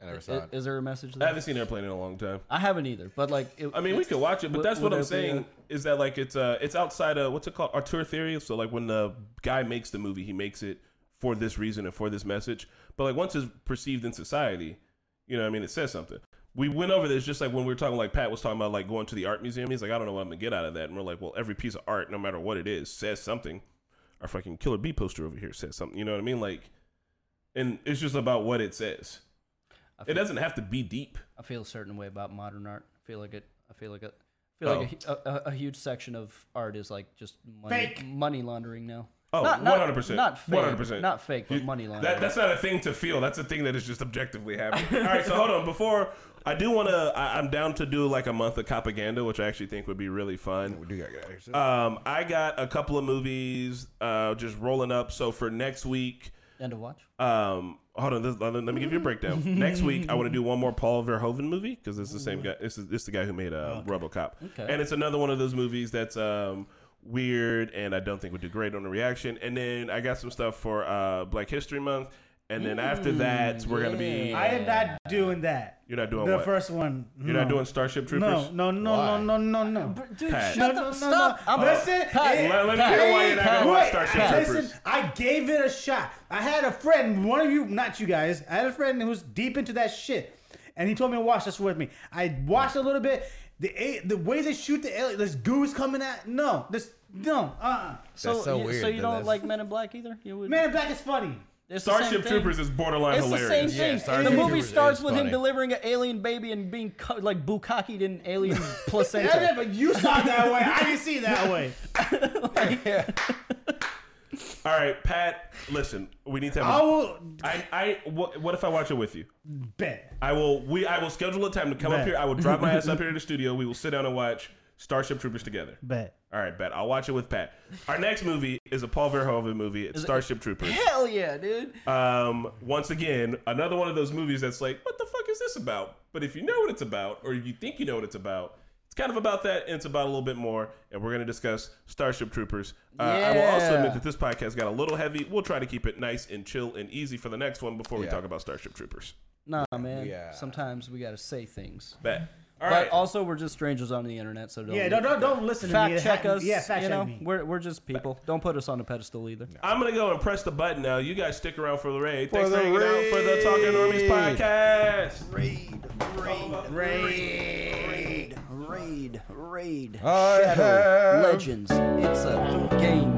[SPEAKER 3] I never
[SPEAKER 2] Is,
[SPEAKER 3] saw it.
[SPEAKER 2] is there a message?
[SPEAKER 1] I
[SPEAKER 2] There?
[SPEAKER 1] haven't seen Airplane in a long time.
[SPEAKER 2] I haven't either. But like, it,
[SPEAKER 1] I mean, we could watch it, but
[SPEAKER 2] Would-
[SPEAKER 1] that's what
[SPEAKER 2] would
[SPEAKER 1] I'm
[SPEAKER 2] that be
[SPEAKER 1] saying
[SPEAKER 2] a-
[SPEAKER 1] is that like it's uh it's outside of what's it called Artur theory. So like when the guy makes the movie, he makes it for this reason and for this message. But like once it's perceived in society, you know, what I mean, it says something. We went over this just like when we were talking, like Pat was talking about like going to the art museum. He's like, I don't know what I'm gonna get out of that, and we're like, well, every piece of art, no matter what it is, says something. Our fucking Killer Bee poster over here says something. You know what I mean? Like, and it's just about what it says.
[SPEAKER 2] I
[SPEAKER 1] It
[SPEAKER 2] feel,
[SPEAKER 1] doesn't have to be deep.
[SPEAKER 2] I feel a certain way about modern art. I feel like it. I feel like it. I feel
[SPEAKER 1] Oh.
[SPEAKER 2] like a, a, a huge section of art is like just money,
[SPEAKER 4] Fake.
[SPEAKER 2] money laundering now.
[SPEAKER 1] Oh,
[SPEAKER 2] Not- not-
[SPEAKER 1] 100%.
[SPEAKER 2] Not fake.
[SPEAKER 1] 100%.
[SPEAKER 2] Not fake, but
[SPEAKER 1] You-
[SPEAKER 2] money laundering.
[SPEAKER 1] That, that's not a thing to feel. That's a thing that is just objectively
[SPEAKER 3] (laughs)
[SPEAKER 1] happening. All right, so hold on. Before I do want to, I'm down to do like a month of propaganda, which I actually think would be really fun.
[SPEAKER 3] We do gotta get out of here.
[SPEAKER 1] Um, I got a couple of movies uh, just rolling up. So for next week,
[SPEAKER 2] End of watch.
[SPEAKER 1] um, hold on. This, let me let me give you a
[SPEAKER 2] (laughs)
[SPEAKER 1] breakdown. next week, I want to do one more Paul Verhoeven movie because it's the same guy. It's, it's the guy who made uh, RoboCop,
[SPEAKER 2] Okay.
[SPEAKER 1] and it's another one of those movies that's um, weird and I don't think would do great on the reaction. And then I got some stuff for uh, Black History Month, and then after
[SPEAKER 2] Mm,
[SPEAKER 1] that, we're gonna be.
[SPEAKER 4] I am not doing that.
[SPEAKER 1] You're not doing
[SPEAKER 4] the
[SPEAKER 1] what?
[SPEAKER 4] first one.
[SPEAKER 1] You're not doing Starship Troopers.
[SPEAKER 4] No, no, no,
[SPEAKER 3] Why?
[SPEAKER 4] no, no, no, no.
[SPEAKER 2] Dude,
[SPEAKER 1] Pat.
[SPEAKER 2] shut
[SPEAKER 4] No, no,
[SPEAKER 2] the
[SPEAKER 4] no,
[SPEAKER 2] stop.
[SPEAKER 4] no.
[SPEAKER 2] I'm
[SPEAKER 4] Listen,
[SPEAKER 2] Uh, Pat,
[SPEAKER 4] it-
[SPEAKER 1] Let- let me
[SPEAKER 2] Pat,
[SPEAKER 1] hear why you're not
[SPEAKER 2] Pat,
[SPEAKER 1] gonna watch
[SPEAKER 4] Wait,
[SPEAKER 1] Starship
[SPEAKER 4] I-
[SPEAKER 1] Troopers.
[SPEAKER 4] listen, I gave it a shot. I had a friend, one of you, not you guys, I had a friend who's deep into that shit, and he told me to watch this with me. I watched a little bit. The a- the way they shoot the alien, this goose coming out. No, this no. Uh. uh
[SPEAKER 2] So,
[SPEAKER 3] That's so
[SPEAKER 2] you,
[SPEAKER 3] weird
[SPEAKER 2] so you
[SPEAKER 3] that
[SPEAKER 2] don't
[SPEAKER 3] that's-
[SPEAKER 2] like Men in Black either? You would,
[SPEAKER 4] Man in Black is funny.
[SPEAKER 2] it's the same
[SPEAKER 1] Starship
[SPEAKER 2] thing.
[SPEAKER 1] Troopers is borderline
[SPEAKER 2] It's the same
[SPEAKER 1] hilarious.
[SPEAKER 3] Yeah,
[SPEAKER 2] thing.
[SPEAKER 3] Starship
[SPEAKER 2] the movie
[SPEAKER 3] Troopers is
[SPEAKER 2] starts with him
[SPEAKER 3] funny.
[SPEAKER 2] delivering an alien baby and being cut, like bukakied in (laughs) alien
[SPEAKER 4] Yeah, yeah,
[SPEAKER 2] placenta.
[SPEAKER 4] but you saw it that way. I didn't see
[SPEAKER 1] (laughs)
[SPEAKER 4] it that way.
[SPEAKER 1] All right, Pat. Listen, we need to
[SPEAKER 4] I
[SPEAKER 1] have. a-
[SPEAKER 4] will
[SPEAKER 1] I, I, what, what if I watch it with you?
[SPEAKER 4] bet.
[SPEAKER 1] I will we I will schedule a time to come up
[SPEAKER 4] Bet.
[SPEAKER 1] here. I will drive my ass up here to the studio. We will sit down and watch Starship Troopers together.
[SPEAKER 4] Bet.
[SPEAKER 1] All right, bet. I'll watch it with Pat. Our next movie is a Paul Verhoeven movie. It's Starship Troopers.
[SPEAKER 2] Hell yeah, dude.
[SPEAKER 1] Um, once again, another one of those movies that's like, what the fuck is this about? But if you know what it's about, or you think you know what it's about, It's kind of about that, and it's about a little bit more, and we're going to discuss Starship Troopers. Uh, I will also admit
[SPEAKER 2] Yeah.
[SPEAKER 1] that this podcast got a little heavy. We'll try to keep it nice and chill and easy for the next one before we
[SPEAKER 3] Yeah.
[SPEAKER 1] talk about Starship Troopers.
[SPEAKER 2] Nah, man.
[SPEAKER 3] yeah.
[SPEAKER 2] Sometimes we gotta say things.
[SPEAKER 1] Bet. All
[SPEAKER 2] But
[SPEAKER 1] right.
[SPEAKER 2] also, we're just strangers on the internet, so don't.
[SPEAKER 4] Yeah, don't, don't, don't listen to me.
[SPEAKER 2] fact check us.
[SPEAKER 4] Yeah, fact
[SPEAKER 2] you
[SPEAKER 4] check
[SPEAKER 2] know,
[SPEAKER 4] me.
[SPEAKER 2] We're, we're just people. Don't put us on a pedestal either.
[SPEAKER 1] I'm gonna go and press the button now. You guys stick around for the raid. Thanks
[SPEAKER 3] the
[SPEAKER 1] for hanging out for the Talking Normies
[SPEAKER 3] raid.
[SPEAKER 1] podcast.
[SPEAKER 6] Raid, raid, raid, raid, raid.
[SPEAKER 3] I
[SPEAKER 2] Shadow
[SPEAKER 3] have-
[SPEAKER 2] Legends. It's a game.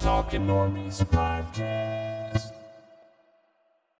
[SPEAKER 7] Talking Normies Podcast.